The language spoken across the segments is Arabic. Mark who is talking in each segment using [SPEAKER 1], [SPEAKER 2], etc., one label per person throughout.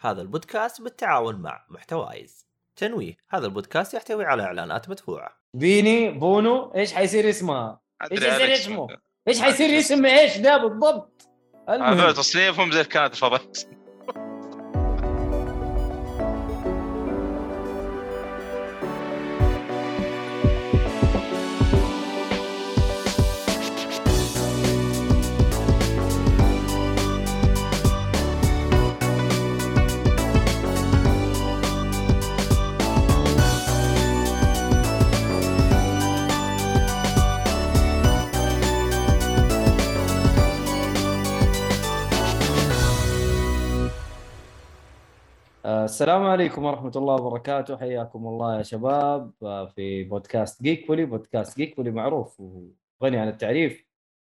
[SPEAKER 1] هذا البودكاست بالتعاون مع محتوايز تنويه هذا البودكاست يحتوي على اعلانات مدفوعه
[SPEAKER 2] بيني بونو ايش حيصير اسمها؟
[SPEAKER 3] أدري آه،
[SPEAKER 2] ايش
[SPEAKER 3] عليك.
[SPEAKER 2] يصير اسمه؟ ايش حيصير اسم ايش ده بالضبط؟
[SPEAKER 3] هذول
[SPEAKER 2] المهم
[SPEAKER 3] تصنيفهم زي كانت الفضائيات
[SPEAKER 2] آه، السلام عليكم ورحمة الله وبركاته حياكم الله يا شباب آه، في بودكاست جيك فولي بودكاست جيك فولي معروف وغني عن التعريف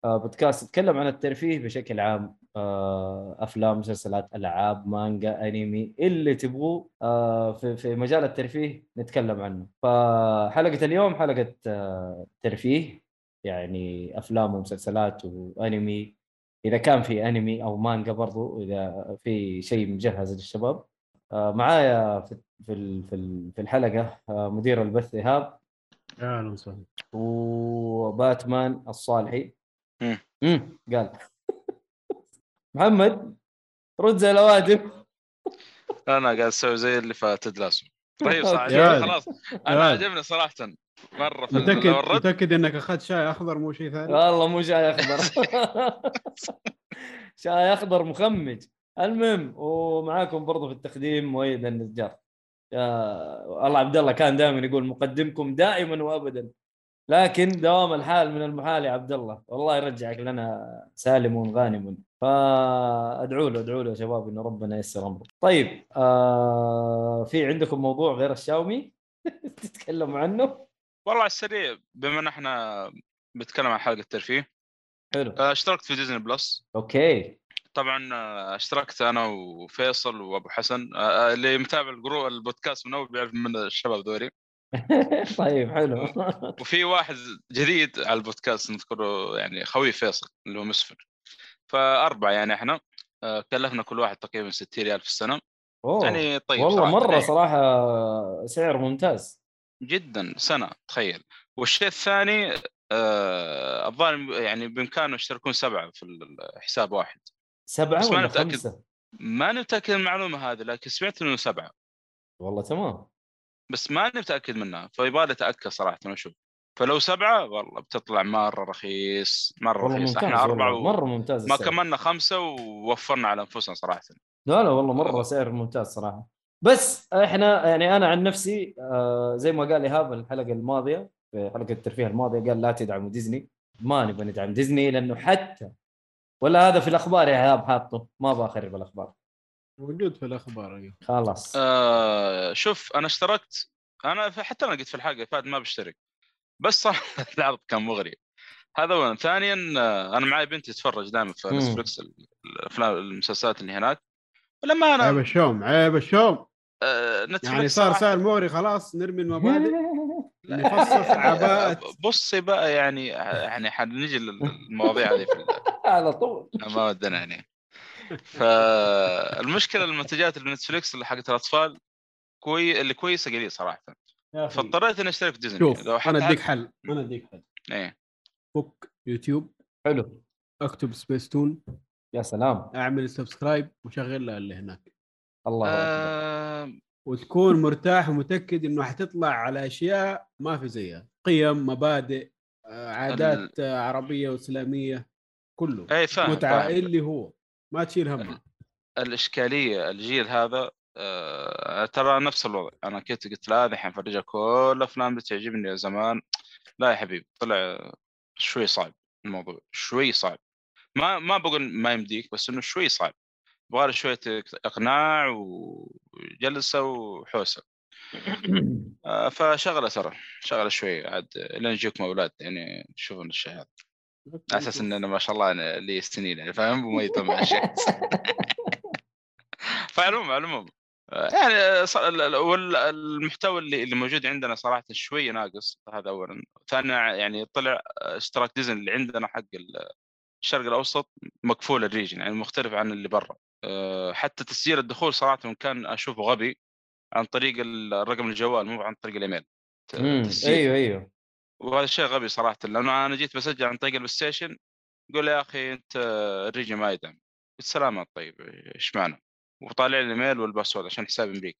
[SPEAKER 2] آه، بودكاست يتكلم عن الترفيه بشكل عام آه، أفلام مسلسلات ألعاب مانجا أنمي اللي تبغوه آه، في في مجال الترفيه نتكلم عنه فحلقة اليوم حلقة آه، ترفيه يعني أفلام ومسلسلات وأنمي إذا كان في أنمي أو مانجا برضو إذا في شيء مجهز للشباب آه، معايا في في ال- في ال- في الحلقه آه، مدير البث ايهاب
[SPEAKER 4] اهلا وسهلا
[SPEAKER 2] وباتمان الصالحي
[SPEAKER 3] مم.
[SPEAKER 2] امم قال محمد رد زي الاوادم
[SPEAKER 3] انا قاعد اسوي زي اللي فاتت لاسو طيب صح
[SPEAKER 2] أوكي.
[SPEAKER 3] عجبني خلاص
[SPEAKER 4] يا
[SPEAKER 3] انا
[SPEAKER 4] عاد.
[SPEAKER 3] عجبني صراحه مره في
[SPEAKER 4] متاكد
[SPEAKER 3] الرد
[SPEAKER 4] متاكد انك اخذت شاي اخضر مو شيء ثاني؟
[SPEAKER 2] والله مو شاي اخضر شاي اخضر مخمج المهم ومعاكم برضو في التقديم مؤيد النجار يا- والله عبد الله كان دائما يقول مقدمكم دائما وابدا لكن دوام الحال من المحال يا عبد الله والله يرجعك لنا سالم غانم فادعوا له ادعوا له يا شباب انه ربنا ييسر امره طيب آه في عندكم موضوع غير الشاومي تتكلم عنه
[SPEAKER 3] والله على السريع بما ان احنا بنتكلم عن حلقه ترفيه
[SPEAKER 2] حلو
[SPEAKER 3] آه، اشتركت في ديزني بلس
[SPEAKER 2] اوكي
[SPEAKER 3] طبعا آه، اشتركت انا وفيصل وابو حسن آه، آه، اللي متابع الجروب البودكاست من اول بيعرف من الشباب ذولي
[SPEAKER 2] طيب حلو
[SPEAKER 3] وفي واحد جديد على البودكاست نذكره يعني خوي فيصل اللي هو مسفر فاربعه يعني احنا آه، كلفنا كل واحد تقريبا 60 ريال في السنه
[SPEAKER 2] أوه.
[SPEAKER 3] يعني طيب
[SPEAKER 2] والله
[SPEAKER 3] صراحة.
[SPEAKER 2] مره
[SPEAKER 3] إيه.
[SPEAKER 2] صراحه سعر ممتاز
[SPEAKER 3] جدا سنه يعني تخيل والشيء الثاني آه، الظاهر يعني بامكانه يشتركون سبعه في الحساب واحد
[SPEAKER 2] سبعه
[SPEAKER 3] بس ما
[SPEAKER 2] ولا
[SPEAKER 3] نتأكد.
[SPEAKER 2] خمسه
[SPEAKER 3] ما نتاكد من المعلومه هذه لكن سمعت انه سبعه
[SPEAKER 2] والله تمام
[SPEAKER 3] بس ما متاكد منها فيبغى لي اتاكد صراحه واشوف فلو سبعه والله بتطلع مره رخيص مره
[SPEAKER 2] والله
[SPEAKER 3] رخيص
[SPEAKER 2] ممتاز
[SPEAKER 3] احنا اربعه
[SPEAKER 2] والله.
[SPEAKER 3] و...
[SPEAKER 2] مره ممتاز
[SPEAKER 3] ما
[SPEAKER 2] السعر.
[SPEAKER 3] كملنا خمسه ووفرنا على انفسنا صراحه
[SPEAKER 2] لا لا والله مره
[SPEAKER 3] آه.
[SPEAKER 2] سعر ممتاز صراحه بس احنا يعني انا عن نفسي آه زي ما قال ايهاب الحلقه الماضيه في حلقه الترفيه الماضيه قال لا تدعموا ديزني ما نبغى ندعم ديزني لانه حتى ولا هذا في الاخبار يا ايهاب حاطه ما بخرب الاخبار
[SPEAKER 4] موجود في الاخبار أيوه.
[SPEAKER 2] خلاص
[SPEAKER 3] آه شوف انا اشتركت انا ف- حتى انا قلت في الحلقه اللي فاتت ما بشترك بس صراحه العرض كان مغري هذا اولا ثانيا آه، انا معي بنتي تتفرج دائما في
[SPEAKER 2] مم.
[SPEAKER 3] نتفلكس ال- الافلام المسلسلات اللي هناك ولما
[SPEAKER 4] عيب
[SPEAKER 3] انا
[SPEAKER 4] الشوم عيب الشوم
[SPEAKER 3] آه، نتفلكس
[SPEAKER 4] يعني صار
[SPEAKER 3] صراحة-
[SPEAKER 4] سائل موري خلاص نرمي المبادئ نفصص عباءة
[SPEAKER 3] بصي بقى يعني يعني حنجي للمواضيع هذه في ال-
[SPEAKER 2] على طول
[SPEAKER 3] ما ودنا يعني فالمشكله المنتجات اللي نتفلكس اللي حقت الاطفال كوي اللي كويسه قليل صراحه
[SPEAKER 4] يا أخي،
[SPEAKER 3] فاضطريت اني اشترك في ديزني
[SPEAKER 4] شوف
[SPEAKER 3] يعني حد-
[SPEAKER 4] انا اديك حل انا اديك حل
[SPEAKER 3] ايه
[SPEAKER 4] فك يوتيوب
[SPEAKER 2] حلو
[SPEAKER 4] اكتب سبيس تون
[SPEAKER 2] يا سلام
[SPEAKER 4] اعمل سبسكرايب وشغل لها اللي هناك
[SPEAKER 2] الله أكبر.
[SPEAKER 3] آه،
[SPEAKER 4] وتكون مرتاح ومتاكد انه حتطلع على اشياء ما في زيها قيم مبادئ آه، عادات آه، عربيه واسلاميه كله
[SPEAKER 3] اي أيوة، إيه، فاهم أيوة.
[SPEAKER 4] متعه
[SPEAKER 3] فاهم.
[SPEAKER 4] اللي هو ما تشيل همها
[SPEAKER 3] الاشكاليه الجيل هذا آه، ترى نفس الوضع انا كنت قلت لا هذه حنفرجها كل الافلام اللي تعجبني يا زمان لا يا حبيبي طلع شوي صعب الموضوع شوي صعب ما ما بقول ما يمديك بس انه شوي صعب يبغى له شويه اقناع وجلسه وحوسه آه، فشغله ترى شغله شوي عاد لين يجيكم اولاد يعني تشوفون الشيء هذا على اساس ان انا ما شاء الله انا لي سنين يعني فاهم وما يطمع شيء فعلوم علوم يعني ص- ال- ال- وال- المحتوى اللي اللي موجود عندنا صراحه شويه ناقص هذا اولا ثانيا يعني طلع اشتراك ديزني اللي عندنا حق ال- الشرق الاوسط مكفول الريجن يعني مختلف عن اللي برا أه، حتى تسجيل الدخول صراحه كان اشوفه غبي عن طريق الرقم الجوال مو عن طريق الايميل ت-
[SPEAKER 2] مم،
[SPEAKER 3] تسجيل.
[SPEAKER 2] ايوه ايوه
[SPEAKER 3] وهذا شيء غبي صراحه لانه انا جيت بسجل عن طريق البلاي ستيشن يقول لي يا اخي انت الريجن ما يدعم قلت سلامة طيب ايش معنى وطالع لي الايميل والباسورد عشان حساب امريكي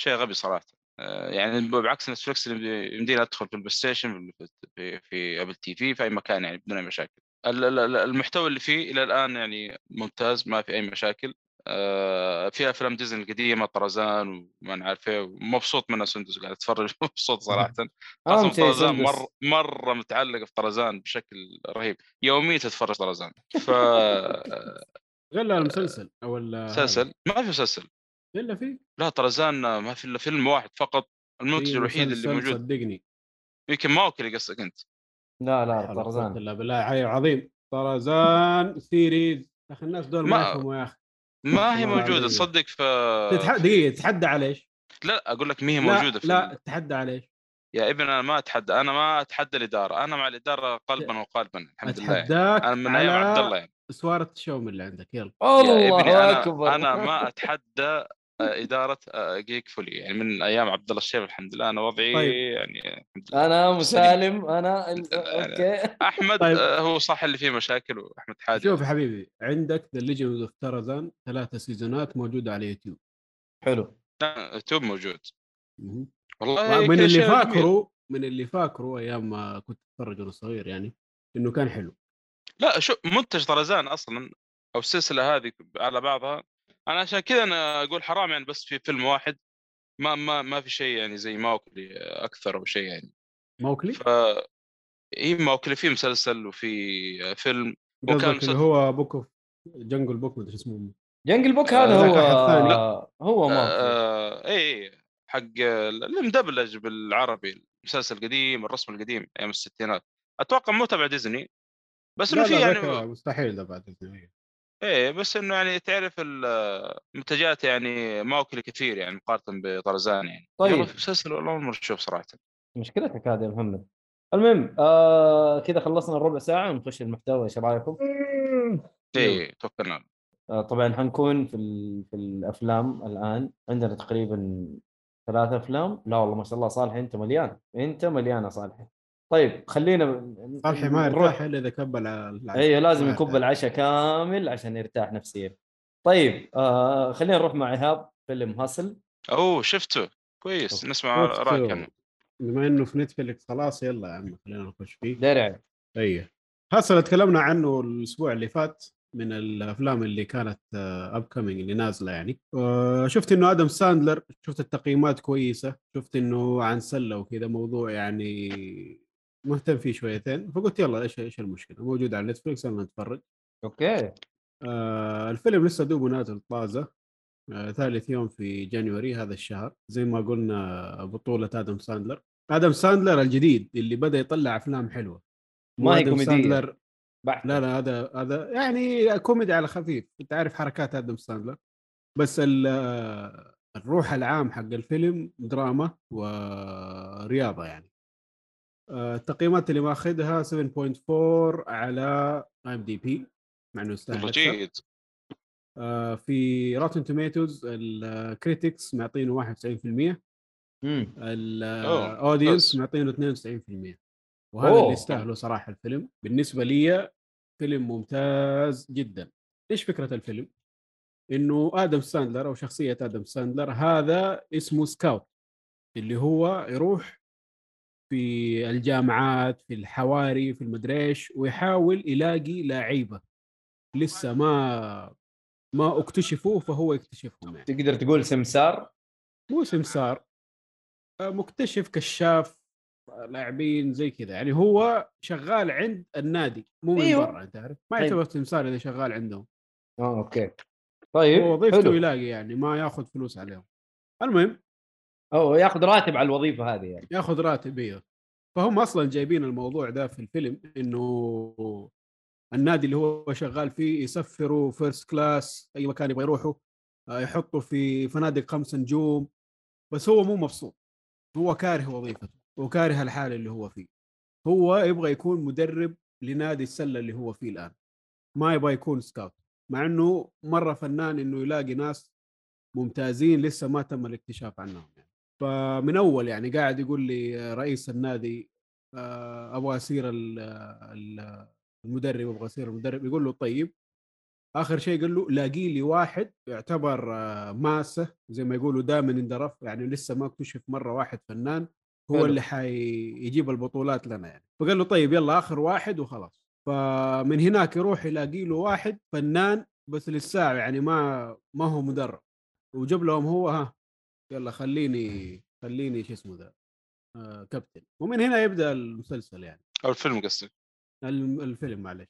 [SPEAKER 3] شيء غبي صراحه آه، يعني بعكس نتفلكس اللي يمدي- يمديني ادخل في البلاي ستيشن في- في في ابل تي في في اي مكان يعني بدون اي مشاكل ال- ال- ال- المحتوى اللي فيه الى الان يعني ممتاز ما في اي مشاكل آه، في افلام ديزني القديمه طرزان وما أنا عارف ايه مبسوط منها سندس قاعد اتفرج مبسوط صراحه
[SPEAKER 2] اهم
[SPEAKER 3] اصلا
[SPEAKER 2] شيء
[SPEAKER 3] طرزان
[SPEAKER 2] سندس.
[SPEAKER 3] مره مره متعلقه في طرزان بشكل رهيب يوميا تتفرج طرزان ف
[SPEAKER 4] الا المسلسل او ال-
[SPEAKER 3] مسلسل ما في مسلسل
[SPEAKER 4] الا في
[SPEAKER 3] لا طرزان ما في الا فيلم واحد فقط المنتج
[SPEAKER 4] في
[SPEAKER 3] الوحيد اللي
[SPEAKER 4] أيوه، مسلسل
[SPEAKER 3] موجود
[SPEAKER 4] صدقني
[SPEAKER 3] يمكن ما اوكي قصدك انت
[SPEAKER 2] لا لا
[SPEAKER 4] طرزان
[SPEAKER 2] طرزان
[SPEAKER 4] لا بالله عي- عظيم طرزان سيريز يا اخي الناس دول ما
[SPEAKER 3] ما-
[SPEAKER 4] يفهموا يا اخي
[SPEAKER 3] ما هي
[SPEAKER 4] والله
[SPEAKER 3] موجوده
[SPEAKER 4] العظيم.
[SPEAKER 3] تصدق ف
[SPEAKER 4] تتح- دقيقه تتحدى على ايش؟
[SPEAKER 3] لا اقول لك ما آه، هي
[SPEAKER 4] لا،
[SPEAKER 3] موجوده في
[SPEAKER 4] لا تتحدى على ايش؟
[SPEAKER 3] يا ابن انا ما اتحدى انا ما اتحدى الاداره انا مع الاداره قلبا وقالبا الحمد لله يعني.
[SPEAKER 4] اتحداك
[SPEAKER 3] انا من ايام عبد الله يعني
[SPEAKER 4] سوارة الشاومي اللي عندك يلا
[SPEAKER 3] يا ابني
[SPEAKER 2] الله
[SPEAKER 3] انا
[SPEAKER 2] اكبر
[SPEAKER 3] انا ما اتحدى آه، اداره آه، جيك فولي يعني من ايام عبد الله الشيب الحمد لله انا وضعي
[SPEAKER 4] طيب.
[SPEAKER 3] يعني الحمد لله.
[SPEAKER 2] انا مسالم انا ال-
[SPEAKER 3] أنا-
[SPEAKER 2] اوكي
[SPEAKER 3] احمد
[SPEAKER 4] طيب.
[SPEAKER 3] آه، هو صح اللي فيه مشاكل واحمد حادي
[SPEAKER 4] شوف يا حبيبي عندك ذا ليجند اوف ترزان ثلاثة سيزونات موجودة على يوتيوب
[SPEAKER 2] حلو
[SPEAKER 3] لا، يوتيوب آه، موجود
[SPEAKER 4] مهم.
[SPEAKER 3] والله
[SPEAKER 4] آه، من
[SPEAKER 3] كل
[SPEAKER 4] اللي
[SPEAKER 3] شيء جميل.
[SPEAKER 4] فاكره من اللي فاكره ايام ما كنت اتفرج وانا صغير يعني انه كان حلو
[SPEAKER 3] لا شو منتج طرزان اصلا او السلسله هذه على بعضها انا عشان كذا انا اقول حرام يعني بس في فيلم واحد ما ما ما في شيء يعني زي ماوكلي اكثر او شيء يعني
[SPEAKER 4] موكلي
[SPEAKER 3] ف اي ماوكلي في مسلسل وفي آه، فيلم وكان
[SPEAKER 4] قصدك اللي هو بوك اوف جنجل بوك مدري اسمه
[SPEAKER 2] جنجل بوك هذا
[SPEAKER 3] آه،
[SPEAKER 2] هو
[SPEAKER 4] ذاك أحد ثاني.
[SPEAKER 2] هو ما
[SPEAKER 3] آه اي حق ال- المدبلج بالعربي المسلسل القديم الرسم القديم ايام الستينات اتوقع مو تبع ديزني بس انه
[SPEAKER 4] لا
[SPEAKER 3] في
[SPEAKER 4] لا
[SPEAKER 3] يعني
[SPEAKER 4] ذاك مستحيل ده بعد إذن.
[SPEAKER 3] ايه بس انه يعني تعرف المنتجات يعني ما اكل كثير يعني مقارنه بطرزان يعني
[SPEAKER 2] طيب.
[SPEAKER 3] والله في مسلسل والله اول مره اشوف صراحه
[SPEAKER 2] مشكلتك هذه يا محمد المهم آه كذا خلصنا الربع ساعه ونخش المحتوى ايش رايكم؟
[SPEAKER 3] ايه توكلنا
[SPEAKER 2] آه طبعا حنكون في ال- في الافلام الان عندنا تقريبا ثلاث افلام لا والله ما شاء الله صالح انت مليان انت مليان يا صالح طيب خلينا
[SPEAKER 4] صالحي ما
[SPEAKER 2] نروح
[SPEAKER 4] يرتاح الا اذا كب الع- العسل.
[SPEAKER 2] ايوه لازم
[SPEAKER 4] ما
[SPEAKER 2] يكب
[SPEAKER 4] يرتاح.
[SPEAKER 2] العشاء كامل عشان يرتاح نفسيا طيب آه خلينا نروح مع ايهاب فيلم هاسل
[SPEAKER 3] اوه شفته كويس نسمع
[SPEAKER 4] شفته.
[SPEAKER 3] رايك انا
[SPEAKER 4] بما انه في نتفلكس خلاص يلا يا عم خلينا نخش فيه
[SPEAKER 2] درع
[SPEAKER 4] ايوه هسه تكلمنا عنه الاسبوع اللي فات من الافلام اللي كانت اب كامينج اللي نازله يعني آه، شفت انه ادم ساندلر شفت التقييمات كويسه شفت انه عن سله وكذا موضوع يعني مهتم فيه شويتين فقلت يلا ايش ايش المشكله موجود على نتفلكس انا اتفرج
[SPEAKER 2] اوكي
[SPEAKER 4] آه، الفيلم لسه دوبه نازل طازه آه، ثالث يوم في جانيوري هذا الشهر زي ما قلنا بطوله ادم ساندلر ادم ساندلر الجديد اللي بدا يطلع افلام حلوه مو
[SPEAKER 2] ما هي
[SPEAKER 4] آدم
[SPEAKER 2] كوميدية
[SPEAKER 4] ساندلر
[SPEAKER 2] بحت
[SPEAKER 4] لا لا هذا هذا يعني كوميدي على خفيف انت عارف حركات ادم ساندلر بس ال- آه، الروح العام حق الفيلم دراما ورياضه يعني آه، التقييمات اللي ماخذها 7.4 على ام دي بي مع انه يستاهل أكثر.
[SPEAKER 3] جيد
[SPEAKER 4] آه، في راتن توميتوز الكريتكس معطينه 91%
[SPEAKER 2] مم.
[SPEAKER 4] آه.
[SPEAKER 3] أوه، كويس.
[SPEAKER 4] الاودينس معطينه 92% وهذا
[SPEAKER 2] أوه.
[SPEAKER 4] اللي يستاهله صراحه الفيلم بالنسبه لي فيلم ممتاز جدا ايش فكره الفيلم انه ادم ساندلر او شخصيه ادم ساندلر هذا اسمه سكاوت اللي هو يروح في الجامعات في الحواري في المدريش ويحاول يلاقي لعيبه لسه ما ما اكتشفوه فهو يكتشفهم يعني
[SPEAKER 2] تقدر تقول سمسار
[SPEAKER 4] مو سمسار آه، مكتشف كشاف آه، لاعبين زي كذا يعني هو شغال عند النادي مو من
[SPEAKER 2] أيوه.
[SPEAKER 4] أيوه. برا انت عارف ما
[SPEAKER 2] أيوه.
[SPEAKER 4] يعتبر سمسار اذا شغال عندهم
[SPEAKER 2] اه اوكي طيب
[SPEAKER 4] آه، هو وظيفته
[SPEAKER 2] حلو
[SPEAKER 4] يلاقي يعني ما ياخذ فلوس عليهم المهم
[SPEAKER 2] او ياخذ راتب على الوظيفه هذه يعني
[SPEAKER 4] ياخذ راتب ايوه فهم اصلا جايبين الموضوع ده في الفيلم انه النادي اللي هو شغال فيه يسفروا فيرست كلاس اي مكان يبغى يروحوا آه، يحطوا في فنادق خمس نجوم بس هو مو مبسوط هو كاره وظيفته وكاره الحال اللي هو فيه هو يبغى يكون مدرب لنادي السله اللي هو فيه الان ما يبغى يكون سكاوت مع انه مره فنان انه يلاقي ناس ممتازين لسه ما تم الاكتشاف عنهم يعني. فمن اول يعني قاعد يقول لي رئيس النادي آه، ابغى اسير ال- ال- المدرب ابغى اسير المدرب يقول له طيب اخر شيء قال له لاقي لي واحد يعتبر آه، ماسه زي ما يقولوا دائما اندرف يعني لسه ما اكتشف مره واحد فنان هو
[SPEAKER 2] حلو.
[SPEAKER 4] اللي حيجيب البطولات لنا يعني فقال له طيب يلا اخر واحد وخلاص فمن هناك يروح يلاقي له واحد فنان بس للساعه يعني ما ما هو مدرب وجاب لهم هو ها يلا خليني خليني شو اسمه ذا آه كابتن ومن هنا يبدا المسلسل يعني
[SPEAKER 3] الفيلم قصدي
[SPEAKER 4] الم- الفيلم معلش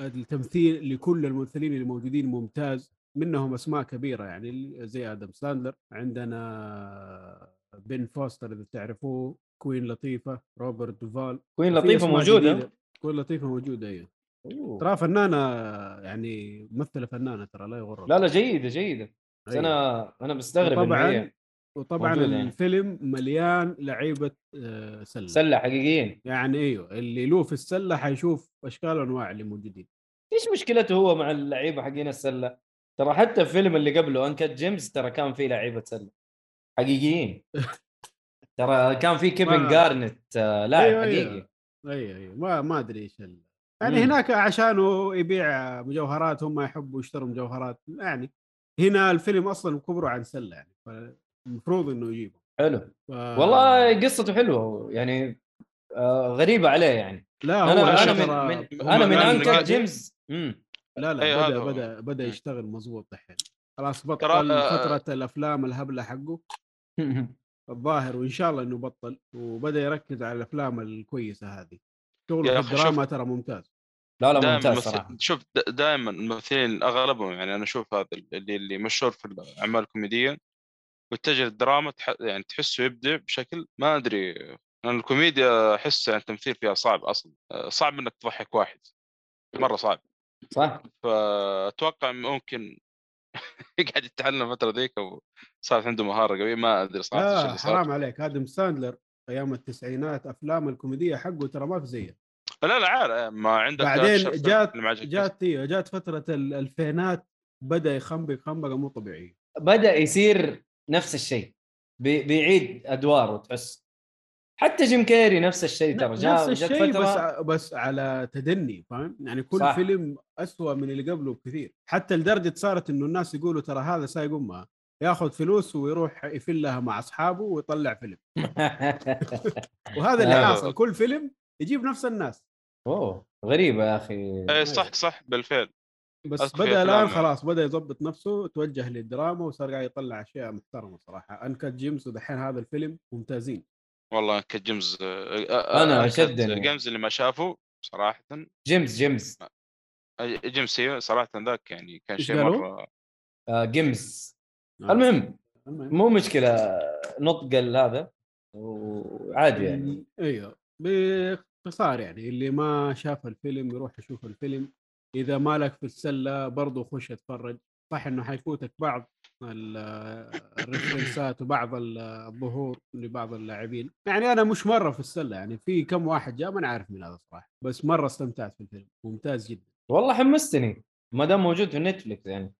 [SPEAKER 4] التمثيل لكل الممثلين اللي موجودين ممتاز منهم اسماء كبيره يعني ال- زي ادم ساندلر عندنا بن فوستر اذا تعرفوه كوين لطيفه روبرت دوفال
[SPEAKER 2] كوين
[SPEAKER 4] وفي
[SPEAKER 2] لطيفه
[SPEAKER 4] أسماء
[SPEAKER 2] موجوده
[SPEAKER 4] جديدة. كوين لطيفه موجوده ايوه
[SPEAKER 2] أوه.
[SPEAKER 4] ترى فنانه يعني ممثله فنانه ترى لا يغرك
[SPEAKER 2] لا لا جيده جيده بس
[SPEAKER 4] طيب.
[SPEAKER 2] انا انا مستغرب إنه
[SPEAKER 4] وطبعاً
[SPEAKER 2] هي
[SPEAKER 4] وطبعا
[SPEAKER 2] موجودة يعني.
[SPEAKER 4] الفيلم مليان لعيبه آه، سله
[SPEAKER 2] سله حقيقيين
[SPEAKER 4] يعني ايوه اللي له في السله حيشوف اشكال وانواع اللي موجودين
[SPEAKER 2] ايش مشكلته هو مع اللعيبه حقين السله؟ ترى حتى الفيلم اللي قبله انكت جيمس ترى كان فيه لعيبه سله حقيقيين ترى كان في كيفن
[SPEAKER 4] ما-
[SPEAKER 2] جارنت آه، لاعب
[SPEAKER 4] أيوة، أيوة.
[SPEAKER 2] حقيقي
[SPEAKER 4] ايوه ايوه ما ما ادري ايش ال- يعني
[SPEAKER 2] مم.
[SPEAKER 4] هناك عشانه يبيع مجوهرات هم يحبوا يشتروا مجوهرات يعني هنا الفيلم اصلا كبره عن سله يعني فالمفروض انه يجيبه
[SPEAKER 2] حلو
[SPEAKER 4] ف...
[SPEAKER 2] والله قصته حلوه يعني آه، غريبه عليه يعني
[SPEAKER 4] لا هو
[SPEAKER 2] انا انا
[SPEAKER 4] عشان
[SPEAKER 2] من,
[SPEAKER 4] ترى- يعني
[SPEAKER 2] من
[SPEAKER 3] هم
[SPEAKER 2] انا من
[SPEAKER 3] الآن
[SPEAKER 2] انكت
[SPEAKER 3] قاعدين-
[SPEAKER 2] جيمس امم
[SPEAKER 4] لا لا
[SPEAKER 3] أيوة، هذا
[SPEAKER 4] بدا
[SPEAKER 3] هو.
[SPEAKER 4] بدا بدا
[SPEAKER 3] مم.
[SPEAKER 4] يشتغل مضبوط الحين خلاص
[SPEAKER 3] ترى-
[SPEAKER 4] بطل فتره الافلام الهبله حقه الظاهر وان شاء الله انه بطل وبدا يركز على الافلام الكويسه هذه
[SPEAKER 3] يا
[SPEAKER 4] شغله في
[SPEAKER 3] أخي، شوف.
[SPEAKER 4] الدراما ترى ممتاز
[SPEAKER 2] لا لا
[SPEAKER 3] دائما
[SPEAKER 2] ممتاز
[SPEAKER 3] مثل-
[SPEAKER 2] صراحه
[SPEAKER 3] شوف دائما الممثلين اغلبهم يعني انا اشوف هذا اللي اللي مشهور في الاعمال الكوميديه ويتجه للدراما تح... يعني تحسه يبدع بشكل ما ادري لان الكوميديا احس يعني التمثيل فيها صعب اصلا أه، صعب انك تضحك واحد مره صعب
[SPEAKER 2] صح
[SPEAKER 3] فاتوقع ممكن يقعد يتعلم الفتره ذيك وصارت عنده مهاره قويه ما ادري صراحه ايش
[SPEAKER 4] لا
[SPEAKER 3] اللي صار
[SPEAKER 4] آه، حرام عليك ادم ساندلر ايام التسعينات افلام الكوميديه حقه ترى ما في زيه
[SPEAKER 2] إيه،
[SPEAKER 3] لا لا عارف ما عندك
[SPEAKER 4] بعدين
[SPEAKER 3] شخص
[SPEAKER 4] جات-
[SPEAKER 3] اللي مع جاك نيكلسون.
[SPEAKER 4] جات ايوه جات فتره الالفينات بدا يخنبق خنبقه مو طبيعيه
[SPEAKER 2] بدا يصير نفس الشيء بي- بيعيد ادواره تحس حتى جيم كيري نفس الشيء إيه، ترى جاء
[SPEAKER 4] نفس
[SPEAKER 2] جت
[SPEAKER 4] الشيء
[SPEAKER 2] فترة-
[SPEAKER 4] بس بس على تدني فاهم يعني كل
[SPEAKER 2] صح.
[SPEAKER 4] صح. فيلم أسوأ من اللي قبله بكثير حتى لدرجه صارت انه الناس يقولوا ترى هذا سايق امها ياخذ فلوس ويروح يفلها مع اصحابه ويطلع فيلم
[SPEAKER 2] إيه،
[SPEAKER 4] وهذا اللي
[SPEAKER 2] لا.
[SPEAKER 4] حاصل كل فيلم يجيب نفس الناس
[SPEAKER 2] اوه غريبه يا اخي
[SPEAKER 3] اي إيه، صح صح بالفعل
[SPEAKER 4] بس
[SPEAKER 3] أذكر
[SPEAKER 4] بدا الان
[SPEAKER 3] أفلام.
[SPEAKER 4] خلاص بدا يضبط نفسه توجه للدراما وصار قاعد يطلع اشياء محترمه صراحه انكت جيمس ودحين هذا الفيلم ممتازين
[SPEAKER 3] والله كت جيمز
[SPEAKER 2] أنا شدني.
[SPEAKER 3] جيمز اللي ما شافه صراحه
[SPEAKER 2] جيمس جيمس
[SPEAKER 3] أي- جيمس هي صراحه ذاك يعني كان
[SPEAKER 4] إيش
[SPEAKER 3] شيء
[SPEAKER 4] قالوا؟
[SPEAKER 3] مره
[SPEAKER 2] آه جيمس المهم
[SPEAKER 4] المهم
[SPEAKER 2] مو مشكله نطق ال- هذا وعادي يعني
[SPEAKER 4] ايوه باختصار يعني اللي ما شاف الفيلم يروح يشوف الفيلم اذا مالك في السله برضو خش اتفرج صح انه حيفوتك بعض ال- الريفرنسات وبعض ال- الظهور لبعض اللاعبين يعني انا مش مره في السله يعني في كم واحد جاء ما انا عارف من هذا صراحه بس مره استمتعت في الفيلم ممتاز جدا
[SPEAKER 2] والله حمستني ما دام موجود في نتفلكس يعني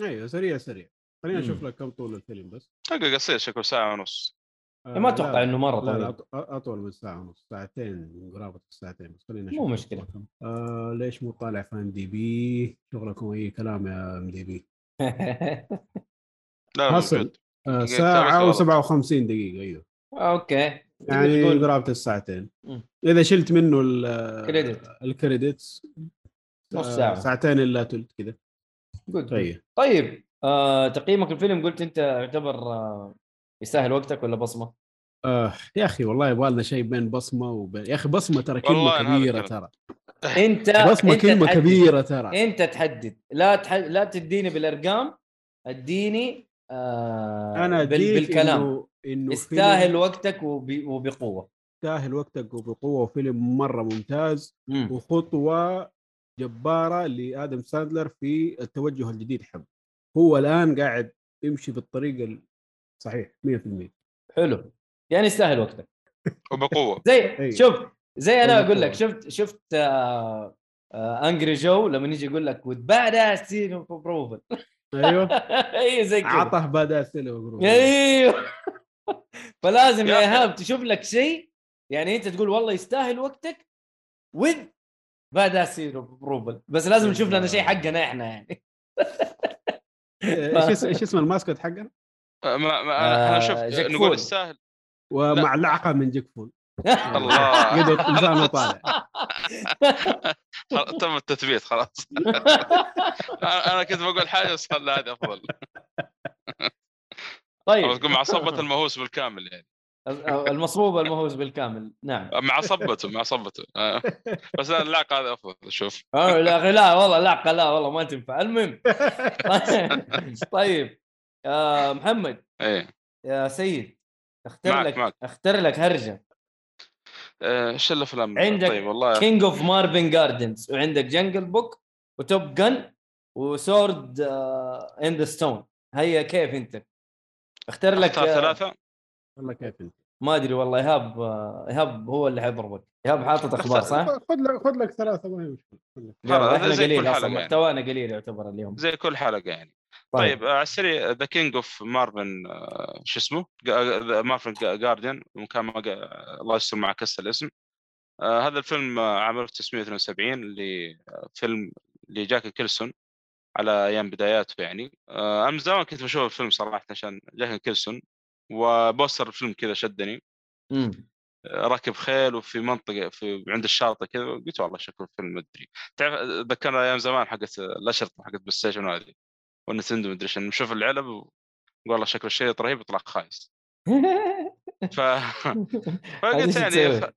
[SPEAKER 4] ايوه سريع سريع خلينا
[SPEAKER 2] مم.
[SPEAKER 4] نشوف لك كم طول الفيلم بس
[SPEAKER 3] حلقه قصير شكله ساعه ونص
[SPEAKER 4] آه،
[SPEAKER 2] إيه، ما
[SPEAKER 4] لا،
[SPEAKER 2] اتوقع انه مره
[SPEAKER 4] لا لا
[SPEAKER 2] طويل
[SPEAKER 4] أط- اطول من ساعه ونص ساعتين قرابه الساعتين بس خلينا
[SPEAKER 2] مو
[SPEAKER 4] نشوف
[SPEAKER 2] مشكلة.
[SPEAKER 4] كم. آه ليش مو طالع في ام دي بي شغلكم اي كلام يا ام دي بي
[SPEAKER 3] لا
[SPEAKER 4] حصل.
[SPEAKER 3] موجود.
[SPEAKER 4] آه
[SPEAKER 3] دقيقة
[SPEAKER 4] ساعه
[SPEAKER 3] غلط.
[SPEAKER 4] و57 دقيقه ايوه
[SPEAKER 2] اوكي
[SPEAKER 4] يعني
[SPEAKER 2] بتقول-
[SPEAKER 4] قرابه الساعتين
[SPEAKER 2] مم.
[SPEAKER 4] اذا شلت منه ال-
[SPEAKER 2] كريدت
[SPEAKER 4] الكريدتس
[SPEAKER 2] نص
[SPEAKER 4] آه،
[SPEAKER 2] ساعة. إمم.
[SPEAKER 4] ساعتين الا ثلث كذا
[SPEAKER 2] جود
[SPEAKER 4] طيب
[SPEAKER 2] طيب آه، تقييمك الفيلم قلت انت يعتبر آه، يستاهل وقتك ولا بصمه؟
[SPEAKER 4] آه يا اخي والله يبغى لنا شيء بين بصمه وبين يا اخي بصمه ترى
[SPEAKER 3] والله
[SPEAKER 4] كلمه
[SPEAKER 3] أنا هذا
[SPEAKER 4] كبيره
[SPEAKER 3] الكلام.
[SPEAKER 4] ترى
[SPEAKER 2] انت
[SPEAKER 4] بصمه
[SPEAKER 2] انت
[SPEAKER 4] كلمه
[SPEAKER 2] تحدد.
[SPEAKER 4] كبيره ترى
[SPEAKER 2] انت تحدد لا تح... لا تديني بالارقام اديني آه
[SPEAKER 4] انا
[SPEAKER 2] بال...
[SPEAKER 4] أديك
[SPEAKER 2] بالكلام
[SPEAKER 4] إنه- انه فيلم-
[SPEAKER 2] يستاهل وقتك وب... وبقوه
[SPEAKER 4] يستاهل وقتك وبقوه وفيلم مره ممتاز
[SPEAKER 2] مم.
[SPEAKER 4] وخطوه جباره لادم ساندلر في التوجه الجديد حقه هو الان قاعد يمشي بالطريق الصحيح 100%
[SPEAKER 2] حلو يعني يستاهل وقتك
[SPEAKER 3] وبقوه
[SPEAKER 2] زي
[SPEAKER 4] أيوة.
[SPEAKER 2] شوف زي انا
[SPEAKER 4] والله
[SPEAKER 2] اقول لك
[SPEAKER 4] قوة.
[SPEAKER 2] شفت شفت آه انجري جو لما يجي يقول لك with badass scene of approval
[SPEAKER 4] ايوه
[SPEAKER 2] اي زي كذا
[SPEAKER 4] عطه بدا سيلو
[SPEAKER 2] ايوه فلازم
[SPEAKER 3] إيه. يا
[SPEAKER 2] يا
[SPEAKER 3] أخي.
[SPEAKER 2] ايهاب تشوف لك شيء يعني انت تقول والله يستاهل وقتك with badass scene of approval بس لازم نشوف لنا شيء حقنا احنا يعني
[SPEAKER 4] ايش اس- ايش إيه، اسم الماسكت حقنا؟
[SPEAKER 3] ما ما انا
[SPEAKER 2] آه،
[SPEAKER 3] انا شفت
[SPEAKER 2] جاك
[SPEAKER 3] نقول
[SPEAKER 2] فول.
[SPEAKER 3] يستاهل
[SPEAKER 4] ومعلقه من جيك فول
[SPEAKER 3] الله.
[SPEAKER 4] قدر لسانه طالع
[SPEAKER 3] خلاص، تم التثبيت خلاص انا أنا كنت بقول حاجه بس خلى هذه افضل او
[SPEAKER 2] طيب
[SPEAKER 3] تقول مع صبة المهووس بالكامل يعني آه،
[SPEAKER 2] المصبوب المهووس بالكامل نعم
[SPEAKER 3] مع صبته مع صبته آه. بس أنا اللعقه هذه افضل شوف
[SPEAKER 2] آه، لا أخي، لا والله لا لا والله ما تنفع المهم طيب آه محمد
[SPEAKER 3] ايه
[SPEAKER 2] يا سيد اختر
[SPEAKER 3] معك-
[SPEAKER 2] لك
[SPEAKER 3] معك.
[SPEAKER 2] اختر لك هرجه
[SPEAKER 3] آه، ايش الافلام
[SPEAKER 2] عندك
[SPEAKER 3] طيب والله
[SPEAKER 2] كينج اوف مارفن جاردنز وعندك جنجل بوك وتوب جن وسورد ان ذا ستون هيا كيف انت اختر لك
[SPEAKER 3] اختار
[SPEAKER 2] آه،
[SPEAKER 3] ثلاثه
[SPEAKER 4] والله كيف انت
[SPEAKER 2] ما ادري والله ايهاب آه، ايهاب هو اللي حيضربك ايهاب حاطط اخبار صح؟
[SPEAKER 4] خذ لك خذ لك ثلاثه ما هي مشكله خذ لك.
[SPEAKER 2] لا،
[SPEAKER 3] خلاص،
[SPEAKER 2] احنا
[SPEAKER 3] زي كل
[SPEAKER 2] قليل
[SPEAKER 3] حلقة
[SPEAKER 2] اصلا
[SPEAKER 3] يعني.
[SPEAKER 2] محتوانا قليل يعتبر اليوم
[SPEAKER 3] زي كل حلقه يعني طيب آه، على السريع ذا كينج اوف مارفن آه، شو اسمه؟ مارفن جارديان وكان ما قا- الله يستر معك كسر الاسم آه، هذا الفيلم آه، عام 1972 اللي آه، فيلم لجاك كيلسون على ايام بداياته يعني آه، انا من زمان كنت بشوف الفيلم صراحه عشان جاك كيلسون وبوستر الفيلم كذا شدني
[SPEAKER 2] مم.
[SPEAKER 3] آه، راكب خيل وفي منطقه في عند الشاطئ كذا قلت والله شكله فيلم مدري تعرف ذكرنا ايام زمان حقت الاشرطه حقت بلاي ستيشن وهذه والنتندو مدري شنو نشوف العلب و- والله شكله الشريط رهيب يطلع خايس ف...
[SPEAKER 2] هذه
[SPEAKER 3] فقلت
[SPEAKER 2] شو
[SPEAKER 3] يعني
[SPEAKER 2] تسوي؟
[SPEAKER 3] خ-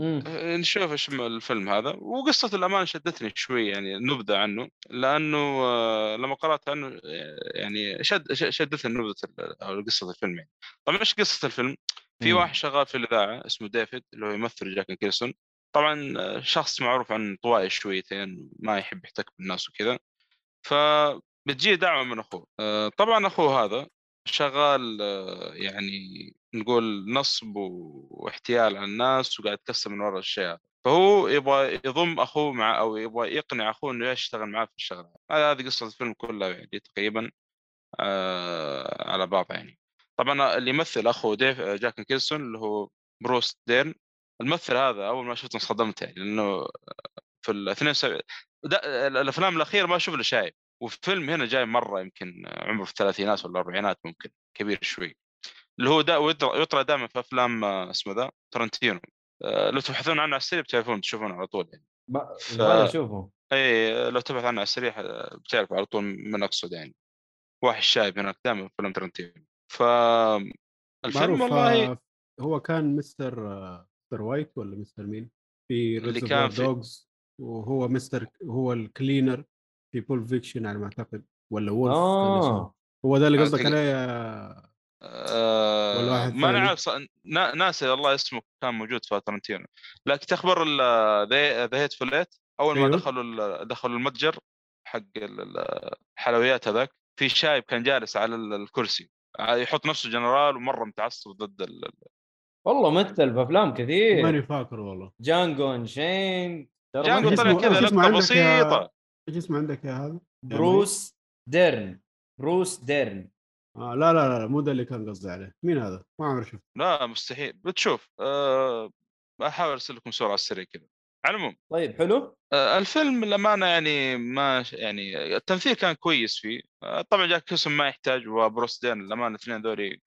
[SPEAKER 2] مم.
[SPEAKER 3] نشوف ايش م- الفيلم هذا وقصة الأمان شدتني شوي يعني نبذة عنه لأنه آه، لما قرأت عنه آه، يعني شد ش- شدتني نبذة ال- أو قصة الفيلم يعني طبعا إيش قصة الفيلم؟ في
[SPEAKER 2] مم.
[SPEAKER 3] واحد شغال في الإذاعة اسمه ديفيد اللي هو يمثل جاك نيكلسون طبعا آه، شخص معروف عن طوائي شويتين ما يحب يحتك بالناس وكذا فبتجيه دعوة من أخوه آه، طبعا أخوه هذا شغال آه، يعني نقول نصب و- واحتيال على الناس وقاعد يتكسب من وراء الشيء هذا فهو يبغى يضم اخوه مع او يبغى يقنع اخوه انه يشتغل معاه في الشغله هذا- هذه قصه الفيلم كلها يعني تقريبا آه على بعضها يعني طبعا اللي يمثل اخوه ديف آه، جاك نيكلسون اللي هو بروس ديرن الممثل هذا اول ما شفته انصدمت يعني لانه آه، في ال 72 ده- ال- الافلام الاخيره ما اشوف له شايب والفيلم هنا جاي مره يمكن عمره في الثلاثينات ولا الاربعينات ممكن كبير شوي اللي هو دا ويطرى يطرى دائما في افلام آه، اسمه ذا ترنتينو آه، لو تبحثون عنه على السريع بتعرفون تشوفونه على طول يعني
[SPEAKER 2] ما-
[SPEAKER 3] ف-
[SPEAKER 2] يبغالي اشوفه
[SPEAKER 3] اي إيه، لو تبحث عنه على السريع آه، بتعرف على طول من اقصد يعني واحد شايب هناك دائما في فيلم ترنتينو ف الفيلم
[SPEAKER 4] معروف،
[SPEAKER 3] والله
[SPEAKER 4] آه، هو كان مستر آه، مستر وايت ولا مستر مين؟ في
[SPEAKER 3] اللي
[SPEAKER 4] ريزرفوار
[SPEAKER 3] كان في-
[SPEAKER 4] دوجز وهو مستر هو الكلينر في بول فيكشن على ما اعتقد ولا وولف كان اسمه.
[SPEAKER 2] اه
[SPEAKER 4] هو ده اللي
[SPEAKER 3] آه. أنا
[SPEAKER 4] قصدك
[SPEAKER 3] أعتقد-
[SPEAKER 4] عليه يا
[SPEAKER 3] آه،
[SPEAKER 4] ولا واحد
[SPEAKER 3] ما انا
[SPEAKER 4] ثاني؟
[SPEAKER 3] عارف ص- نا- ناسي والله اسمه كان موجود في ترنتينو لكن تخبر ذا هيت فليت اول ما
[SPEAKER 4] أيوه.
[SPEAKER 3] دخلوا ال- دخلوا المتجر حق ال- ال- الحلويات هذاك في شايب كان جالس على ال- الكرسي ع- يحط نفسه جنرال ومره متعصب ضد ال- ال-
[SPEAKER 2] والله مثل في افلام
[SPEAKER 3] إيه.
[SPEAKER 2] كثير
[SPEAKER 4] ماني فاكر والله
[SPEAKER 2] جانجو انشين ترى
[SPEAKER 3] جانجو
[SPEAKER 2] مثل.
[SPEAKER 3] طلع
[SPEAKER 4] اسمه-
[SPEAKER 3] كذا
[SPEAKER 4] إيش اسمه
[SPEAKER 3] لقطه
[SPEAKER 4] عندك يا-
[SPEAKER 3] بسيطه
[SPEAKER 4] ايش اسمه عندك يا هذا؟ يا مهيب؟
[SPEAKER 2] بروس ديرن بروس ديرن
[SPEAKER 4] آه لا لا لا مو ده اللي كان قصدي عليه مين هذا؟ ما عمري شفته
[SPEAKER 3] لا مستحيل بتشوف آه، احاول ارسل لكم صوره على السريع كذا على العموم
[SPEAKER 2] طيب حلو
[SPEAKER 3] آه، الفيلم للأمانة يعني ما ش- يعني التمثيل كان كويس فيه آه، طبعا جاك كيسون ما يحتاج وبروس دين للأمانة الاثنين ذولي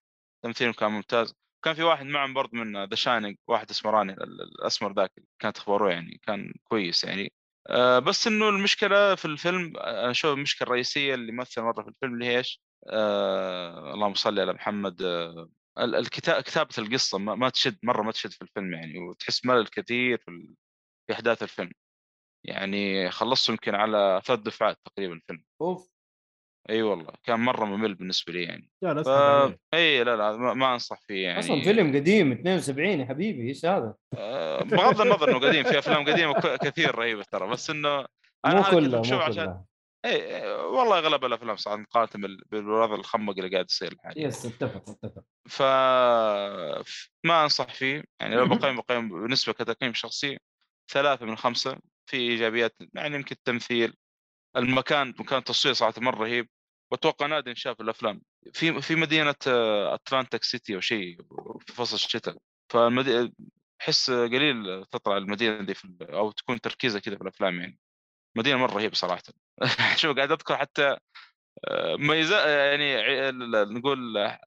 [SPEAKER 3] تمثيلهم كان ممتاز كان في واحد معهم برضه من ذا شاينينج واحد اسمراني ال- ال- الاسمر ذاك اللي كانت اخباره يعني كان كويس يعني آه، بس انه المشكله في الفيلم آه، انا اشوف المشكله الرئيسيه اللي مثل مره في الفيلم اللي هي ايش؟ آه، اللهم صل على محمد آه، ال- الكتا- كتابه القصه ما ما تشد مره ما تشد في الفيلم يعني وتحس ملل كثير في ال- في احداث الفيلم يعني خلصته يمكن على ثلاث دفعات تقريبا الفيلم
[SPEAKER 2] اوف
[SPEAKER 3] اي والله كان مره ممل بالنسبه لي يعني
[SPEAKER 4] يا لا
[SPEAKER 3] ف...
[SPEAKER 4] اسحب عليه
[SPEAKER 3] اي لا لا ما, ما انصح فيه يعني
[SPEAKER 2] اصلا فيلم قديم 72 يا حبيبي ايش هذا؟
[SPEAKER 3] آه، بغض النظر انه قديم في افلام قديمه ك- كثير رهيبه ترى بس انه
[SPEAKER 2] مو
[SPEAKER 3] هذا كنت
[SPEAKER 2] كله
[SPEAKER 3] بشوفه
[SPEAKER 2] مو
[SPEAKER 3] عشان-
[SPEAKER 2] كله
[SPEAKER 3] اي آه، والله اغلب الافلام صراحه مقارنه بال- بالوضع الخمق اللي قاعد يصير الحالي
[SPEAKER 2] يس اتفق اتفق
[SPEAKER 3] ف ف- ما انصح فيه يعني لو بقيم بقيم بالنسبه كتقييم شخصي ثلاثة من خمسة في ايجابيات يعني يمكن التمثيل المكان مكان تصوير صراحه مره رهيب واتوقع نادر شاف الافلام في في مدينه آه، اتلانتيك سيتي او شيء في فصل الشتاء فالمدينه احس قليل تطلع المدينه دي في ال- او تكون تركيزها كذا في الافلام يعني مدينه مره رهيبه صراحه شوف قاعد اذكر حتى آه، ميزة يعني ع- ال- ال- نقول آه،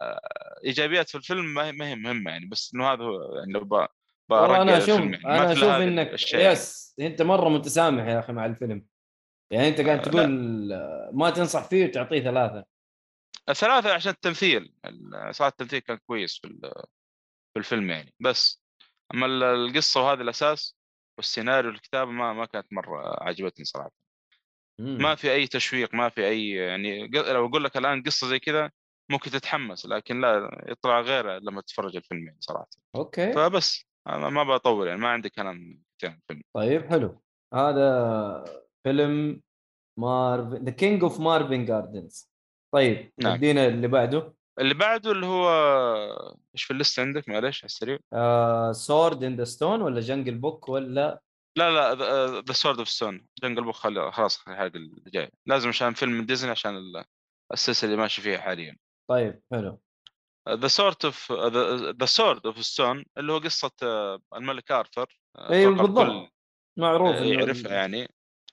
[SPEAKER 3] ايجابيات في الفيلم ما هي ما هي مهمه يعني بس انه هذا هو يعني لو ب-
[SPEAKER 2] والله
[SPEAKER 3] برقع
[SPEAKER 2] انا اشوف
[SPEAKER 3] الفيلم يعني، ما
[SPEAKER 2] انا
[SPEAKER 3] في إلا
[SPEAKER 2] اشوف
[SPEAKER 3] هذا
[SPEAKER 2] انك
[SPEAKER 3] الشيء يعني.
[SPEAKER 2] يس انت مره متسامح يا اخي مع الفيلم يعني انت قاعد
[SPEAKER 3] آه،
[SPEAKER 2] تقول ما تنصح فيه وتعطيه ثلاثه
[SPEAKER 3] الثلاثة عشان التمثيل ال- صراحة التمثيل كان كويس في ال- في الفيلم يعني بس أما ال- القصة وهذا الأساس والسيناريو والكتابة ما ما كانت مرة عجبتني صراحة
[SPEAKER 2] مم.
[SPEAKER 3] ما في أي تشويق ما في أي يعني ق- لو أقول لك الآن قصة زي كذا ممكن تتحمس لكن لا يطلع غير لما تتفرج الفيلم يعني صراحة
[SPEAKER 2] اوكي
[SPEAKER 3] فبس أنا ما بطول يعني ما عندي كلام كثير عن الفيلم
[SPEAKER 2] طيب حلو هذا فيلم مارف ذا كينج اوف مارفن جاردنز طيب
[SPEAKER 3] نعم.
[SPEAKER 2] ادينا اللي بعده
[SPEAKER 3] اللي بعده اللي هو ايش في الليست عندك معلش على السريع
[SPEAKER 2] آه، سورد ان ذا ستون ولا جنجل بوك ولا
[SPEAKER 3] لا لا ذا سورد اوف ستون جنجل بوك خل- خلاص الحلقه الجايه لازم عشان فيلم من ديزني عشان ال- السلسله اللي ماشي فيها حاليا
[SPEAKER 2] طيب حلو
[SPEAKER 3] ذا سورد اوف ذا سورد اوف ستون اللي هو قصه آه، الملك ارثر آه،
[SPEAKER 2] أيوة
[SPEAKER 3] أتوقع الكل،
[SPEAKER 2] بالضبط. معروف
[SPEAKER 3] آه،
[SPEAKER 2] إنه-
[SPEAKER 3] يعرفها يعني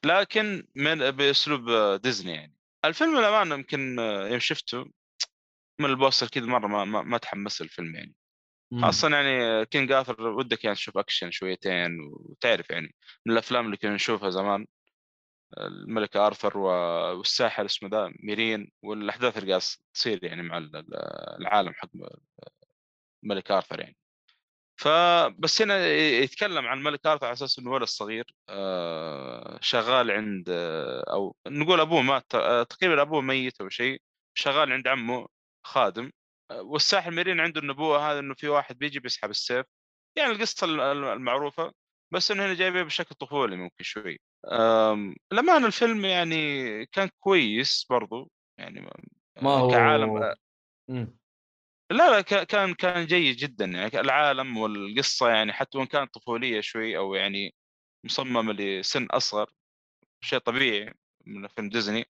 [SPEAKER 3] لكن من باسلوب آه، ديزني يعني الفيلم الامانه يمكن آه، يوم شفته من البوستر كذا مره ما, ما, ما تحمس الفيلم يعني
[SPEAKER 2] مم.
[SPEAKER 3] خاصة يعني كينج آثر ودك يعني تشوف أكشن شويتين وتعرف يعني من الأفلام اللي كنا نشوفها زمان الملك آرثر و- والساحر اسمه ذا ميرين والأحداث اللي قاعد تصير يعني مع ال- ال- العالم حق الملك آرثر يعني فبس هنا ي- يتكلم عن الملك آرثر على أساس إنه ولد صغير آه، شغال عند آه، أو نقول أبوه مات آه، تقريبا أبوه ميت أو شيء شغال عند عمه خادم آه، والساحر ميرين عنده النبوه هذا انه في واحد بيجي بيسحب السيف يعني القصه ال- ال- المعروفه بس انه هنا جايبها بشكل طفولي ممكن شوي أم، لما أنا الفيلم يعني كان كويس برضو يعني ما-
[SPEAKER 2] ما هو
[SPEAKER 3] كعالم آه.
[SPEAKER 2] مم.
[SPEAKER 3] لا لا ك- كان كان جيد جدا يعني العالم والقصه يعني حتى وان كانت طفوليه شوي او يعني مصممه لسن اصغر شيء طبيعي من فيلم ديزني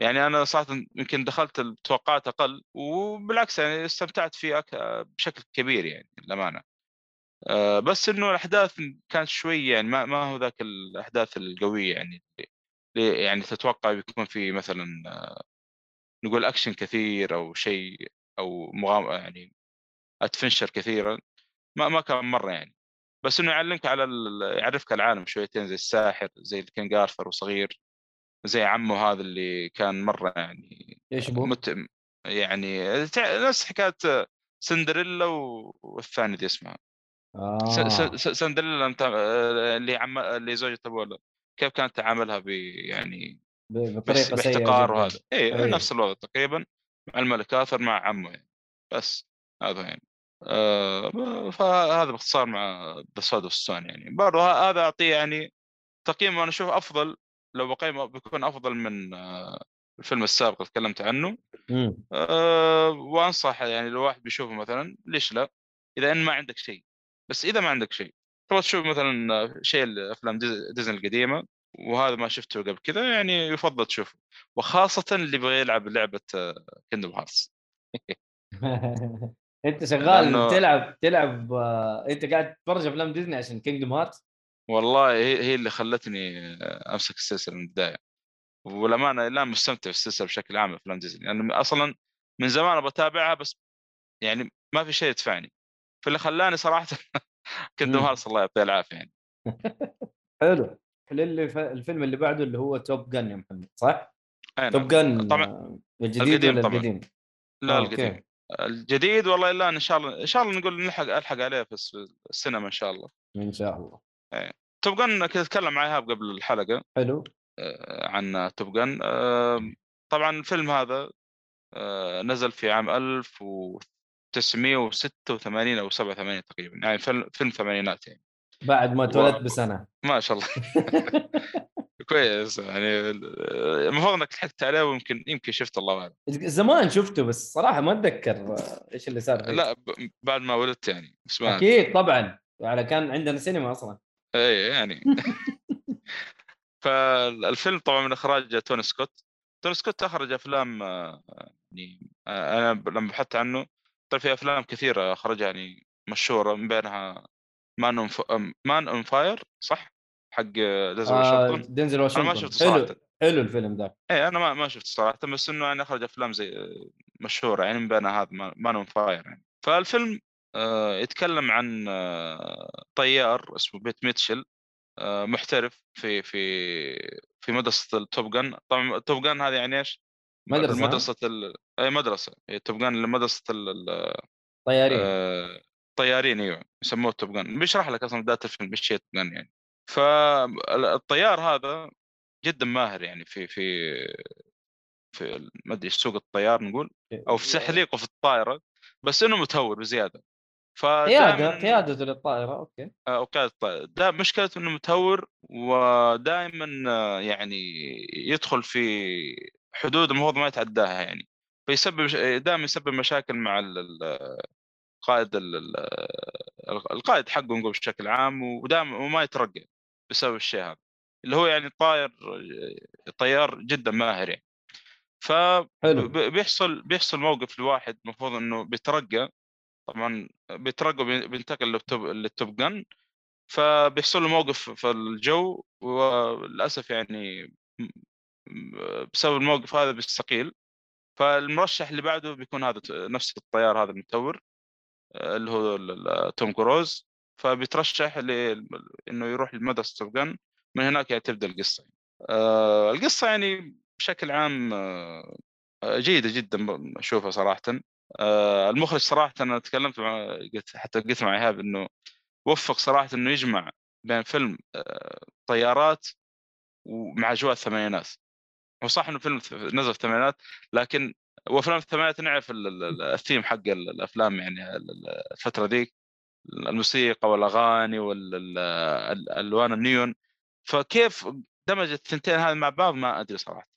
[SPEAKER 3] يعني انا صراحه يمكن دخلت التوقعات اقل وبالعكس يعني استمتعت فيه أك- بشكل كبير يعني للامانه آه، بس انه الاحداث كانت شوي يعني ما, ما هو ذاك الاحداث القويه يعني اللي يعني تتوقع بيكون في مثلا آه، نقول اكشن كثير او شيء او مغامره يعني ادفنشر كثيرا ما ما كان مره يعني بس انه يعلمك على ال- يعرفك على العالم شويتين زي الساحر زي الكينج ارثر وصغير زي عمه هذا اللي كان مره يعني
[SPEAKER 2] ايش ابوه؟
[SPEAKER 3] مت يعني تع- نفس حكايه سندريلا و- والثاني دي اسمها س-
[SPEAKER 2] آه.
[SPEAKER 3] س- س- سندريلا متع- اللي عم اللي زوجة ابوه كيف كانت تعاملها ب يعني
[SPEAKER 2] ب-
[SPEAKER 3] بس-
[SPEAKER 2] بطريقه سيئه
[SPEAKER 3] باحتقار
[SPEAKER 2] جداً.
[SPEAKER 3] وهذا اي
[SPEAKER 2] أي.
[SPEAKER 3] نفس الوضع تقريبا مع الملك اثر مع عمه يعني. بس هذا يعني آه فهذا باختصار مع ذا سود ستون يعني برضه ه- هذا اعطيه يعني تقييم انا اشوف افضل لو بقيمه بيكون افضل من آه، الفيلم السابق اللي تكلمت عنه
[SPEAKER 2] مم.
[SPEAKER 3] أه وانصح يعني لو واحد بيشوفه مثلا ليش لا؟ اذا ان ما عندك شيء بس اذا ما عندك شيء تبغى تشوف مثلا آه، شيء الافلام ديز- ديزني القديمه وهذا ما شفته قبل كذا يعني يفضل تشوفه وخاصه اللي يبغى يلعب آه، لعبه كندم هارتس
[SPEAKER 2] انت شغال
[SPEAKER 3] لأنه-
[SPEAKER 2] تلعب تلعب آه، انت قاعد تتفرج افلام ديزني عشان كينجدم هارت
[SPEAKER 3] والله هي هي اللي خلتني آه، امسك السلسله من البدايه والامانه لا مستمتع في السلسله بشكل عام افلام ديزني لان اصلا من زمان ابغى اتابعها بس يعني ما في شيء يدفعني فاللي خلاني صراحه كندم
[SPEAKER 2] مم.
[SPEAKER 3] هارتس الله يعطيه العافيه يعني
[SPEAKER 2] حلو للي ف... الفيلم اللي بعده اللي هو توب جن يا محمد صح؟
[SPEAKER 3] أي نعم.
[SPEAKER 2] توب جن
[SPEAKER 3] طبعاً.
[SPEAKER 2] الجديد
[SPEAKER 3] القديم
[SPEAKER 2] ولا
[SPEAKER 3] طبعاً.
[SPEAKER 2] القديم؟
[SPEAKER 3] لا
[SPEAKER 2] آه،
[SPEAKER 3] القديم
[SPEAKER 2] أوكي.
[SPEAKER 3] الجديد والله الا ان شاء الله ان شاء الله نقول نلحق الحق عليه في الس- السينما ان شاء الله
[SPEAKER 2] ان شاء الله
[SPEAKER 3] توب جن كنت اتكلم مع ايهاب قبل الحلقه
[SPEAKER 2] حلو
[SPEAKER 3] آه، عن توب جن طبعا الفيلم هذا آه، نزل في عام 1986 او 87 تقريبا يعني فيلم فيلم ثمانينات يعني
[SPEAKER 2] بعد ما
[SPEAKER 3] و-
[SPEAKER 2] تولدت بسنه
[SPEAKER 3] ما شاء الله كويس يعني آه، المفروض انك لحقت عليه ويمكن يمكن شفت الله اعلم
[SPEAKER 2] زمان شفته بس صراحه ما اتذكر آه، ايش اللي صار فيه.
[SPEAKER 3] لا ب- بعد ما ولدت يعني بس ما إيه،
[SPEAKER 2] اكيد طبعا على كان عندنا سينما اصلا
[SPEAKER 3] اي يعني فالفيلم طبعا من اخراج توني سكوت توني سكوت اخرج افلام آه، يعني آه، انا ب- لما بحثت عنه طلع في افلام كثيره اخرجها يعني مشهوره من بينها مان اون مان اون فاير صح؟ حق ديزل
[SPEAKER 2] آه،
[SPEAKER 3] واشنطن
[SPEAKER 2] دنزل
[SPEAKER 3] انا ما
[SPEAKER 2] واشنطن
[SPEAKER 3] شفته
[SPEAKER 2] حلو
[SPEAKER 3] صراحه
[SPEAKER 2] حلو الفيلم ذاك
[SPEAKER 3] اي انا إيه، ما ما شفت صراحه بس انه يعني اخرج افلام زي مشهوره يعني من بينها هذا مان اون فاير يعني فالفيلم آه، يتكلم عن آه، طيار اسمه بيت ميتشل آه، محترف في في في مدرسه التوب جن طبعا التوب جن هذه يعني ايش؟
[SPEAKER 2] مدرسه مدرسه
[SPEAKER 3] مدرسه ال... إيه، اي مدرسه التوب جن مدرسه ال... ال-
[SPEAKER 2] طيارين
[SPEAKER 3] آه، طيارين ايوه يسموه توب جن بيشرح لك اصلا بدايه الفيلم ايش هي توب جن يعني فالطيار هذا جدا ماهر يعني في في في ال- ما ادري سوق الطيار نقول او في تحليقه في الطائره بس انه متهور بزياده
[SPEAKER 2] قياده
[SPEAKER 3] فدائما
[SPEAKER 2] قيادته للطائره اوكي
[SPEAKER 3] آه، وقايد الطائرة ده مشكلته انه متهور ودائما آه، يعني يدخل في حدود المفروض ما يتعداها يعني فيسبب دائما يسبب مشاكل مع ال- ال- القائد ال- ال- القائد حقه نقول بشكل عام ودائما وما يترقى بسبب الشيء هذا اللي هو يعني طاير آه، طيار جدا ماهر يعني ف
[SPEAKER 2] حلو
[SPEAKER 3] ب- بيحصل بيحصل موقف لواحد المفروض انه بيترقى طبعا بيترقى وبي- بينتقل للتوب للتوب جن فبيحصل له موقف في الجو وللاسف يعني م- م- بسبب الموقف هذا بيستقيل فالمرشح اللي بعده بيكون هذا ت- نفس الطيار هذا المتور آه، اللي هو ال- ال- توم كروز فبيترشح ل... انه يروح لمدرسه توب جن من هناك يعني تبدا القصه آه، القصه يعني بشكل عام آه، جيده جدا ب- اشوفها صراحه آه، المخرج صراحه انا تكلمت مع قلت حتى قلت مع ايهاب انه وفق صراحه انه يجمع بين فيلم آه، طيارات ومع اجواء الثمانينات هو صح انه فيلم ث- نزل في الثمانينات لكن وافلام الثمانينات نعرف ال- ال- ال- الثيم حق ال- الافلام يعني ال- ال- الفتره ذيك الموسيقى والاغاني والالوان النيون فكيف دمج الثنتين هذه مع بعض ما ادري صراحه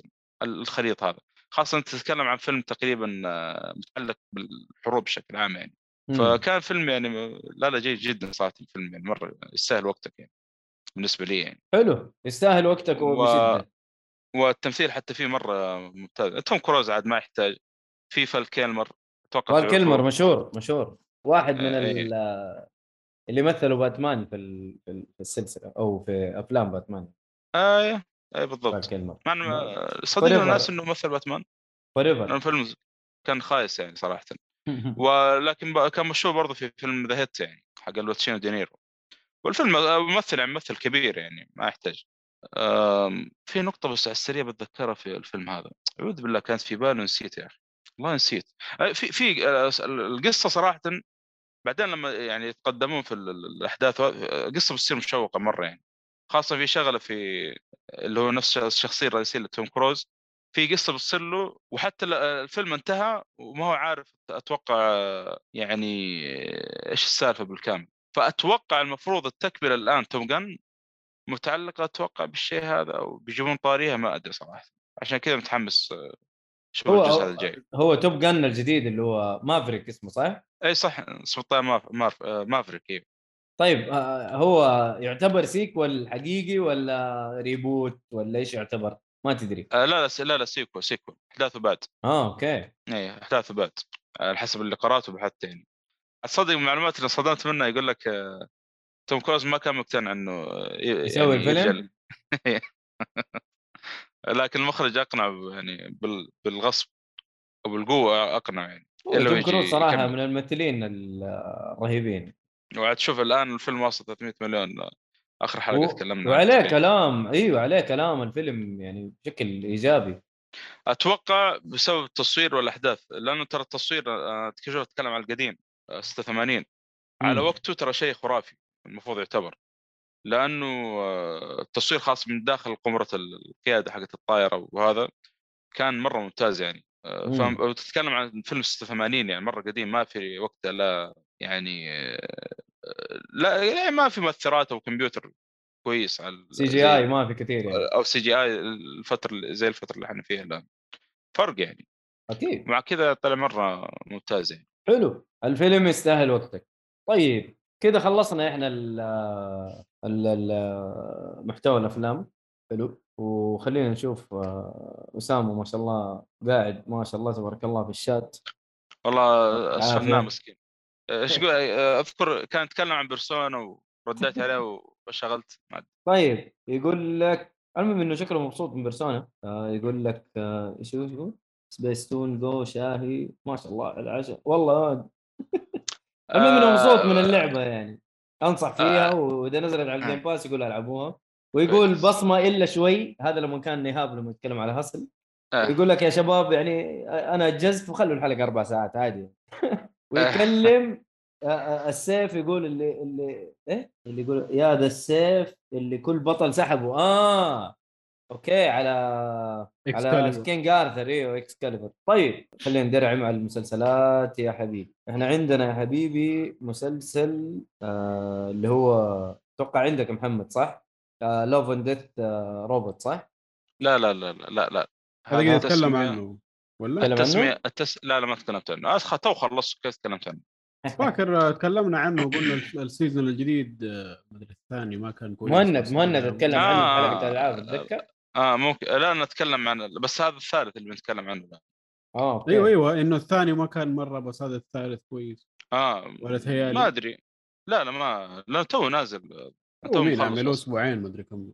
[SPEAKER 3] ال- الخليط هذا خاصه انت تتكلم عن فيلم تقريبا آه، متعلق بالحروب بشكل عام يعني
[SPEAKER 2] مم.
[SPEAKER 3] فكان فيلم يعني لا لا جيد جدا صراحه الفيلم يعني مره يستاهل وقتك يعني بالنسبه لي يعني
[SPEAKER 2] حلو يستاهل وقتك
[SPEAKER 3] و-
[SPEAKER 2] وبشده
[SPEAKER 3] والتمثيل حتى فيه مره ممتاز توم كروز عاد ما يحتاج في فال كيلمر اتوقع
[SPEAKER 2] فال كيلمر
[SPEAKER 3] تعرفوه.
[SPEAKER 2] مشهور مشهور واحد من
[SPEAKER 3] آه،
[SPEAKER 2] ال- اللي مثلوا باتمان في ال- في ال- في السلسله او في افلام باتمان
[SPEAKER 3] اي اي
[SPEAKER 2] فال
[SPEAKER 3] آه، بالضبط
[SPEAKER 2] كيلمر
[SPEAKER 3] مع انه
[SPEAKER 2] طيب.
[SPEAKER 3] ما- صدقوا
[SPEAKER 2] Forever.
[SPEAKER 3] الناس انه مثل باتمان لأنه الفيلم كان خايس يعني صراحه ولكن ب- كان مشهور برضه في فيلم ذا هيت يعني حق الباتشينو دينيرو والفيلم آه، ممثل يعني ممثل كبير يعني ما يحتاج آم، في نقطة بس على السريع بتذكرها في الفيلم هذا أعوذ بالله كانت في بالي ونسيت يا أخي والله نسيت آه، في في آه، س- القصة صراحة بعدين لما يعني يتقدمون في ال- ال- الأحداث آه، القصة بتصير مشوقة مرة يعني خاصة في شغلة في اللي هو نفس الشخصية الرئيسية لتوم كروز في قصة بتصير له وحتى ال- الفيلم انتهى وما هو عارف أتوقع آه، يعني آه، إيش السالفة بالكامل فأتوقع المفروض التكملة الآن توم جن متعلقه اتوقع بالشيء هذا او بيجيبون طاريها ما ادري صراحه عشان كذا متحمس آه، اشوف
[SPEAKER 2] هو-
[SPEAKER 3] الجزء هذا الجاي
[SPEAKER 2] هو توب جن الجديد اللي هو مافريك اسمه صح؟
[SPEAKER 3] اي صح اسم الطائرة ماف... ماف... آه، مافريك ايوه
[SPEAKER 2] طيب آه، هو يعتبر سيكوال حقيقي ولا ريبوت ولا ايش يعتبر؟ ما تدري
[SPEAKER 3] آه، لا لا س- لا لا سيكول سيكول احداثه بات
[SPEAKER 2] اه اوكي
[SPEAKER 3] اي احداثه بات على حسب اللي قراته بحثت يعني تصدق المعلومات اللي صدمت منها يقول لك آه، توم كروز ما كان مقتنع انه آه، ي-
[SPEAKER 2] يسوي
[SPEAKER 3] يعني يرجع
[SPEAKER 2] الفيلم؟
[SPEAKER 3] ل- لكن المخرج اقنع ب- يعني بال... بالغصب او بالقوه اقنع يعني
[SPEAKER 2] هو
[SPEAKER 3] إلا
[SPEAKER 2] توم
[SPEAKER 3] ويجي
[SPEAKER 2] كروز صراحه
[SPEAKER 3] يكمل.
[SPEAKER 2] من الممثلين ال- الرهيبين
[SPEAKER 3] وعاد شوف الان الفيلم واصل 300 مليون اخر حلقه
[SPEAKER 2] و-
[SPEAKER 3] تكلمنا عن
[SPEAKER 2] وعليه
[SPEAKER 3] التقييم.
[SPEAKER 2] كلام ايوه عليه كلام الفيلم يعني بشكل ايجابي
[SPEAKER 3] اتوقع بسبب التصوير والاحداث لانه ترى التصوير أنا كيف اتكلم عن القديم آه، 86 على
[SPEAKER 2] مم.
[SPEAKER 3] وقته ترى شيء خرافي المفروض يعتبر لانه آه، التصوير خاص من داخل قمره القياده حقت الطائره وهذا كان مره ممتاز يعني آه،
[SPEAKER 2] مم.
[SPEAKER 3] فاهم وتتكلم عن فيلم 86 يعني مره قديم ما في وقتها لا يعني آه، لا يعني ما في مؤثرات او كمبيوتر كويس على
[SPEAKER 2] سي
[SPEAKER 3] زي-
[SPEAKER 2] جي اي ما في كثير يعني
[SPEAKER 3] او سي جي اي الفتره اللي- زي الفتره اللي احنا فيها الان فرق يعني
[SPEAKER 2] اكيد
[SPEAKER 3] مع كذا طلع مره ممتاز يعني
[SPEAKER 2] حلو الفيلم يستاهل وقتك طيب كذا خلصنا احنا ال ال- ال- محتوى الافلام حلو وخلينا نشوف آه، اسامه ما شاء الله قاعد ما شاء الله تبارك الله في الشات
[SPEAKER 3] والله
[SPEAKER 4] آه،
[SPEAKER 3] اسفناه
[SPEAKER 2] عافية.
[SPEAKER 3] مسكين آه، ايش قو- اذكر كان يتكلم عن بيرسونا ورديت عليه وشغلت ما أدري.
[SPEAKER 2] طيب يقول لك المهم انه شكله مبسوط من بيرسونا آه يقول لك آه، ايش هو- إيش هو؟ سبيس تون جو شاهي ما شاء الله على العشاء والله المهم انه مبسوط
[SPEAKER 3] آه،
[SPEAKER 2] من اللعبه يعني انصح فيها واذا نزلت على الجيم باس يقول العبوها ويقول
[SPEAKER 3] كويس.
[SPEAKER 2] بصمه الا شوي هذا لما كان نهاب لما يتكلم على هسل
[SPEAKER 3] آه.
[SPEAKER 2] يقول لك يا شباب يعني انا اجزت وخلوا الحلقه اربع ساعات عادي
[SPEAKER 3] آه.
[SPEAKER 2] ويكلم آه، آه، السيف يقول اللي اللي ايه اللي يقول يا ذا السيف اللي كل بطل سحبه اه اوكي على على
[SPEAKER 4] Excalibur.
[SPEAKER 2] كينج ارثر ايوه اكسكاليبر طيب خلينا ندرعم على المسلسلات يا حبيبي احنا عندنا يا حبيبي مسلسل آه اللي هو اتوقع عندك محمد صح؟ آه لوف اند ديث آه روبوت صح؟
[SPEAKER 3] لا لا لا لا لا لا
[SPEAKER 4] هذا قاعد اتكلم
[SPEAKER 3] التسمية-
[SPEAKER 4] عنه ولا
[SPEAKER 2] تكلم عنه؟
[SPEAKER 3] التسمية التس... لا لا ما تكلمت عنه أسخ تو خلصت كيف تكلمت عنه
[SPEAKER 4] فاكر آه، تكلمنا عنه وقلنا الس- السيزون الجديد آه، ما ادري الثاني ما كان كويس
[SPEAKER 2] مهند مهند اتكلم عنه
[SPEAKER 3] آه.
[SPEAKER 2] في حلقه الالعاب اتذكر؟
[SPEAKER 3] اه ممكن لا نتكلم عن ال- بس هذا الثالث اللي بنتكلم عنه ده.
[SPEAKER 2] اه اوكي
[SPEAKER 4] ايوه ايوه انه الثاني ما كان مره بس هذا الثالث كويس
[SPEAKER 3] اه
[SPEAKER 4] ولا تهيألي
[SPEAKER 3] ما ادري لا لا ما لا تو نازل تو
[SPEAKER 4] مين
[SPEAKER 3] مخلص
[SPEAKER 4] عملوه
[SPEAKER 3] أصلاً.
[SPEAKER 4] اسبوعين ما ادري كم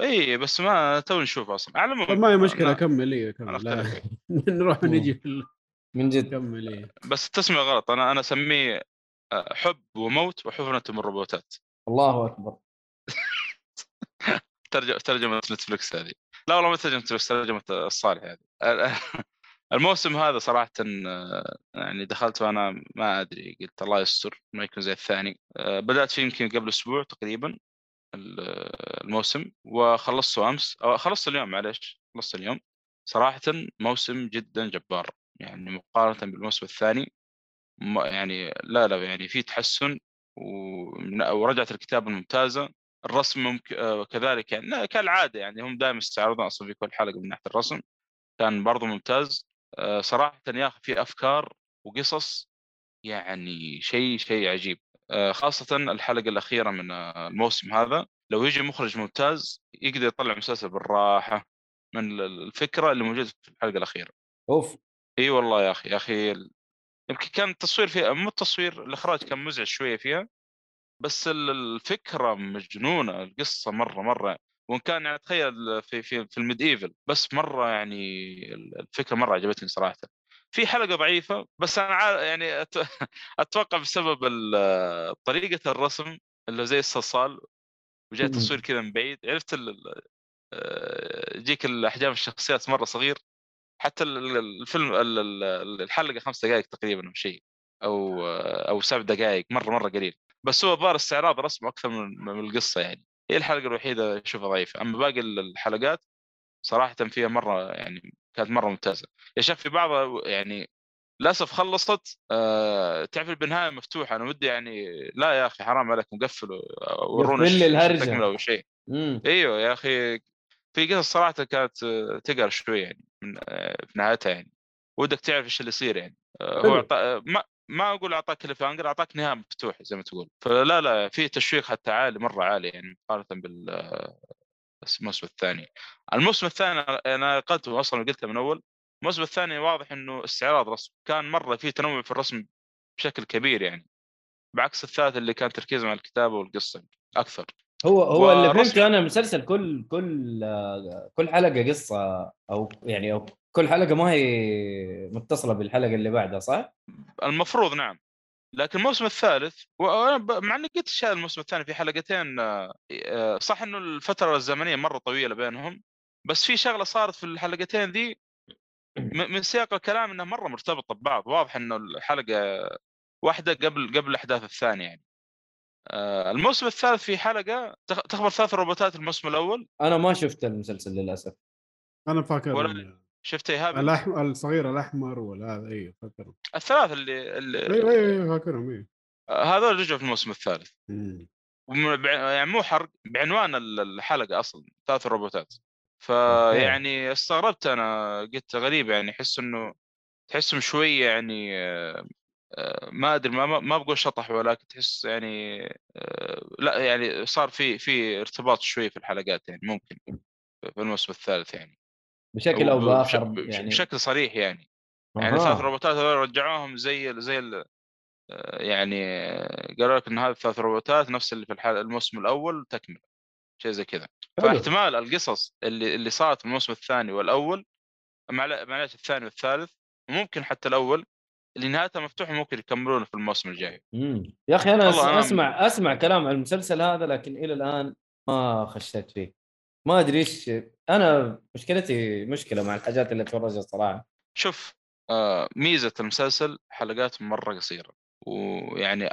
[SPEAKER 3] اي بس ما تو نشوف اصلا على
[SPEAKER 4] طيب
[SPEAKER 3] العموم آه،
[SPEAKER 4] ما هي مشكله
[SPEAKER 3] لا،
[SPEAKER 4] كمل ايه
[SPEAKER 3] أنا
[SPEAKER 4] كمل لا
[SPEAKER 3] أختلف.
[SPEAKER 4] نروح
[SPEAKER 2] مم.
[SPEAKER 4] نجي في ال-
[SPEAKER 2] من جد
[SPEAKER 4] كمل ايه
[SPEAKER 3] بس التسمية غلط انا انا اسميه آه، حب وموت وحفنة من الروبوتات
[SPEAKER 2] الله اكبر
[SPEAKER 3] ترجمة ترجمة نتفلكس هذه لا والله ما ترجمة نتفلكس ترجمة الصالح هذه ال- الموسم هذا صراحة آه، يعني دخلت وانا ما ادري قلت الله يستر ما يكون زي الثاني آه، بدأت فيه يمكن قبل اسبوع تقريبا ال- الموسم وخلصته امس او خلصت اليوم معلش خلصت اليوم صراحة موسم جدا جبار يعني مقارنة بالموسم الثاني ما- يعني لا لا يعني في تحسن و- ورجعت الكتابة الممتازة الرسم ممكن آه، كذلك يعني لا، كالعاده يعني هم دائما يستعرضون اصلا في كل حلقه من ناحيه الرسم كان برضو ممتاز آه، صراحه يا اخي في افكار وقصص يعني شيء شيء عجيب آه، خاصه الحلقه الاخيره من آه، الموسم هذا لو يجي مخرج ممتاز يقدر يطلع مسلسل بالراحه من ال- الفكره اللي موجوده في الحلقه الاخيره
[SPEAKER 2] اوف
[SPEAKER 3] اي والله يا اخي يا اخي ال- يمكن كان التصوير فيها مو التصوير الاخراج كان مزعج شويه فيها بس ال- الفكره مجنونه القصه مره مره وان كان يعني تخيل في في في الميد ايفل بس مره يعني ال- الفكره مره عجبتني صراحه في حلقه ضعيفه بس انا عا- يعني أت- اتوقع بسبب ال- طريقه الرسم اللي زي الصلصال وجاي
[SPEAKER 2] مم.
[SPEAKER 3] تصوير كذا من بعيد عرفت ال- ال- آه، يجيك الاحجام الشخصيات مره صغير حتى ال- ال- الفيلم ال- ال- الحلقه خمس دقائق تقريبا او شيء او او سبع دقائق مره مره قليل بس هو بار استعراض رسمه اكثر من من القصه يعني هي الحلقه الوحيده اشوفها ضعيفه اما باقي ال- الحلقات صراحه فيها مره يعني كانت مره ممتازه يا شيخ في بعضها يعني للاسف خلصت آه تعرف بالنهايه مفتوحه انا ودي يعني لا يا اخي حرام عليكم قفلوا ورونا
[SPEAKER 2] يقفل لي
[SPEAKER 3] الش-
[SPEAKER 2] الهرجة.
[SPEAKER 3] التكمله او شيء
[SPEAKER 2] امم
[SPEAKER 3] ايوه يا اخي في قصص صراحه كانت آه، تقهر شوي يعني من آه، في نهايتها يعني ودك تعرف ايش اللي يصير يعني آه، هو
[SPEAKER 4] حلو.
[SPEAKER 3] أعطا... آه، ما ما اقول اعطاك كليف هانجر اعطاك نهايه مفتوحه زي ما تقول فلا لا في تشويق حتى عالي مره عالي يعني مقارنه بال آه، بس الموسم الثاني الموسم الثاني انا قلته اصلا قلته من اول الموسم الثاني واضح انه استعراض رسم كان مره في تنوع في الرسم بشكل كبير يعني بعكس الثالث اللي كان تركيزه على الكتابه والقصه اكثر
[SPEAKER 2] هو هو اللي
[SPEAKER 3] ورسم-
[SPEAKER 2] فهمته انا المسلسل كل كل آه، كل حلقه قصه او يعني او كل حلقه ما هي متصله بالحلقه اللي بعدها صح؟
[SPEAKER 3] المفروض نعم لكن الموسم الثالث وانا ب- مع اني قلت الشيء الموسم الثاني في حلقتين آه، آه، صح انه الفتره الزمنيه مره طويله بينهم بس في شغله صارت في الحلقتين ذي م- من سياق الكلام انها مره مرتبطه ببعض واضح انه الحلقه واحده قبل قبل الاحداث الثانيه يعني آه، الموسم الثالث في حلقه تخ- تخبر ثلاث روبوتات الموسم الاول
[SPEAKER 2] انا ما شفت المسلسل للاسف
[SPEAKER 4] انا فاكر
[SPEAKER 3] ولا-
[SPEAKER 4] ال-
[SPEAKER 3] شفت ايهاب
[SPEAKER 4] الأحم... آه، الصغير الاحمر ولا هذا ايوه فاكرهم
[SPEAKER 3] الثلاث اللي, اللي
[SPEAKER 4] ايوه ايوه أيوه، فاكرهم ايوه
[SPEAKER 3] آه، هذول رجعوا في الموسم الثالث
[SPEAKER 4] مم.
[SPEAKER 3] وم- بع- يعني مو حرق بعنوان ال- الحلقه اصلا ثلاث روبوتات فيعني استغربت انا قلت غريب يعني احس انه تحسهم شويه يعني آه، آه، ما ادري ما ما- ما بقول شطح ولكن تحس يعني آه، لا يعني صار في في ارتباط شويه في الحلقات يعني ممكن في الموسم الثالث يعني
[SPEAKER 2] بشكل او
[SPEAKER 3] وبش-
[SPEAKER 2] باخر
[SPEAKER 3] بش-
[SPEAKER 2] يعني
[SPEAKER 3] بشكل صريح يعني يعني ثلاث روبوتات هذول رجعوهم زي ال- زي ال- آه، يعني آه، قالوا لك ان هذه الثلاث روبوتات نفس اللي في الحال الموسم الاول تكمله شيء زي كذا
[SPEAKER 4] حلو.
[SPEAKER 3] فاحتمال القصص اللي اللي صارت في الموسم الثاني والاول معل- معلش الثاني والثالث وممكن حتى الاول اللي نهايتها مفتوحه ممكن يكملون في الموسم الجاي
[SPEAKER 2] مم. يا اخي انا
[SPEAKER 3] والله أنا-
[SPEAKER 2] اسمع اسمع كلام عن المسلسل هذا لكن الى الان ما خشيت فيه ما ادري ايش انا مشكلتي مشكله مع الحاجات اللي اتفرجها صراحه
[SPEAKER 3] شوف آه، ميزه المسلسل حلقاته مره قصيره ويعني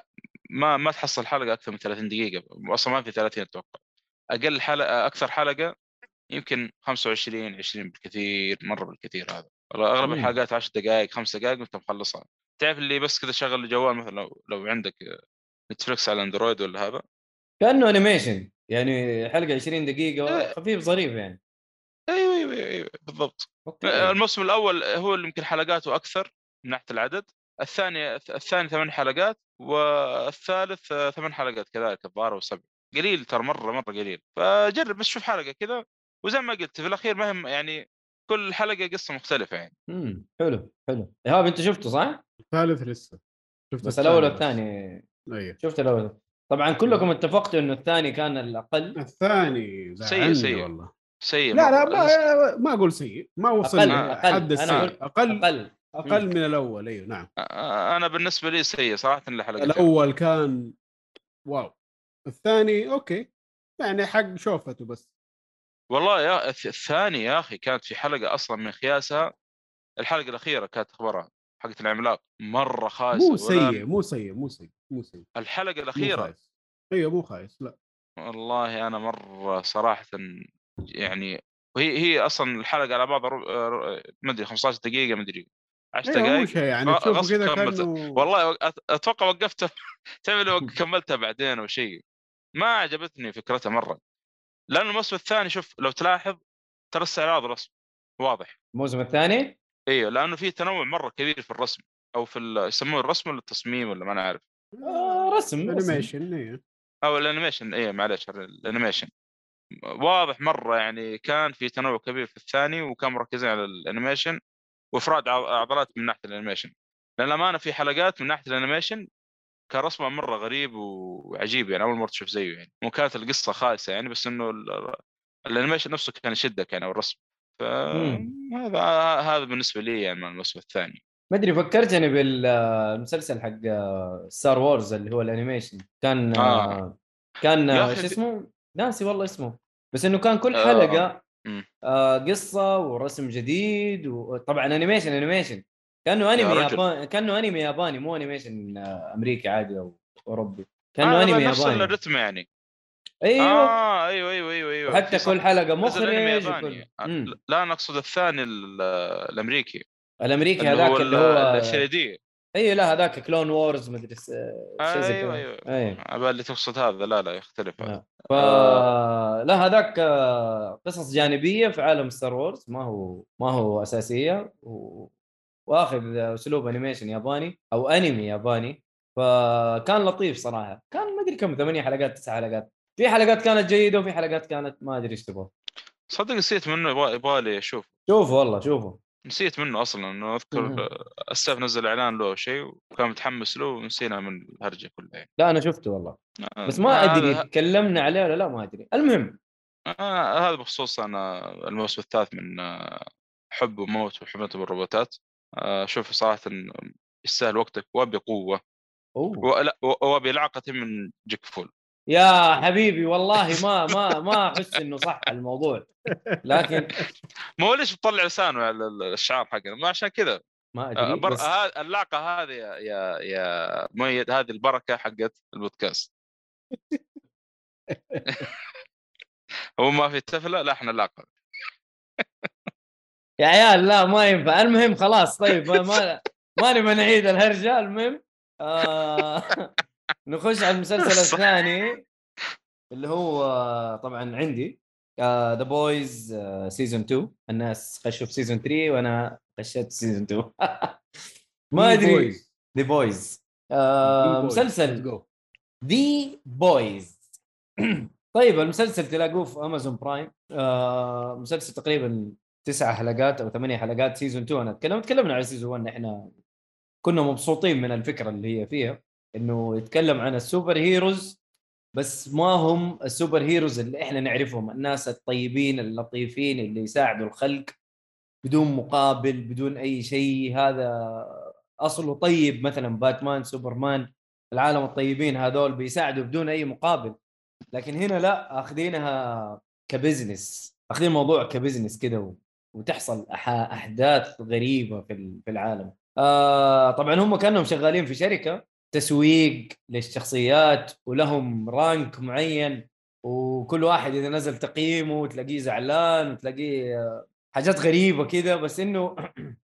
[SPEAKER 3] ما ما تحصل حلقه اكثر من 30 دقيقه اصلا ما في 30 اتوقع اقل حلقه اكثر حلقه آه، يمكن 25 20 بالكثير مره بالكثير هذا والله اغلب
[SPEAKER 2] مم.
[SPEAKER 3] الحلقات 10 دقائق 5 دقائق وانت مخلصها تعرف اللي بس كذا شغل الجوال مثلا لو, لو عندك نتفلكس على اندرويد ولا هذا
[SPEAKER 2] كانه انيميشن يعني حلقه 20
[SPEAKER 3] إيه.
[SPEAKER 2] دقيقه خفيف ظريف يعني
[SPEAKER 3] ايوه ايوه ايوه بالضبط
[SPEAKER 4] إيه.
[SPEAKER 2] اوكي
[SPEAKER 3] الموسم الاول هو اللي يمكن حلقاته اكثر من ناحيه العدد الثاني الثاني ثمان حلقات والثالث ثمان حلقات كذلك الظاهر او سبع قليل ترى مره مره قليل فجرب بس شوف حلقه كذا وزي ما قلت في الاخير ما هم يعني كل حلقه قصه مختلفه يعني
[SPEAKER 2] مم. حلو حلو ايهاب انت شفته صح؟
[SPEAKER 4] الثالث لسه شفت
[SPEAKER 2] بس الاول
[SPEAKER 4] يعني، بس.
[SPEAKER 2] والثاني
[SPEAKER 4] ايوه
[SPEAKER 2] شفت الاول طبعا كلكم اتفقتوا انه الثاني كان الاقل
[SPEAKER 4] الثاني
[SPEAKER 3] سيء-
[SPEAKER 4] زعلني
[SPEAKER 3] سيء.
[SPEAKER 4] والله
[SPEAKER 3] سيء
[SPEAKER 4] لا لا
[SPEAKER 3] مرة.
[SPEAKER 4] ما, ما اقول سيء ما وصلنا
[SPEAKER 2] أقل،
[SPEAKER 4] حد
[SPEAKER 2] أنا
[SPEAKER 4] السيء
[SPEAKER 2] قلت
[SPEAKER 4] اقل
[SPEAKER 2] اقل
[SPEAKER 4] اقل من الاول ايوه نعم
[SPEAKER 3] انا بالنسبه لي سيء صراحه الحلقه
[SPEAKER 4] الاول كان واو الثاني اوكي يعني حق شوفته بس
[SPEAKER 3] والله يا الث- الثاني يا اخي كانت في حلقه اصلا من خياسها الحلقه الاخيره كانت اخبارها حقت العملاق مره خايسه
[SPEAKER 4] مو
[SPEAKER 3] ولا-
[SPEAKER 4] سيء مو سيء مو سيء مو سيء مو
[SPEAKER 3] الحلقه الاخيره
[SPEAKER 4] خايس. ايوه مو خايس لا
[SPEAKER 3] والله انا مره صراحه يعني وهي هي اصلا الحلقه على بعض رب- ر- ما ادري 15 دقيقه ما ادري 10
[SPEAKER 4] ايوه مو
[SPEAKER 3] دقائق
[SPEAKER 4] شيء يعني
[SPEAKER 3] غ-
[SPEAKER 4] تشوفه
[SPEAKER 3] غصب
[SPEAKER 4] كذا
[SPEAKER 3] كملت.
[SPEAKER 4] كانه
[SPEAKER 3] آه، والله أت- اتوقع وقفتها تعمل وق- كملتها بعدين او شيء ما عجبتني فكرتها مره لان الموسم الثاني شوف لو تلاحظ ترى استعراض رسم واضح
[SPEAKER 2] الموسم الثاني
[SPEAKER 3] ايوه لانه في تنوع مره كبير في الرسم او في ال- يسموه الرسم ولا التصميم ولا ما انا عارف
[SPEAKER 2] آه، رسم رسم.
[SPEAKER 4] انيميشن ايوه
[SPEAKER 3] او الانيميشن ايه معلش الانيميشن واضح مره يعني كان في تنوع كبير في الثاني وكان مركزين على الانيميشن وافراد ع- عضلات من ناحيه الانيميشن لان امانه في حلقات من ناحيه الانيميشن كان رسمه مره غريب وعجيب يعني اول مره تشوف زيه يعني وكانت القصه خايسه يعني بس انه ال- الانيميشن نفسه كان يشدك يعني او الرسم فهذا هذا بالنسبه لي يعني من الموسم الثاني
[SPEAKER 2] ما ادري فكرتني بالمسلسل حق ستار وورز اللي هو الانيميشن كان
[SPEAKER 3] آه.
[SPEAKER 2] كان
[SPEAKER 3] يا
[SPEAKER 2] آه،
[SPEAKER 3] أخي
[SPEAKER 2] شو
[SPEAKER 3] في-
[SPEAKER 2] اسمه ناسي والله اسمه بس انه كان كل
[SPEAKER 3] آه.
[SPEAKER 2] حلقه
[SPEAKER 3] مم.
[SPEAKER 2] آه، قصه ورسم جديد وطبعا انيميشن انيميشن كانه انمي
[SPEAKER 3] رجل.
[SPEAKER 2] ياباني كانه انمي ياباني مو انيميشن آه، امريكي عادي او اوروبي كانه
[SPEAKER 3] آه،
[SPEAKER 2] انمي
[SPEAKER 3] نفس
[SPEAKER 2] ياباني
[SPEAKER 3] الرتم يعني
[SPEAKER 2] ايوه
[SPEAKER 3] اه ايوه ايوه ايوه ايوه
[SPEAKER 2] حتى
[SPEAKER 3] في صح-
[SPEAKER 2] كل حلقه
[SPEAKER 3] نزل أنمي
[SPEAKER 2] مخرج وكل...
[SPEAKER 3] ياباني.
[SPEAKER 2] مم.
[SPEAKER 3] آه، لا انا اقصد الثاني ال- الامريكي
[SPEAKER 2] الامريكي
[SPEAKER 3] اللي هو
[SPEAKER 2] هذاك اللي هو إيه.
[SPEAKER 3] 3 دي
[SPEAKER 2] اي لا هذاك كلون وورز مدري س- شيء زي
[SPEAKER 3] ايوه
[SPEAKER 2] كذا
[SPEAKER 3] ايوه
[SPEAKER 2] اي
[SPEAKER 3] على اللي تقصد هذا لا لا يختلف هذا
[SPEAKER 2] لا. ف لا هذاك آه، قصص جانبيه في عالم ستار وورز ما هو ما هو اساسيه و... واخذ اسلوب انيميشن ياباني او انمي ياباني فكان لطيف صراحه كان ما ادري كم ثمانية حلقات تسع حلقات في حلقات كانت جيده وفي حلقات كانت ما ادري ايش تبغى
[SPEAKER 3] صدق نسيت منه يبغى يبغى لي اشوف
[SPEAKER 2] شوف والله شوفه
[SPEAKER 3] نسيت منه اصلا انه
[SPEAKER 2] مهم.
[SPEAKER 3] اذكر السيف نزل اعلان له او شيء وكان متحمس له ونسينا من الهرجه كلها يعني
[SPEAKER 2] لا انا شفته والله
[SPEAKER 3] آه،
[SPEAKER 2] بس ما
[SPEAKER 3] هذا-
[SPEAKER 2] ادري تكلمنا عليه ولا لا ما ادري المهم
[SPEAKER 3] آه، هذا بخصوص انا الموسم الثالث من آه، حب وموت وحملته بالروبوتات آه، شوف صراحه يستاهل وقتك وبقوه
[SPEAKER 2] أوه.
[SPEAKER 3] ولا- وبلعقه من جيك فول
[SPEAKER 2] يا حبيبي والله ما ما ما احس انه صح الموضوع لكن
[SPEAKER 3] ما هو ليش بتطلع لسانه على ال- الشعار حقنا ما عشان كذا
[SPEAKER 2] ما
[SPEAKER 3] آه،
[SPEAKER 2] ادري
[SPEAKER 3] بر...
[SPEAKER 2] بس
[SPEAKER 3] ها... اللعقه هذه يا يا, يا مؤيد هذه البركه حقت البودكاست هو ما في تفله لا احنا لاقه
[SPEAKER 2] يا عيال لا ما ينفع المهم خلاص طيب ما ما ماني بنعيد الهرجه المهم آه نخش على المسلسل
[SPEAKER 3] صح.
[SPEAKER 2] الثاني اللي هو آه، طبعا عندي آه، ذا بويز سيزون 2 آه، الناس خشوا في سيزون 3 وانا خشيت سيزون 2 ما ادري
[SPEAKER 4] Boys.
[SPEAKER 2] ذا بويز آه،
[SPEAKER 4] Boys. Let's
[SPEAKER 2] مسلسل
[SPEAKER 4] go.
[SPEAKER 2] ذا بويز طيب المسلسل تلاقوه في امازون برايم آه مسلسل تقريبا تسع حلقات او ثمانية حلقات سيزون 2 انا اتكلم تكلمنا على سيزون 1 احنا كنا مبسوطين من الفكره اللي هي فيها انه يتكلم عن السوبر هيروز بس ما هم السوبر هيروز اللي احنا نعرفهم الناس الطيبين اللطيفين اللي يساعدوا الخلق بدون مقابل بدون اي شيء هذا اصله طيب مثلا باتمان سوبرمان العالم الطيبين هذول بيساعدوا بدون اي مقابل لكن هنا لا اخذينها كبزنس اخذين الموضوع كبزنس كده و- وتحصل أح- احداث غريبه في ال- في العالم آه طبعا هم كانهم شغالين في شركه تسويق للشخصيات ولهم رانك معين وكل واحد اذا نزل تقييمه تلاقيه زعلان وتلاقيه آه، حاجات غريبه كده بس انه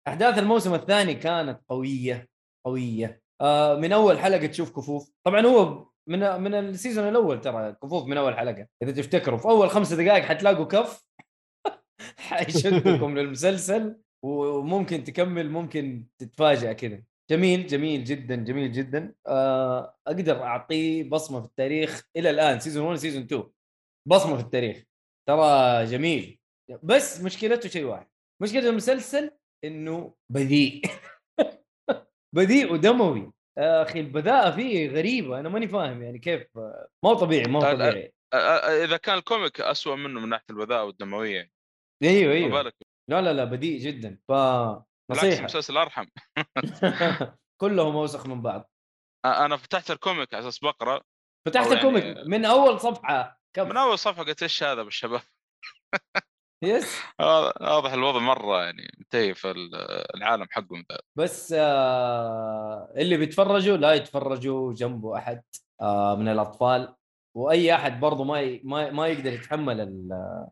[SPEAKER 2] احداث الموسم الثاني كانت قويه قويه آه من اول حلقه تشوف كفوف طبعا هو من من السيزون الاول ترى كفوف من اول حلقه اذا تفتكروا في اول خمس دقائق حتلاقوا كف حيشدكم للمسلسل وممكن تكمل ممكن تتفاجئ كذا جميل جميل جدا جميل جدا آه اقدر اعطيه بصمه في التاريخ الى الان سيزون 1 سيزون 2 بصمه في التاريخ ترى جميل بس مشكلته شيء واحد مشكله المسلسل انه بذيء بذيء ودموي يا اخي البذاءه فيه غريبه انا ماني فاهم يعني كيف ما هو طبيعي ما
[SPEAKER 3] لا،
[SPEAKER 2] هو
[SPEAKER 3] لا.
[SPEAKER 2] طبيعي
[SPEAKER 3] أ- أ- اذا كان الكوميك اسوء منه من ناحيه البذاءه والدمويه
[SPEAKER 2] ايوه
[SPEAKER 3] ما
[SPEAKER 2] ايوه
[SPEAKER 3] بالك
[SPEAKER 2] لا لا لا بذيء جدا ف
[SPEAKER 3] بالعكس
[SPEAKER 2] نصيحه
[SPEAKER 3] المسلسل ارحم
[SPEAKER 2] كلهم اوسخ من بعض
[SPEAKER 3] أ- انا فتحت الكوميك على اساس بقرا
[SPEAKER 2] فتحت
[SPEAKER 3] أو يعني-
[SPEAKER 2] الكوميك من اول صفحه
[SPEAKER 3] من
[SPEAKER 2] كم
[SPEAKER 3] اول صفحه قلت ايش هذا بالشباب
[SPEAKER 2] يس
[SPEAKER 3] واضح واضح الوضع مره يعني منتهي في ال- العالم حقهم ذا
[SPEAKER 2] بس آه اللي بيتفرجوا لا يتفرجوا جنبه احد آه من الاطفال واي احد برضه ما ي... ما ما يقدر يتحمل ال-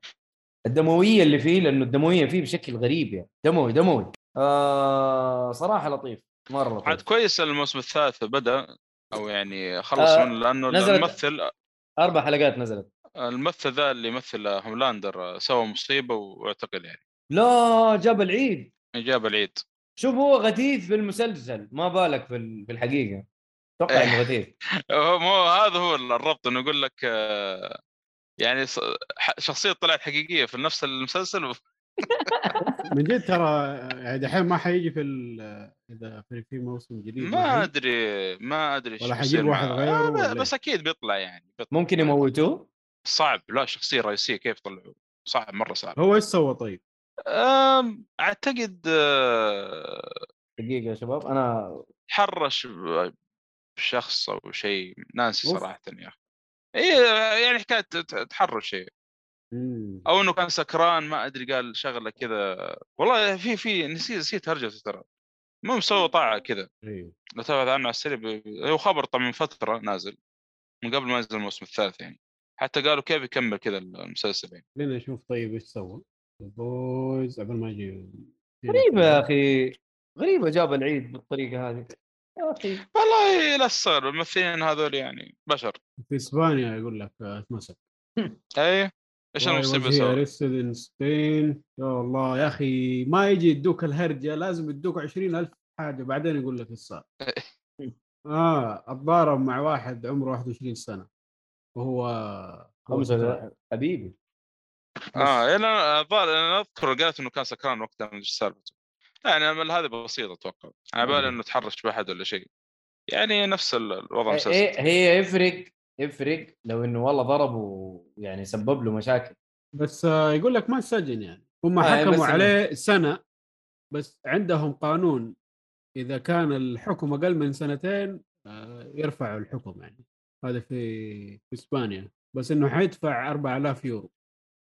[SPEAKER 2] الدمويه اللي فيه لانه الدمويه فيه بشكل غريب يعني دموي دموي آه صراحه لطيف مره
[SPEAKER 3] عاد
[SPEAKER 2] لطيف
[SPEAKER 3] كويس الموسم الثالث بدا او يعني خلص
[SPEAKER 2] آه،
[SPEAKER 3] منه لانه
[SPEAKER 2] نزلت-
[SPEAKER 3] الممثل
[SPEAKER 2] اربع حلقات نزلت
[SPEAKER 3] الممثل ذا اللي يمثل هوملاندر سوى مصيبه واعتقل يعني
[SPEAKER 2] لا جاب العيد
[SPEAKER 3] جاب العيد
[SPEAKER 2] شوف هو غثيث في المسلسل ما بالك في ال- في الحقيقه اتوقع انه غثيث
[SPEAKER 3] هو مو هذا هو الربط انه يقول لك آه، يعني ص- ح- شخصيه طلعت حقيقيه في نفس المسلسل
[SPEAKER 4] من جد ترى يعني دحين ما حيجي في ال- اذا في في موسم جديد يعني.
[SPEAKER 3] ما
[SPEAKER 4] حيجي.
[SPEAKER 3] ادري ما ادري إيش
[SPEAKER 4] إيه، ولا
[SPEAKER 3] بيصير
[SPEAKER 4] حيجيب واحد
[SPEAKER 3] معه.
[SPEAKER 4] غيره
[SPEAKER 3] آه، ب-
[SPEAKER 4] ولا إيه؟
[SPEAKER 3] بس اكيد بيطلع يعني بيطلع.
[SPEAKER 2] ممكن يموتوه
[SPEAKER 3] صعب لا شخصيه رئيسيه كيف طلعوا صعب مره صعب
[SPEAKER 4] هو ايش سوى طيب؟
[SPEAKER 3] أم، اعتقد آه،
[SPEAKER 2] دقيقه يا شباب انا
[SPEAKER 3] حرش ب- شخص او شيء ناسي
[SPEAKER 2] أوف.
[SPEAKER 3] صراحه يا اخي اي يعني حكايه ت- ت- تحرش شيء
[SPEAKER 4] مم.
[SPEAKER 3] او انه كان سكران ما ادري قال شغله كذا والله في في نسيت نسيت هرجته ترى مو مسوي طاعه كذا
[SPEAKER 4] أيوه.
[SPEAKER 3] لو تبحث عنه على السريع ب- هو خبر طبعا من فتره نازل من قبل ما ينزل الموسم الثالث يعني حتى قالوا كيف يكمل كذا المسلسل يعني
[SPEAKER 4] خلينا نشوف طيب ايش سوى البويز قبل ما يجي
[SPEAKER 2] غريبه يا اخي غريبه جاب العيد بالطريقه هذه يا اخي
[SPEAKER 3] والله لا تستغرب الممثلين هذول يعني بشر
[SPEAKER 4] في اسبانيا يقول لك آه، اتمسك
[SPEAKER 3] اي ايش انا مصيبه اسوي؟
[SPEAKER 4] ارستد ان سبين يا والله يا اخي ما يجي يدوك الهرجه لازم يدوك 20000 حاجه بعدين يقول لك ايش صار اه اتضارب مع واحد عمره 21 سنه وهو هو سكران.
[SPEAKER 2] خمسه حبيبي
[SPEAKER 3] اه إيه، لا الظاهر انا اذكر قالت انه كان سكران وقتها من ايش سالفته يعني أمل هذه بسيطه اتوقع انا بالي انه تحرش بأحد ولا شيء يعني نفس ال- الوضع
[SPEAKER 2] إيه-
[SPEAKER 3] المسلسل
[SPEAKER 2] إيه- هي يفرق يفرق لو انه والله ضربه يعني سبب له مشاكل
[SPEAKER 4] بس آه، يقول لك ما سجن يعني هم
[SPEAKER 2] آه، بس
[SPEAKER 4] حكموا
[SPEAKER 2] إنه-
[SPEAKER 4] عليه سنه بس عندهم قانون اذا كان الحكم اقل من سنتين آه، يرفعوا الحكم يعني هذا في في اسبانيا بس انه حيدفع 4000 يورو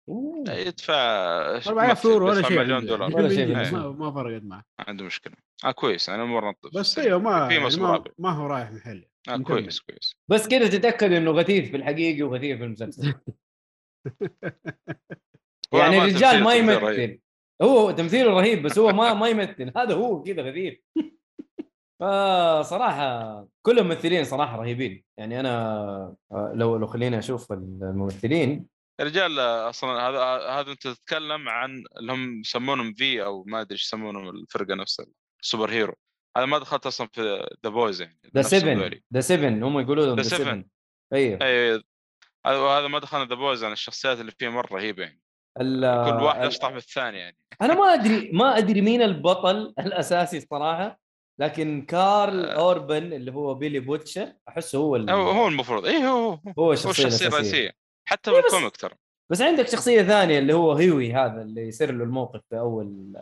[SPEAKER 3] إيه، يدفع
[SPEAKER 4] 4000 يورو ولا شيء
[SPEAKER 3] مليون
[SPEAKER 4] عنده يعني.
[SPEAKER 3] دولار إيه،
[SPEAKER 2] ولا شيء
[SPEAKER 4] بالإنجليزي،
[SPEAKER 2] عنده.
[SPEAKER 4] ما, ما فرقت معه
[SPEAKER 3] عنده مشكله اه كويس انا مره نطف
[SPEAKER 4] بس ايوه ما,
[SPEAKER 3] في
[SPEAKER 4] يعني
[SPEAKER 3] موسم
[SPEAKER 4] ما,
[SPEAKER 3] رابع.
[SPEAKER 4] ما هو رايح محل
[SPEAKER 3] آه
[SPEAKER 4] مكمل.
[SPEAKER 3] كويس كويس
[SPEAKER 2] بس كده تتاكد انه غثيث في الحقيقه وغثيث في المسلسل يعني
[SPEAKER 3] والله ما
[SPEAKER 2] الرجال ما
[SPEAKER 3] تمثيل- تمثيل رهيب.
[SPEAKER 2] يمثل هو تمثيله رهيب بس هو ما ما يمثل هذا هو كذا غثيث فصراحة كل الممثلين صراحة رهيبين يعني أنا آه، لو لو خليني أشوف الممثلين
[SPEAKER 3] الرجال آه، اصلا هذا هذا انت تتكلم عن اللي هم يسمونهم في او ما ادري ايش يسمونهم الفرقه نفسها السوبر هيرو هذا ما دخلت اصلا في ذا بويز يعني
[SPEAKER 2] ذا
[SPEAKER 3] نفس
[SPEAKER 2] 7
[SPEAKER 3] هذولي.
[SPEAKER 2] ذا 7 هم يقولوا لهم
[SPEAKER 3] The
[SPEAKER 2] ذا 7
[SPEAKER 3] Seven.
[SPEAKER 2] أيوه
[SPEAKER 3] اي إيه، هذا وهذا ما دخلنا ذا بويز انا الشخصيات اللي فيه مره رهيبه يعني
[SPEAKER 2] ال-
[SPEAKER 3] كل واحد
[SPEAKER 2] آه، ال-
[SPEAKER 3] اشطح من الثاني يعني
[SPEAKER 2] انا ما ادري ما ادري مين البطل الاساسي الصراحه لكن كارل اوربن اللي هو بيلي بوتشر احسه هو ال-
[SPEAKER 3] آه. هو هو المفروض اي هو هو
[SPEAKER 2] هو
[SPEAKER 3] هو
[SPEAKER 2] الشخصيه الاساسيه
[SPEAKER 3] الشخصيه الرئيسيه حتى
[SPEAKER 2] إيه
[SPEAKER 3] في
[SPEAKER 2] بس-
[SPEAKER 3] الكوميك ترى
[SPEAKER 2] بس عندك شخصيه ثانيه اللي هو هيوي هذا اللي يصير له الموقف في اول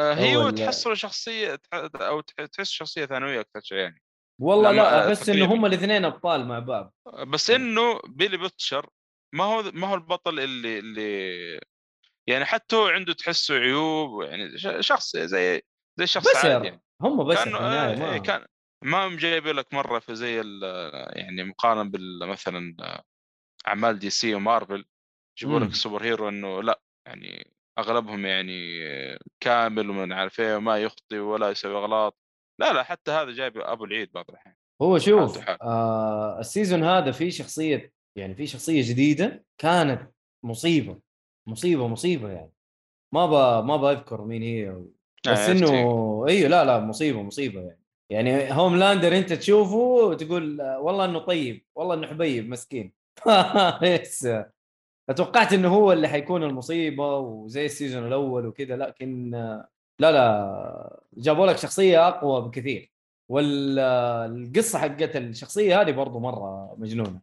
[SPEAKER 3] آه، هي
[SPEAKER 2] هو ال-
[SPEAKER 3] وتحصل شخصيه تح- او تح- تحس شخصيه ثانويه اكثر شيء يعني
[SPEAKER 2] والله
[SPEAKER 3] لما-
[SPEAKER 2] لا
[SPEAKER 3] آه،
[SPEAKER 2] احس انه
[SPEAKER 3] تقريباً.
[SPEAKER 2] هم الاثنين ابطال مع بعض
[SPEAKER 3] بس انه بيلي بوتشر ما هو ما هو البطل اللي اللي يعني حتى هو عنده تحسه عيوب يعني ش- شخص زي زي شخص
[SPEAKER 2] بشر.
[SPEAKER 3] عادي يعني
[SPEAKER 2] هم بس
[SPEAKER 3] كان آه، إيه،
[SPEAKER 2] ما
[SPEAKER 3] كان ما هم جايب لك مره في زي ال- يعني مقارنه بال مثلا آه، اعمال دي سي ومارفل يجيبوا
[SPEAKER 2] مم.
[SPEAKER 3] لك سوبر هيرو انه لا يعني اغلبهم يعني آه، كامل وما عارف ايه وما يخطي ولا يسوي اغلاط لا لا حتى هذا جايب ابو العيد بعض الاحيان
[SPEAKER 2] هو شوف
[SPEAKER 3] حالته حال.
[SPEAKER 2] آه السيزون هذا في شخصيه يعني في شخصيه جديده كانت مصيبه مصيبه مصيبه يعني ما ب... ما بذكر مين هي بس
[SPEAKER 3] يعني عرفت
[SPEAKER 2] انه
[SPEAKER 3] كيف؟
[SPEAKER 2] ايوه لا لا مصيبه مصيبه يعني يعني هوملاندر انت تشوفه وتقول آه، والله انه طيب والله انه حبيب مسكين يس. اتوقعت انه هو اللي حيكون المصيبه وزي السيزون الاول وكذا لكن آه، لا لا جابوا لك شخصيه اقوى بكثير والقصه حقت الشخصيه هذه برضو مره مجنونه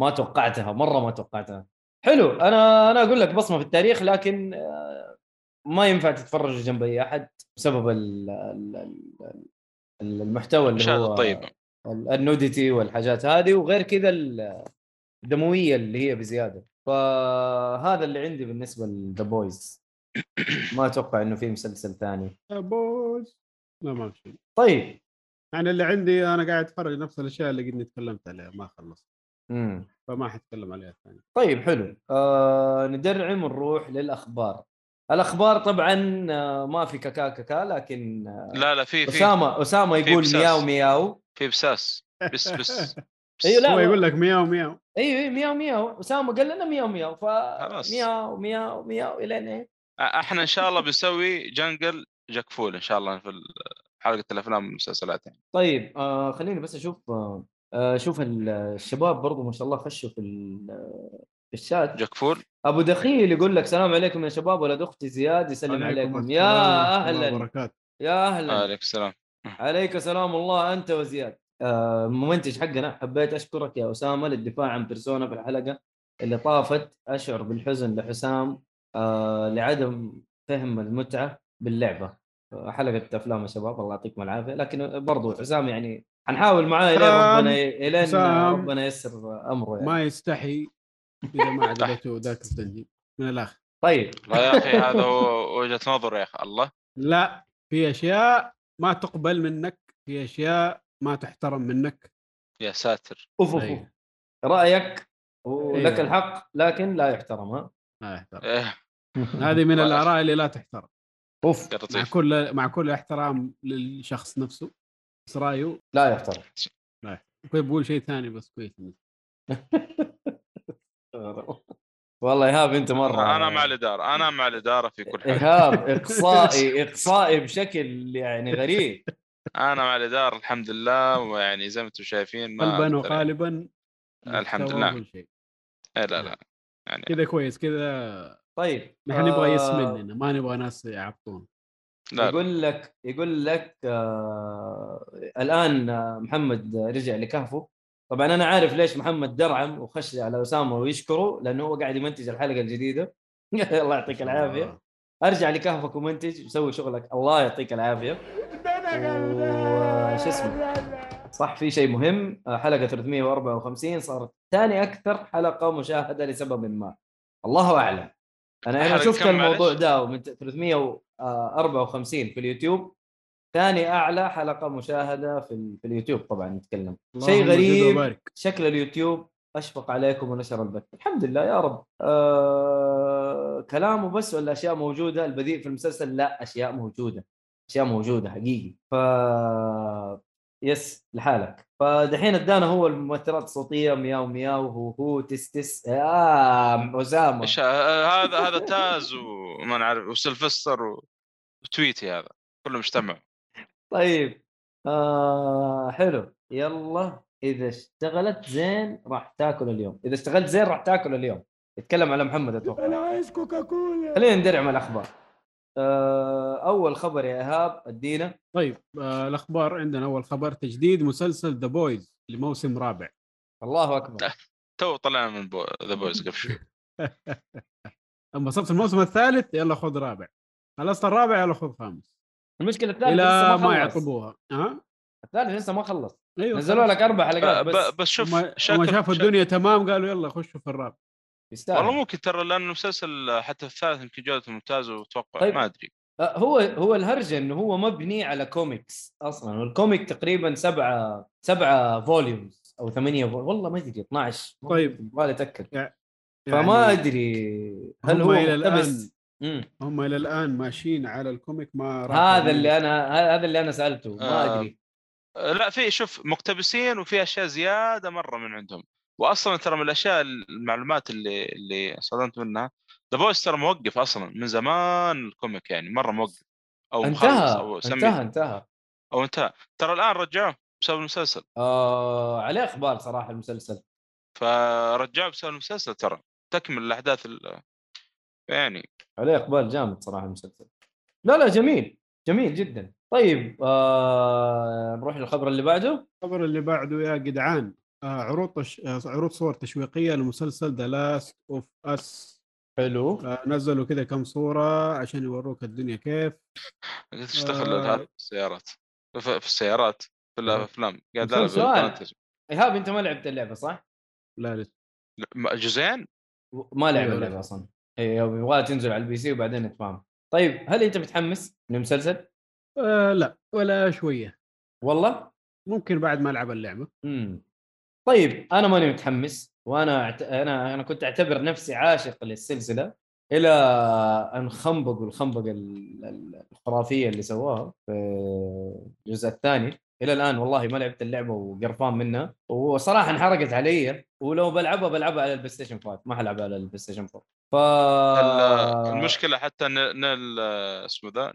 [SPEAKER 2] ما توقعتها مره ما توقعتها حلو انا انا اقول لك بصمه في التاريخ لكن آه، ما ينفع تتفرج جنب اي احد بسبب ال- ال- ال- ال- المحتوى اللي
[SPEAKER 3] المشاهد
[SPEAKER 2] هو
[SPEAKER 3] الطيبه
[SPEAKER 2] ال- النوديتي والحاجات هذه وغير كذا ال- الدمويه اللي هي بزياده فهذا اللي عندي بالنسبه لذا بويز ما اتوقع انه في مسلسل ثاني
[SPEAKER 4] يا آه، بوز لا ما في شيء.
[SPEAKER 2] طيب
[SPEAKER 4] يعني اللي عندي انا قاعد اتفرج نفس الاشياء اللي قد تكلمت عليها ما خلصت
[SPEAKER 2] امم
[SPEAKER 4] فما حتكلم عليها ثاني
[SPEAKER 2] طيب حلو آه ندرعم ونروح للاخبار الاخبار طبعا آه ما في كاكا كاكا لكن آه،
[SPEAKER 3] لا لا في في
[SPEAKER 2] اسامه اسامه يقول
[SPEAKER 3] بساس.
[SPEAKER 2] مياو مياو
[SPEAKER 3] في بساس بس بس
[SPEAKER 2] ايوه لا
[SPEAKER 4] هو
[SPEAKER 2] ما-
[SPEAKER 4] يقول لك مياو مياو
[SPEAKER 2] ايوه ايوه مياو مياو اسامه قال لنا مياو مياو ف
[SPEAKER 3] خلاص.
[SPEAKER 2] مياو مياو مياو الين ايه
[SPEAKER 3] احنا ان شاء الله بنسوي جنجل جاك فول ان شاء الله في ال- حلقه الافلام والمسلسلات يعني
[SPEAKER 2] طيب آه خليني بس اشوف آه آه، اشوف ال- الشباب برضو ما شاء الله خشوا في ال- آه، في الشات
[SPEAKER 3] جاك فول
[SPEAKER 2] ابو دخيل يقول لك سلام عليكم يا شباب ولد اختي زياد يسلم عليكم يا اهلا
[SPEAKER 4] بركات
[SPEAKER 2] يا اهلا
[SPEAKER 3] عليك السلام
[SPEAKER 2] عليك سلام الله انت وزياد آه، المنتج حقنا حبيت اشكرك يا اسامه للدفاع عن بيرسونا في الحلقه اللي طافت اشعر بالحزن لحسام آه، لعدم فهم المتعه باللعبه آه، حلقه افلام يا شباب الله يعطيكم العافيه لكن برضو حسام يعني حنحاول معاه الين
[SPEAKER 4] حسام،
[SPEAKER 2] ربنا الين
[SPEAKER 4] حسام.
[SPEAKER 2] ربنا ييسر امره يعني.
[SPEAKER 4] ما يستحي اذا ما عجبته ذاك التنجيم من الاخر
[SPEAKER 2] طيب
[SPEAKER 3] والله يا اخي هذا هو وجهه نظر يا اخي الله
[SPEAKER 4] لا في اشياء ما تقبل منك في اشياء ما تحترم منك
[SPEAKER 3] يا ساتر
[SPEAKER 2] اوف أوف، اوف
[SPEAKER 4] أيوه.
[SPEAKER 2] رايك ولك
[SPEAKER 4] أيوه.
[SPEAKER 2] الحق لكن لا يحترم ها
[SPEAKER 4] ما يحترم
[SPEAKER 3] إيه،
[SPEAKER 4] هذه من
[SPEAKER 3] والله.
[SPEAKER 4] الاراء اللي لا تحترم
[SPEAKER 2] اوف
[SPEAKER 3] طيب. يا
[SPEAKER 4] مع
[SPEAKER 3] لطيف
[SPEAKER 4] كل مع كل احترام للشخص نفسه بس رايه
[SPEAKER 2] لا يحترم
[SPEAKER 4] كنت بقول شيء ثاني بس كويس إنك-
[SPEAKER 2] والله ايهاب انت مره
[SPEAKER 3] انا مع الاداره انا مع الاداره في كل حاجه
[SPEAKER 2] ايهاب اقصائي اقصائي بشكل يعني غريب
[SPEAKER 3] انا مع الاداره الحمد لله ويعني زي ما انتم شايفين ما
[SPEAKER 4] قلبا
[SPEAKER 3] أقدر-
[SPEAKER 4] وقالبا
[SPEAKER 3] الحمد
[SPEAKER 4] محتوى
[SPEAKER 3] لله.
[SPEAKER 4] كل شيء.
[SPEAKER 3] إيه، لا لا يعني
[SPEAKER 4] كذا كويس كذا
[SPEAKER 2] طيب
[SPEAKER 4] نحن نبغى يس
[SPEAKER 2] آه،
[SPEAKER 4] مننا ما نبغى ناس يعبطون
[SPEAKER 3] لا لا.
[SPEAKER 2] يقول لك يقول لك آه الان آه، محمد رجع لكهفه طبعا انا عارف ليش محمد درعم وخش على اسامه ويشكره لانه هو قاعد يمنتج الحلقه الجديده الله يعطيك العافيه ارجع لكهفك ومنتج وسوي شغلك الله يعطيك العافيه وش اسمه صح في شيء مهم حلقه 354 صارت ثاني اكثر حلقه مشاهده لسبب ما الله اعلم انا انا
[SPEAKER 3] حلقة
[SPEAKER 2] شفت
[SPEAKER 3] كم
[SPEAKER 2] الموضوع
[SPEAKER 3] معلش؟
[SPEAKER 2] ده من 354 في اليوتيوب ثاني اعلى حلقه مشاهده في ال- في اليوتيوب طبعا نتكلم شيء
[SPEAKER 4] اللهم زد
[SPEAKER 2] غريب
[SPEAKER 4] وبارك.
[SPEAKER 2] شكل اليوتيوب اشفق عليكم ونشر البث الحمد لله يا رب آه كلامه بس ولا اشياء موجوده البديء في المسلسل لا اشياء موجوده اشياء موجوده حقيقي ف يس لحالك فدحين ادانا هو المؤثرات الصوتيه مياو مياو هو هو تس تس آه اسامه
[SPEAKER 3] إيش ه- هذا هذا تاز وما نعرف وسلفستر و- وتويتي هذا كلهم اجتمعوا
[SPEAKER 2] طيب آه حلو يلا اذا اشتغلت زين راح تاكل اليوم اذا اشتغلت زين راح تاكل اليوم يتكلم على محمد اتوقع
[SPEAKER 4] عايز كوكاكولا
[SPEAKER 2] خلينا ندرع مع الاخبار آه، اول خبر يا ايهاب ادينا
[SPEAKER 4] طيب آه الاخبار عندنا اول خبر تجديد مسلسل ذا بويز لموسم رابع
[SPEAKER 2] الله
[SPEAKER 3] طيب.
[SPEAKER 2] اكبر
[SPEAKER 3] تو طلعنا من بو... ذا بويز قبل شوي
[SPEAKER 4] اما صرت الموسم الثالث يلا خذ رابع خلصت الرابع يلا خذ خامس
[SPEAKER 2] المشكله الثالث لسه
[SPEAKER 4] الى
[SPEAKER 2] ما
[SPEAKER 4] ما
[SPEAKER 2] خلص
[SPEAKER 4] يعطبوها ها
[SPEAKER 2] الثالث لسه ما خلص
[SPEAKER 4] ايوه
[SPEAKER 2] نزلوا لك اربع حلقات
[SPEAKER 3] ب-
[SPEAKER 2] بس
[SPEAKER 3] ب- بس شوف
[SPEAKER 4] هم
[SPEAKER 3] شكل-
[SPEAKER 4] شافوا
[SPEAKER 3] شكل-
[SPEAKER 4] الدنيا تمام قالوا يلا خشوا في الرابع
[SPEAKER 3] والله
[SPEAKER 2] يستاهل
[SPEAKER 3] ممكن ترى لان المسلسل حتى الثالث يمكن جودته ممتازه واتوقع
[SPEAKER 2] طيب.
[SPEAKER 3] ما ادري
[SPEAKER 2] آه، هو هو الهرجه انه هو مبني على كوميكس اصلا والكوميك تقريبا سبعه سبعه فوليومز او ثمانيه فول... والله ما ادري 12 ما-
[SPEAKER 4] طيب.
[SPEAKER 2] يبغالي اتاكد
[SPEAKER 4] يعني
[SPEAKER 2] فما ادري هل
[SPEAKER 4] هم
[SPEAKER 2] هو
[SPEAKER 4] إلى
[SPEAKER 2] مقتبس مم.
[SPEAKER 4] هم الى الان ماشيين على الكوميك ما راحوا
[SPEAKER 2] هذا
[SPEAKER 4] من-
[SPEAKER 2] اللي انا ه- هذا اللي انا سالته ما
[SPEAKER 3] آه،
[SPEAKER 2] ادري
[SPEAKER 3] آه، لا في شوف مقتبسين وفي اشياء زياده مره من عندهم واصلا ترى من الاشياء المعلومات اللي اللي صدمت منها ذا بويز ترى موقف اصلا من زمان الكوميك يعني مره موقف او مخلص
[SPEAKER 2] انتهى
[SPEAKER 3] او سميه
[SPEAKER 2] انتهى انتهى
[SPEAKER 3] او انتهى ترى الان رجعوه بسبب المسلسل
[SPEAKER 2] آه عليه اقبال صراحه المسلسل
[SPEAKER 3] فرجعوه بسبب المسلسل ترى تكمل الاحداث ال- يعني
[SPEAKER 2] عليه اقبال جامد صراحه المسلسل لا لا جميل جميل جدا طيب آه نروح للخبر اللي بعده
[SPEAKER 4] الخبر اللي بعده يا جدعان آه عروض تش... آه عروض صور تشويقيه لمسلسل ذا لاست اوف اس
[SPEAKER 2] حلو
[SPEAKER 4] نزلوا كذا كم صوره عشان يوروك الدنيا كيف
[SPEAKER 3] قلت ايش دخل
[SPEAKER 4] آه.
[SPEAKER 3] هذا في السيارات في في السيارات في الافلام قاعد ألعب
[SPEAKER 2] آه. سؤال.
[SPEAKER 3] بالقناة التلفزيون.
[SPEAKER 2] ايهاب انت ما لعبت اللعبه صح؟
[SPEAKER 4] لا لسه
[SPEAKER 3] لا، ما- جزئين
[SPEAKER 2] و- ما لعب
[SPEAKER 4] أيوة،
[SPEAKER 2] اللعبه
[SPEAKER 4] لا.
[SPEAKER 2] اصلا ايوه يبغى تنزل على البي سي وبعدين نتفاهم طيب هل انت متحمس للمسلسل؟
[SPEAKER 4] آه لا ولا شويه
[SPEAKER 2] والله؟
[SPEAKER 4] ممكن بعد ما العب اللعبه
[SPEAKER 2] امم طيب انا ماني متحمس وانا أعت... انا انا كنت اعتبر نفسي عاشق للسلسله الى ان خنبقوا الخنبقه ال- ال- الخرافيه اللي سواها في الجزء الثاني الى الان والله ما لعبت اللعبه وقرفان منها وصراحه انحرقت علي ولو بلعبها بلعبها على البلاي ستيشن 5 ما حلعبها على البلاي ستيشن 4 ف آه.
[SPEAKER 3] ال- المشكله حتى ان نل اسمه ذا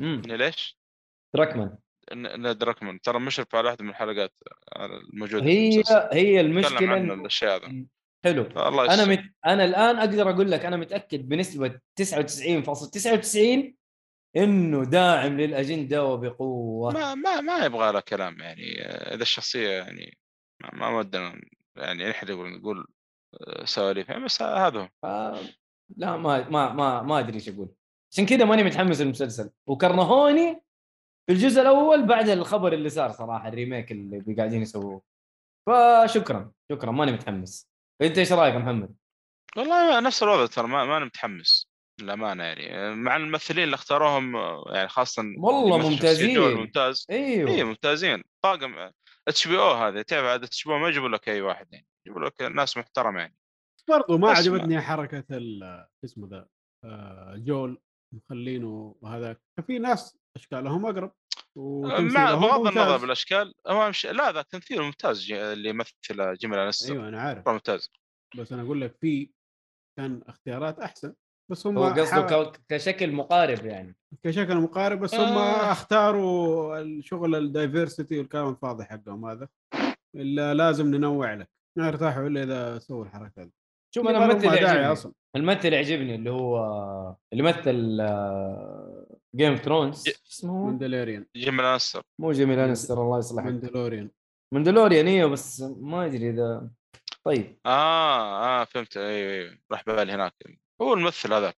[SPEAKER 2] مم.
[SPEAKER 3] إن ليش؟
[SPEAKER 2] تراكمان
[SPEAKER 3] نيل دراكمان ترى مشرف على واحده من الحلقات الموجوده في
[SPEAKER 2] هي
[SPEAKER 3] المسلسل.
[SPEAKER 2] هي
[SPEAKER 3] تكلم
[SPEAKER 2] المشكله
[SPEAKER 3] عن
[SPEAKER 2] إنه-
[SPEAKER 3] الاشياء هذا
[SPEAKER 2] حلو
[SPEAKER 3] الله
[SPEAKER 2] انا
[SPEAKER 3] يستر.
[SPEAKER 2] مت... انا الان اقدر اقول لك انا متاكد بنسبه 99.99 انه داعم للاجنده وبقوه
[SPEAKER 3] ما ما ما يبغى له كلام يعني آه، اذا الشخصيه يعني ما, ما ودنا يعني نحرق ونقول آه، سواليف يعني بس هذا هو.
[SPEAKER 2] ف... لا ما ما ما ما ادري ايش اقول عشان كذا ماني متحمس للمسلسل وكرهوني في الجزء الاول بعد الخبر اللي صار صراحه الريميك اللي قاعدين يسووه فشكرا شكرا ماني متحمس انت ايش رايك يا محمد؟
[SPEAKER 3] والله نفس الوضع ترى ما ما انا متحمس للامانه يعني آه، مع الممثلين اللي اختاروهم آه، يعني خاصه
[SPEAKER 2] والله
[SPEAKER 3] اللي يمثل شخصية
[SPEAKER 2] ممتازين.
[SPEAKER 3] جويل ممتاز
[SPEAKER 2] ايوه
[SPEAKER 4] إيه،
[SPEAKER 3] اي ممتازين طاقم آه، اتش بي او هذا تعرف عاد اتش بي او ما يجيبوا لك اي واحد يعني يجيبوا لك ناس محترمه يعني
[SPEAKER 4] برضو ما
[SPEAKER 3] بس ما-
[SPEAKER 4] عجبتني حركه ال- شو اسمه ذا آه، جول مخلينه هذاك ففي ناس اشكالهم اقرب
[SPEAKER 3] مع
[SPEAKER 4] وتمثيلهم
[SPEAKER 3] بغض النظر
[SPEAKER 4] ممتاز.
[SPEAKER 3] بالاشكال هو مش... لا ذاك تمثيل ممتاز ج- اللي يمثل جيمال انستر
[SPEAKER 4] ايوه انا عارف
[SPEAKER 3] مره ممتاز
[SPEAKER 4] بس انا اقول لك في كان اختيارات احسن بس هم
[SPEAKER 2] هو
[SPEAKER 4] ح-
[SPEAKER 2] قصده ك- كشكل مقارب يعني
[SPEAKER 4] كشكل مقارب بس هم
[SPEAKER 3] آه.
[SPEAKER 4] اختاروا الشغل الدايفرسيتي والكلام الفاضي حقهم هذا الا لازم ننوع لك ما يرتاحوا الا اذا سووا الحركه هذه
[SPEAKER 2] شوف
[SPEAKER 4] ما
[SPEAKER 2] انا
[SPEAKER 4] لهم
[SPEAKER 2] ممثل
[SPEAKER 4] داعي
[SPEAKER 2] يعجبني
[SPEAKER 4] اصلا
[SPEAKER 2] الممثل يعجبني اللي هو اللي مثل آه، جيم اوف ثرونز
[SPEAKER 4] إيه.
[SPEAKER 3] ج-
[SPEAKER 2] اسمه هو؟
[SPEAKER 4] ماندلوريان
[SPEAKER 3] جيمال انستر
[SPEAKER 2] مو جيمي لانستر الله يصلحه
[SPEAKER 4] ماندلوريان
[SPEAKER 2] مندلوريان ايوه بس ما ادري اذا طيب
[SPEAKER 3] اه اه فهمت ايوه ايوه راح بالي هناك هو الممثل هذاك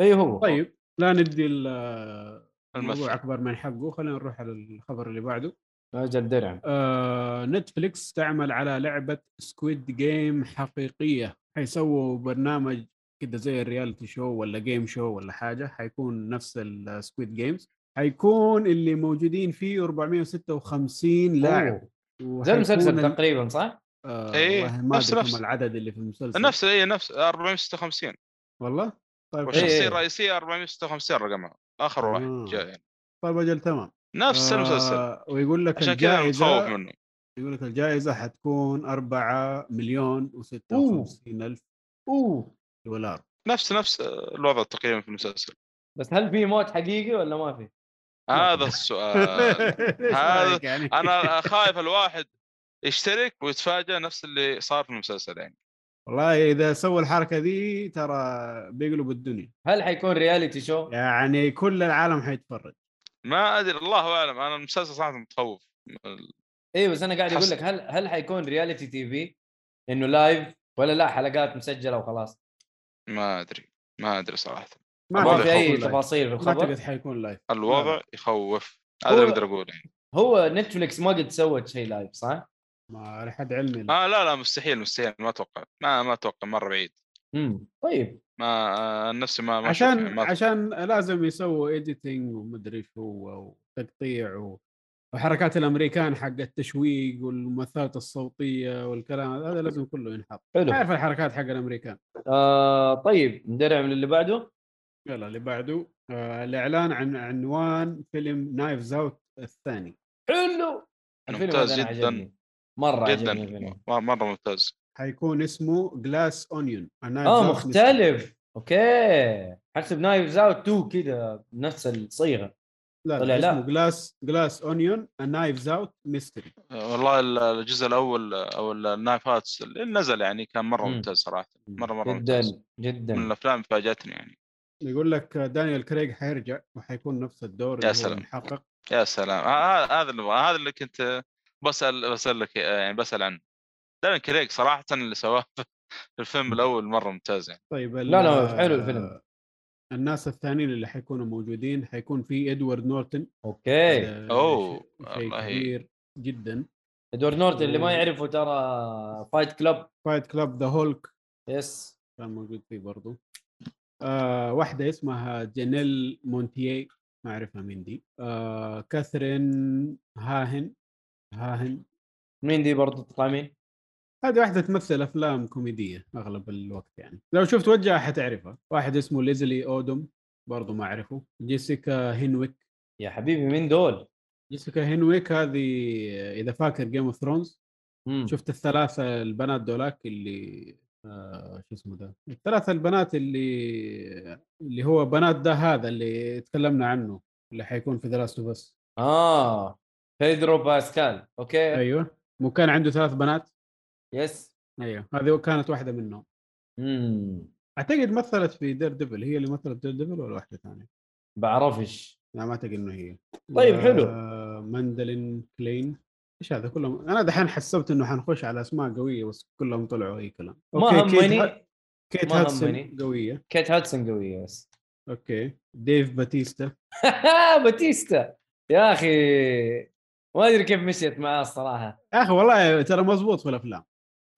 [SPEAKER 2] اي إيه، هو
[SPEAKER 4] طيب لا ندي ال- الموضوع
[SPEAKER 3] الممثل
[SPEAKER 4] اكبر من حقه خلينا نروح على الخبر اللي بعده
[SPEAKER 2] اجل درع
[SPEAKER 4] آه، نتفليكس تعمل على لعبه سكويد جيم حقيقيه حيسووا برنامج كده زي الرياليتي شو ولا جيم شو ولا حاجه حيكون نفس السكويد جيمز حيكون اللي موجودين فيه 456 لاعب
[SPEAKER 2] أوه. زي
[SPEAKER 4] وحيكون
[SPEAKER 2] المسلسل
[SPEAKER 4] ال-
[SPEAKER 2] تقريبا صح؟
[SPEAKER 4] آه
[SPEAKER 3] إيه،
[SPEAKER 4] والله ما
[SPEAKER 3] نفس-
[SPEAKER 4] أدري كم
[SPEAKER 3] نفس.
[SPEAKER 4] العدد اللي في المسلسل
[SPEAKER 3] نفس اي نفس 456
[SPEAKER 4] والله طيب
[SPEAKER 2] إيه،
[SPEAKER 3] والشخصيه
[SPEAKER 2] إيه.
[SPEAKER 3] الرئيسيه 456 رقمها اخر واحد
[SPEAKER 4] آه.
[SPEAKER 3] جاء يعني
[SPEAKER 4] طيب اجل تمام
[SPEAKER 3] نفس
[SPEAKER 4] آه،
[SPEAKER 3] المسلسل
[SPEAKER 4] ويقول لك
[SPEAKER 3] عشان كذا أنا متخوف
[SPEAKER 4] الجائزه
[SPEAKER 3] منه
[SPEAKER 4] يقول لك الجائزه حتكون 4 مليون و56 الف
[SPEAKER 2] اوه
[SPEAKER 4] دولار
[SPEAKER 3] نفس نفس آه، الوضع تقريبا في المسلسل
[SPEAKER 2] بس هل في موت حقيقي ولا ما في؟
[SPEAKER 3] هذا السؤال
[SPEAKER 4] إيش
[SPEAKER 3] هذا-
[SPEAKER 4] رأيك يعني؟
[SPEAKER 3] انا خايف الواحد يشترك ويتفاجأ نفس اللي صار في المسلسل يعني
[SPEAKER 4] والله اذا سوى الحركه دي ترى بيقلب الدنيا
[SPEAKER 2] هل حيكون رياليتي شو؟
[SPEAKER 4] يعني كل العالم حيتفرج
[SPEAKER 3] ما ادري الله اعلم انا المسلسل صراحه متخوف ال-
[SPEAKER 2] اي إيه، بس انا قاعد اقول
[SPEAKER 3] حس-
[SPEAKER 2] لك هل هل حيكون رياليتي تي في انه لايف ولا لا حلقات مسجله وخلاص؟
[SPEAKER 3] ما ادري ما ادري صراحه
[SPEAKER 2] ما
[SPEAKER 3] أعتقد
[SPEAKER 2] في اي
[SPEAKER 4] حيكون لايف.
[SPEAKER 2] تفاصيل في
[SPEAKER 4] ما اعتقد
[SPEAKER 2] الخبر
[SPEAKER 4] حيكون لايف
[SPEAKER 3] الوضع
[SPEAKER 4] لا.
[SPEAKER 3] يخوف هذا اللي
[SPEAKER 2] نعم. هو-
[SPEAKER 3] اقدر اقوله يعني
[SPEAKER 2] هو نتفلكس ما قد سوت شيء لايف صح؟
[SPEAKER 4] ما على حد علمي لا.
[SPEAKER 3] آه لا لا مستحيل مستحيل ما اتوقع ما ما اتوقع مره بعيد
[SPEAKER 2] امم طيب
[SPEAKER 3] ما آه، عن نفسي ما ما أشوف يعني،
[SPEAKER 4] عشان
[SPEAKER 3] ما
[SPEAKER 4] عشان لازم يسووا ايديتنج ومدري شو وتقطيع و... وحركات الامريكان حق التشويق والممثلات الصوتيه والكلام هذا- هذا لازم كله ينحط
[SPEAKER 2] حلو
[SPEAKER 4] تعرف الحركات حق الامريكان
[SPEAKER 2] آه طيب ندرع من اللي بعده
[SPEAKER 4] يلا اللي بعده آه الاعلان عن عنوان فيلم نايفز اوت الثاني
[SPEAKER 2] حلو الفيلم
[SPEAKER 3] ممتاز
[SPEAKER 2] هذا أنا
[SPEAKER 3] جداً.
[SPEAKER 2] عجبني مره
[SPEAKER 3] جدا
[SPEAKER 2] عجبني الفيلم
[SPEAKER 3] م- مره ممتاز
[SPEAKER 4] حيكون اسمه جلاس اونيون
[SPEAKER 2] اه مختلف اوكي حسب نايفز اوت 2 كذا نفس الصيغه
[SPEAKER 4] لا
[SPEAKER 2] طلع
[SPEAKER 4] لا,
[SPEAKER 2] لا.
[SPEAKER 4] اسمه جلاس جلاس اونيون نايفز اوت ميستري
[SPEAKER 3] آه، والله ال- الجزء الاول آه، او ال- النايف هاتس اللي نزل يعني كان مره
[SPEAKER 2] مم.
[SPEAKER 3] ممتاز صراحه مره مره ممتاز
[SPEAKER 2] جدا جدا
[SPEAKER 3] من الافلام اللي فاجاتني يعني
[SPEAKER 4] يقول لك دانيال كريغ حيرجع وحيكون نفس الدور اللي هو
[SPEAKER 3] سلام.
[SPEAKER 4] محقق
[SPEAKER 3] يا سلام ه- ه- هذا اللي هذا اللي كنت آه، بسال بسالك آه، يعني بسال عنه دارين كريك صراحه اللي سواه في الفيلم الاول مره ممتاز يعني
[SPEAKER 4] طيب
[SPEAKER 2] لا، لا، حلو الفيلم.
[SPEAKER 4] الناس الثانيين اللي حيكونوا موجودين حيكون في ادوارد نورتن
[SPEAKER 2] اوكي
[SPEAKER 4] هذا
[SPEAKER 3] أوه،
[SPEAKER 4] شيء- شيء
[SPEAKER 3] والله.
[SPEAKER 4] كبير جدا
[SPEAKER 2] ادوارد نورتن اللي ما
[SPEAKER 4] و-
[SPEAKER 2] يعرفه ترى فايت كلب
[SPEAKER 4] فايت كلاب ذا هولك
[SPEAKER 2] يس
[SPEAKER 4] كان موجود فيه برضو آه واحدة اسمها جانيل مونتيي ما أعرفها مين دي آه كاثرين هاهن هاهن
[SPEAKER 2] مين دي برضه تطلع مين؟
[SPEAKER 4] هذه واحدة تمثل أفلام كوميدية أغلب الوقت يعني لو شفت وجهها حتعرفها واحد اسمه ليزلي أودم برضو ما أعرفه جيسيكا هنويك
[SPEAKER 2] يا حبيبي مين دول؟
[SPEAKER 4] جيسيكا هنويك هذه إذا فاكر جيم اوف ثرونز
[SPEAKER 2] مم.
[SPEAKER 4] شفت الثلاثة البنات دولاك اللي آه شو اسمه ده الثلاثة البنات اللي اللي هو بنات ده هذا اللي تكلمنا عنه اللي حيكون في دراسته بس
[SPEAKER 2] اه بيدرو باسكال اوكي أيوة.
[SPEAKER 4] ايوه مو كان عنده ثلاث بنات
[SPEAKER 2] يس
[SPEAKER 4] ايوه هذه كانت واحدة منهم
[SPEAKER 2] امم
[SPEAKER 4] اعتقد مثلت في دير ديفل هي اللي مثلت دير ديفل ولا واحدة ثانية؟
[SPEAKER 2] بعرفش
[SPEAKER 4] لا ما اعتقد انه هي
[SPEAKER 2] طيب، حلو.
[SPEAKER 4] آه ماندلين كلين ايش هذا كلهم انا دحين حسبت انه حنخش على اسماء قوية بس كلهم طلعوا اي كلام
[SPEAKER 2] ما
[SPEAKER 4] أوكي، كيت ه-
[SPEAKER 2] همني
[SPEAKER 4] كيت
[SPEAKER 2] ما
[SPEAKER 4] هاتسون
[SPEAKER 2] همني.
[SPEAKER 4] قوية
[SPEAKER 2] كيت هاتسون قويه بس
[SPEAKER 4] اوكي ديف باتيستا
[SPEAKER 2] باتيستا يا اخي ما ادري كيف مشيت معاه الصراحه
[SPEAKER 4] يا اخي والله ترى مزبوط في الافلام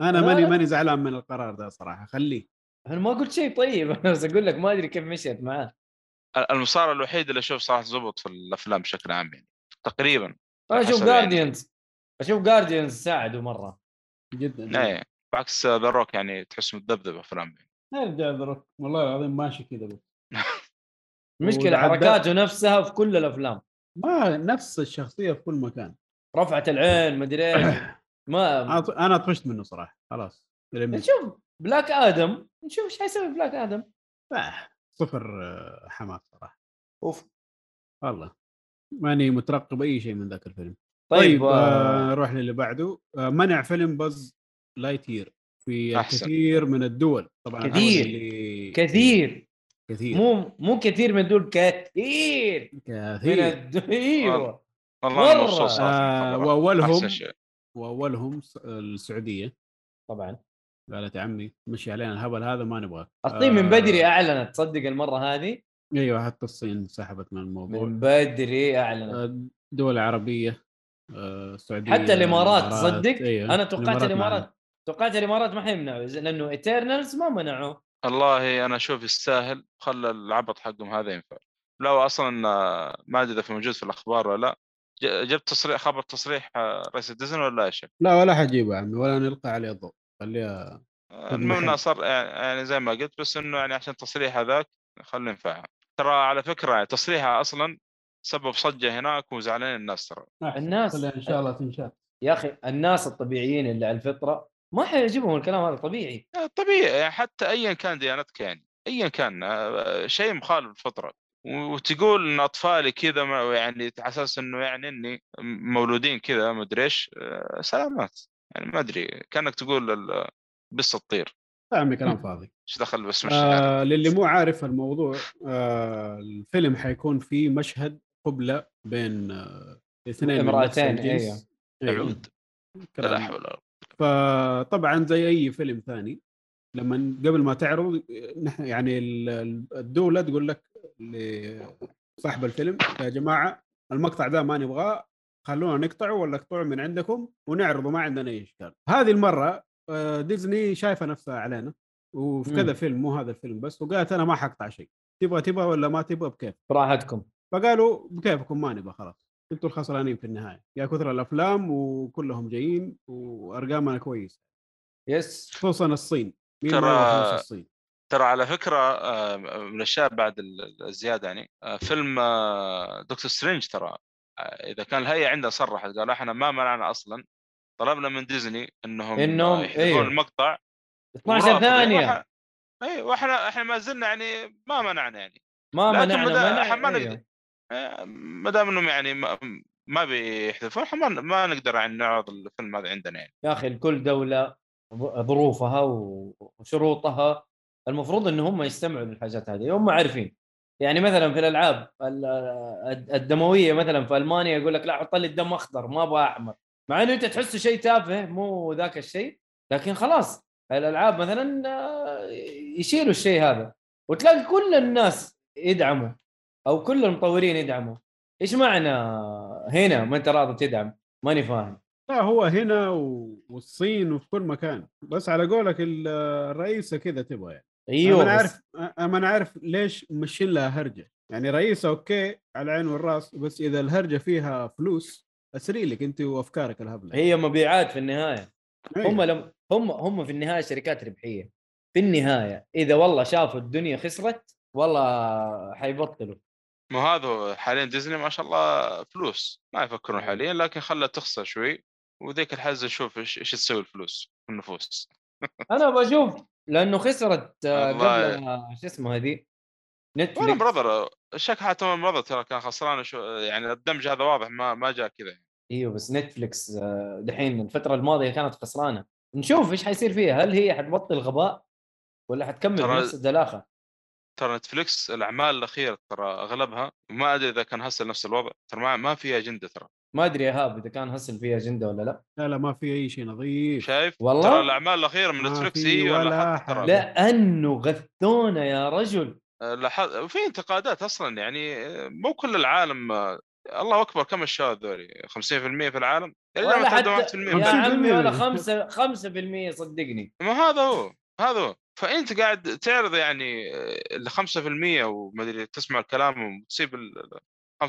[SPEAKER 4] انا
[SPEAKER 2] لا،
[SPEAKER 4] ماني
[SPEAKER 2] لا.
[SPEAKER 4] ماني زعلان من القرار ده صراحه خليه
[SPEAKER 2] انا ما قلت شيء طيب انا بس اقول لك ما ادري كيف مشيت معاه
[SPEAKER 3] ال- المسار الوحيد اللي اشوف صراحه زبط في الافلام بشكل عام يعني تقريبا
[SPEAKER 2] انا اشوف
[SPEAKER 3] حسب يعني.
[SPEAKER 2] جارديانز اشوف جارديانز ساعدوا مره
[SPEAKER 4] جدا
[SPEAKER 3] ايه بعكس ذا روك يعني تحس متذبذب يعني. افلام
[SPEAKER 4] نرجع ذروك والله العظيم ماشي كذا بس
[SPEAKER 2] المشكله
[SPEAKER 4] والعداء.
[SPEAKER 2] حركاته نفسها في كل الافلام
[SPEAKER 4] ما نفس الشخصيه في كل مكان
[SPEAKER 2] رفعت العين مدري ايش
[SPEAKER 4] انا
[SPEAKER 2] ما
[SPEAKER 4] ط- أنا طفشت منه صراحه خلاص فيلم
[SPEAKER 2] نشوف بلاك ادم نشوف ايش حيسوي بلاك ادم
[SPEAKER 4] آه، صفر آه، حماس صراحه
[SPEAKER 2] اوف
[SPEAKER 4] والله ماني مترقب اي شيء من ذاك الفيلم
[SPEAKER 2] طيب,
[SPEAKER 4] طيب
[SPEAKER 2] آه...
[SPEAKER 4] آه، نروح للي بعده آه، منع فيلم باز لايتير في
[SPEAKER 3] أحسن.
[SPEAKER 4] الكثير من الدول طبعا الدول
[SPEAKER 2] كثير.
[SPEAKER 4] اللي-
[SPEAKER 2] كثير
[SPEAKER 4] كثير
[SPEAKER 2] مو مو كثير من دول كثير من
[SPEAKER 4] كثير
[SPEAKER 2] الد- ايوه
[SPEAKER 3] والله
[SPEAKER 2] مرة.
[SPEAKER 3] أنا مبسوط صراحه من
[SPEAKER 4] آه
[SPEAKER 3] الخبر.
[SPEAKER 4] واولهم
[SPEAKER 3] احسن شيء
[SPEAKER 4] واولهم س- السعوديه
[SPEAKER 2] طبعا
[SPEAKER 4] قالت يا عمي مشي علينا الهبل هذا ما نبغاك
[SPEAKER 2] الصين من بدري اعلنت تصدق المره هذه
[SPEAKER 4] ايوه حتى الصين سحبت من الموضوع
[SPEAKER 2] من بدري اعلنت
[SPEAKER 4] آه، دول عربيه آه، السعوديه
[SPEAKER 2] حتى الامارات تصدق
[SPEAKER 4] أيوة.
[SPEAKER 2] انا توقعت
[SPEAKER 4] الإمارات
[SPEAKER 2] الامارات توقعت الامارات ما حيمنعوا إذا- لانه ايترنالز ما منعوا
[SPEAKER 3] والله انا اشوف يستاهل خلى العبط حقهم هذا ينفع لو اصلا آه، ما ادري اذا في موجود في الاخبار ولا لا ج- جبت تصريح خبر تصريح آه، رئيس ديزني ولا ايش؟
[SPEAKER 4] لا ولا حجيبه يا عمي ولا نلقى عليه ضوء خليها طب
[SPEAKER 3] آه، المهم
[SPEAKER 4] نحن-
[SPEAKER 3] انه صار يعني زي ما قلت بس انه يعني عشان تصريح هذاك خلوه ينفعها ترى على فكره يعني تصريحها اصلا سبب صجه هناك وزعلانين الناس ترى
[SPEAKER 2] الناس-
[SPEAKER 4] خليها ان شاء الله تنشاف
[SPEAKER 2] يا اخي الناس الطبيعيين اللي على الفطره ما حيعجبهم الكلام هذا طبيعي
[SPEAKER 3] آه، طبيعي يعني حتى ايا كان ديانتك يعني ايا كان آه، شيء مخالف للفطره و- وتقول ان اطفالي كذا ما- يعني على اساس انه يعني اني مولودين كذا ما ادري ايش آه، سلامات يعني ما ادري كانك تقول ال- بس الطير
[SPEAKER 4] يا عمي كلام فاضي
[SPEAKER 3] ايش دخل يعني باسم الشارع؟
[SPEAKER 4] آه للي مو عارف الموضوع آه الفيلم حيكون فيه مشهد قبلة بين آه اثنين من نفس
[SPEAKER 2] امرأتين،
[SPEAKER 4] الجنس.
[SPEAKER 2] أيوة.
[SPEAKER 4] أيوة.
[SPEAKER 3] العود لا
[SPEAKER 4] كلام.
[SPEAKER 3] حول ولا قوة.
[SPEAKER 4] فطبعا زي اي فيلم ثاني لما قبل ما تعرض نحن يعني ال- ال- الدوله تقول لك لصاحب الفيلم يا جماعه المقطع ده ما نبغاه خلونا نقطعه ولا اقطعوا من عندكم ونعرضه ما عندنا اي اشكال هذه المره آه، ديزني شايفه نفسها علينا وفي
[SPEAKER 2] مم.
[SPEAKER 4] كذا فيلم مو هذا الفيلم بس وقالت انا ما حقطع شيء تبغى تبغى ولا ما تبغى بكيف
[SPEAKER 2] براحتكم
[SPEAKER 4] فقالوا بكيفكم ما نبغى خلاص انتوا الخسرانين في النهايه يا كثر الافلام وكلهم جايين وارقامنا كويس
[SPEAKER 2] يس
[SPEAKER 4] خصوصا الصين مين
[SPEAKER 3] ترى-
[SPEAKER 4] ما يبغى فلوس الصين
[SPEAKER 3] ترى على فكره آه، من الاشياء بعد ال- الزياده يعني آه، فيلم آه، دكتور سترينج ترى آه، اذا كان الهيئه عندها صرحت قالوا احنا ما منعنا اصلا طلبنا من ديزني انهم
[SPEAKER 2] إنهم-
[SPEAKER 3] آه، يحذفون
[SPEAKER 2] أيوه.
[SPEAKER 3] المقطع
[SPEAKER 2] 12 ثانيه
[SPEAKER 3] وإحنا- اي إيه، واحنا احنا ما زلنا يعني ما منعنا يعني
[SPEAKER 2] ما
[SPEAKER 3] لا
[SPEAKER 2] منعنا
[SPEAKER 3] تم ده،
[SPEAKER 2] منع
[SPEAKER 3] إحنا ما
[SPEAKER 2] أيوه.
[SPEAKER 3] نقدر. آه، ما دام انهم يعني ما, ما بيحذفون إحنا ما, ما نقدر يعني نعرض الفيلم هذا عندنا يعني
[SPEAKER 2] يا اخي لكل دوله ظ- ظروفها و- وشروطها المفروض ان هم يستمعوا للحاجات هذه هم عارفين يعني مثلا في الالعاب ال- الد- الدمويه مثلا في المانيا يقول لك لا حط لي الدم اخضر ما ابغى احمر مع انه انت تحسه شيء تافه مو ذاك الشيء لكن خلاص الالعاب مثلا آه، يشيلوا الشيء هذا وتلاقي كل الناس يدعموا او كل المطورين يدعموا ايش معنى هنا ما انت راضي تدعم ماني فاهم
[SPEAKER 4] لا هو هنا و... والصين وفي كل مكان بس على قولك ال- الرئيسه كذا تبغى يعني
[SPEAKER 2] ايوه
[SPEAKER 4] انا
[SPEAKER 2] بس-
[SPEAKER 4] عارف انا أنا عارف ليش مشين لها هرجه يعني رئيسه اوكي على العين والراس بس اذا الهرجه فيها فلوس اسري لك انت وافكارك الهبله
[SPEAKER 2] هي مبيعات في النهايه
[SPEAKER 3] إيه.
[SPEAKER 4] أيوة.
[SPEAKER 2] إيه، هم لم هم هم في النهايه شركات ربحيه في النهايه اذا والله شافوا الدنيا خسرت والله حيبطلوا
[SPEAKER 3] ما هذا هو، حاليا ديزني ما شاء الله فلوس ما يفكرون حاليا لكن خلها تخسر شوي وذيك الحزه نشوف ايش ايش تسوي الفلوس النفوس
[SPEAKER 2] انا بشوف لانه خسرت آه،
[SPEAKER 3] والله.
[SPEAKER 2] قبل آه، شو اسمها دي
[SPEAKER 3] وانا
[SPEAKER 2] نتفلكس
[SPEAKER 3] براذر شك حتى وانا براذر ترى كان خسران شو يعني الدمج هذا واضح ما ما جاء كذا يعني.
[SPEAKER 2] ايوه بس نتفلكس آه، دحين الفتره الماضيه كانت خسرانه نشوف ايش حيصير فيها هل هي حتبطل غباء ولا حتكمل
[SPEAKER 3] ترى-
[SPEAKER 2] بنفس الدلاخه
[SPEAKER 3] ترى نتفلكس الاعمال الاخيره ترى اغلبها ما ادري اذا كان هسه نفس الوضع ترى ما, ما في اجنده ترى
[SPEAKER 2] ما ادري يا هاب اذا كان هسل فيها اجنده ولا لا
[SPEAKER 4] لا لا ما في اي شيء نظيف
[SPEAKER 3] شايف
[SPEAKER 2] والله؟
[SPEAKER 3] ترى الاعمال الاخيره من
[SPEAKER 4] ما
[SPEAKER 3] نتفلكس
[SPEAKER 4] في
[SPEAKER 3] هي
[SPEAKER 4] ولا
[SPEAKER 3] لاحظت ترى
[SPEAKER 4] حاجة.
[SPEAKER 2] لانه غثونه يا رجل
[SPEAKER 3] لاحظ في انتقادات اصلا يعني آه، مو كل العالم آه، الله اكبر كم الشباب ذولي 50% في العالم الا
[SPEAKER 2] ولا
[SPEAKER 3] ما تعدوا
[SPEAKER 2] حتى
[SPEAKER 3] 1%
[SPEAKER 2] يا
[SPEAKER 3] من-
[SPEAKER 4] 50%
[SPEAKER 2] عمي ولا
[SPEAKER 4] بس.
[SPEAKER 2] 5 5% صدقني
[SPEAKER 3] ما هذا هو هذا هو فانت قاعد تعرض يعني آه، ال 5% وما ادري تسمع الكلام وتصيب ال 95%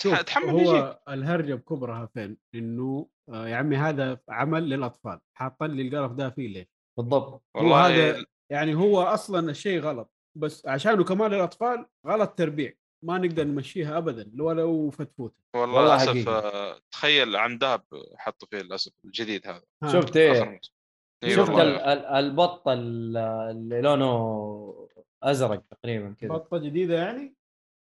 [SPEAKER 4] شوف،
[SPEAKER 3] تح- تحمل يجيك
[SPEAKER 4] هو الهرجه بكبرها فين؟ انه آه، يا عمي هذا عمل للاطفال حاطين لي القرف ده فيه ليه؟
[SPEAKER 2] بالضبط
[SPEAKER 4] هو
[SPEAKER 3] والله
[SPEAKER 4] هذا يعني هو اصلا الشيء غلط بس عشانه كمان الاطفال غلط تربيع ما نقدر نمشيها ابدا ولو فتفوت
[SPEAKER 3] والله,
[SPEAKER 2] والله
[SPEAKER 3] للاسف
[SPEAKER 2] حقيقي.
[SPEAKER 3] آه، تخيل عمداب حطوا فيه للاسف الجديد هذا
[SPEAKER 4] آه.
[SPEAKER 2] شفت
[SPEAKER 3] آخر
[SPEAKER 2] ايه
[SPEAKER 3] موسم. إي
[SPEAKER 2] شفت
[SPEAKER 3] أيوة، والله.
[SPEAKER 2] ال- ال- البط ال- اللي لونه ازرق تقريبا كذا
[SPEAKER 4] بطه جديده يعني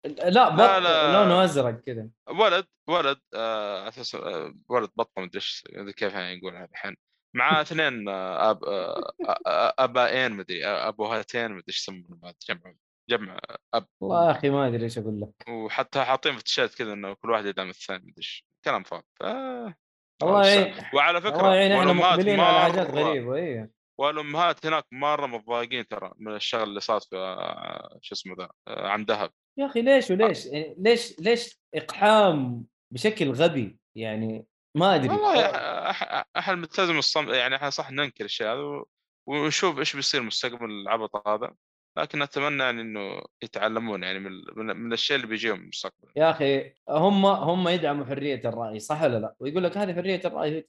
[SPEAKER 2] لا بط
[SPEAKER 3] لا، لا.
[SPEAKER 2] لونه ازرق كذا
[SPEAKER 3] ولد ولد آه، على اساس آه، ولد بطه مدري ايش كيف يعني نقول هذا الحين مع اثنين آه، اب آه، آه، آه، ابائين مدري آه، ابوهاتين مدري ايش يسمونهم هذا، جمع جمع اب
[SPEAKER 2] والله يا اخي ما ادري ايش اقول لك
[SPEAKER 3] وحتى حاطين في التيشيرت كذا انه كل واحد يدعم الثاني مدري ايش كلام فاضي ف...
[SPEAKER 2] الله يعين
[SPEAKER 3] وعلى فكره
[SPEAKER 2] الله يعين احنا
[SPEAKER 3] والأمهات
[SPEAKER 2] إيه، يعني مقبلين على
[SPEAKER 3] مرة-
[SPEAKER 2] حاجات إيه. غريبه اي
[SPEAKER 3] والامهات هناك مره متضايقين ترى من الشغل اللي صار في آه، شو اسمه ذا آه، عم ذهب
[SPEAKER 2] يا اخي ليش وليش يعني ليش ليش اقحام بشكل غبي يعني ما ادري
[SPEAKER 3] والله أح- احنا ملتزم الصمت يعني احنا صح ننكر الشيء هذا و- ونشوف ايش بيصير مستقبل العبط هذا لكن اتمنى يعني انه يتعلمون يعني من من, من الشيء اللي بيجيهم مستقبلا
[SPEAKER 2] يا اخي هم هم يدعموا حريه الراي صح ولا لا؟ ويقول لك هذه حريه الراي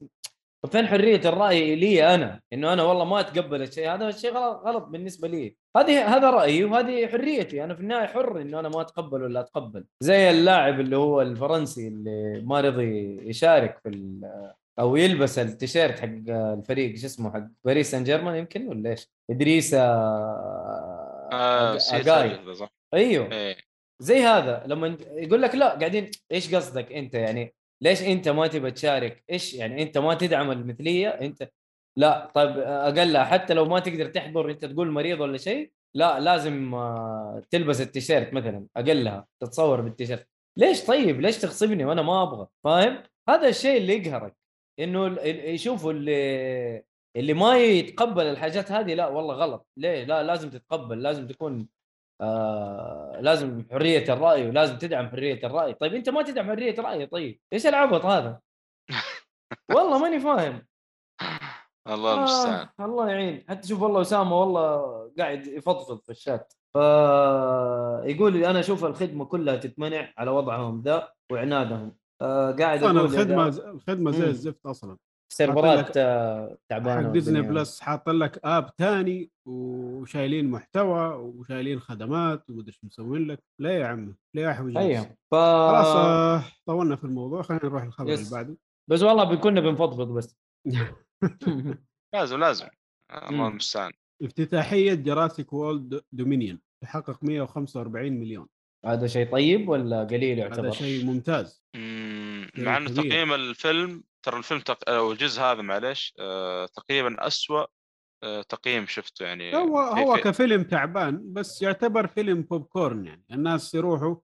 [SPEAKER 2] طب فين حريه الراي لي انا؟ انه انا والله ما اتقبل الشيء هذا الشيء غلط غلط بالنسبه لي، هذه هذا رايي وهذه حريتي، انا في النهايه حر انه انا ما اتقبل ولا اتقبل، زي اللاعب اللي هو الفرنسي اللي ما رضي يشارك في ال- او يلبس التيشيرت حق الفريق شو اسمه حق باريس سان جيرمان يمكن ولا ايش؟ ادريس
[SPEAKER 3] آه
[SPEAKER 2] آه،
[SPEAKER 3] سير
[SPEAKER 2] أجاي.
[SPEAKER 3] هذا صح
[SPEAKER 2] ايوه
[SPEAKER 3] إيه.
[SPEAKER 2] زي هذا لما يقول لك لا قاعدين ايش قصدك انت يعني ليش انت ما تبى تشارك؟ ايش يعني انت ما تدعم المثليه؟ انت لا طيب اقلها حتى لو ما تقدر تحضر انت تقول مريض ولا شيء لا لازم آه، تلبس التيشيرت مثلا اقلها تتصور بالتيشيرت ليش طيب ليش تغصبني وانا ما ابغى فاهم هذا الشيء اللي يقهرك انه ال- ال- يشوفوا اللي اللي ما يتقبل الحاجات هذه لا والله غلط ليه لا لازم تتقبل لازم تكون آه لازم حريه الراي ولازم تدعم حريه الراي طيب انت ما تدعم حريه الراي طيب ايش العبط هذا والله ماني فاهم
[SPEAKER 3] الله
[SPEAKER 2] آه،
[SPEAKER 3] المستعان
[SPEAKER 2] الله يعين حتى شوف والله اسامه والله قاعد يفضفض في الشات فيقول انا اشوف الخدمه كلها تتمنع على وضعهم ذا وعنادهم آه قاعد
[SPEAKER 4] انا
[SPEAKER 2] أقول يا
[SPEAKER 4] الخدمه
[SPEAKER 2] جماعة،
[SPEAKER 4] الخدمه زي
[SPEAKER 2] مم.
[SPEAKER 4] الزفت اصلا
[SPEAKER 2] سيرفرات آه تعبانه
[SPEAKER 4] حق ديزني
[SPEAKER 2] والدنيا.
[SPEAKER 4] بلس حاط لك اب تاني وشايلين محتوى وشايلين خدمات ومدري شو مسوين لك لا يا عمي لا يا حوجي
[SPEAKER 2] ايوه ف...
[SPEAKER 4] خلاص آه، طولنا في الموضوع خلينا نروح للخبر
[SPEAKER 2] يس.
[SPEAKER 4] اللي بعده
[SPEAKER 2] بس والله كنا بنفضفض بس
[SPEAKER 3] لازم لازم الله
[SPEAKER 2] مم.
[SPEAKER 3] المستعان
[SPEAKER 4] افتتاحيه جراسيك وولد دومينيون تحقق 145 مليون
[SPEAKER 2] هذا شيء طيب ولا قليل
[SPEAKER 4] هذا
[SPEAKER 2] يعتبر؟
[SPEAKER 4] شيء ممتاز
[SPEAKER 3] مم،
[SPEAKER 4] شيء
[SPEAKER 3] مع انه
[SPEAKER 4] إيه، كبير.
[SPEAKER 3] تقييم الفيلم ترى الفيلم تق... او الجزء هذا معليش آه، تقريبا اسوأ آه، تقييم شفته يعني
[SPEAKER 4] هو
[SPEAKER 3] في-
[SPEAKER 4] هو
[SPEAKER 3] في-
[SPEAKER 4] كفيلم تعبان بس يعتبر فيلم بوب كورن يعني الناس يروحوا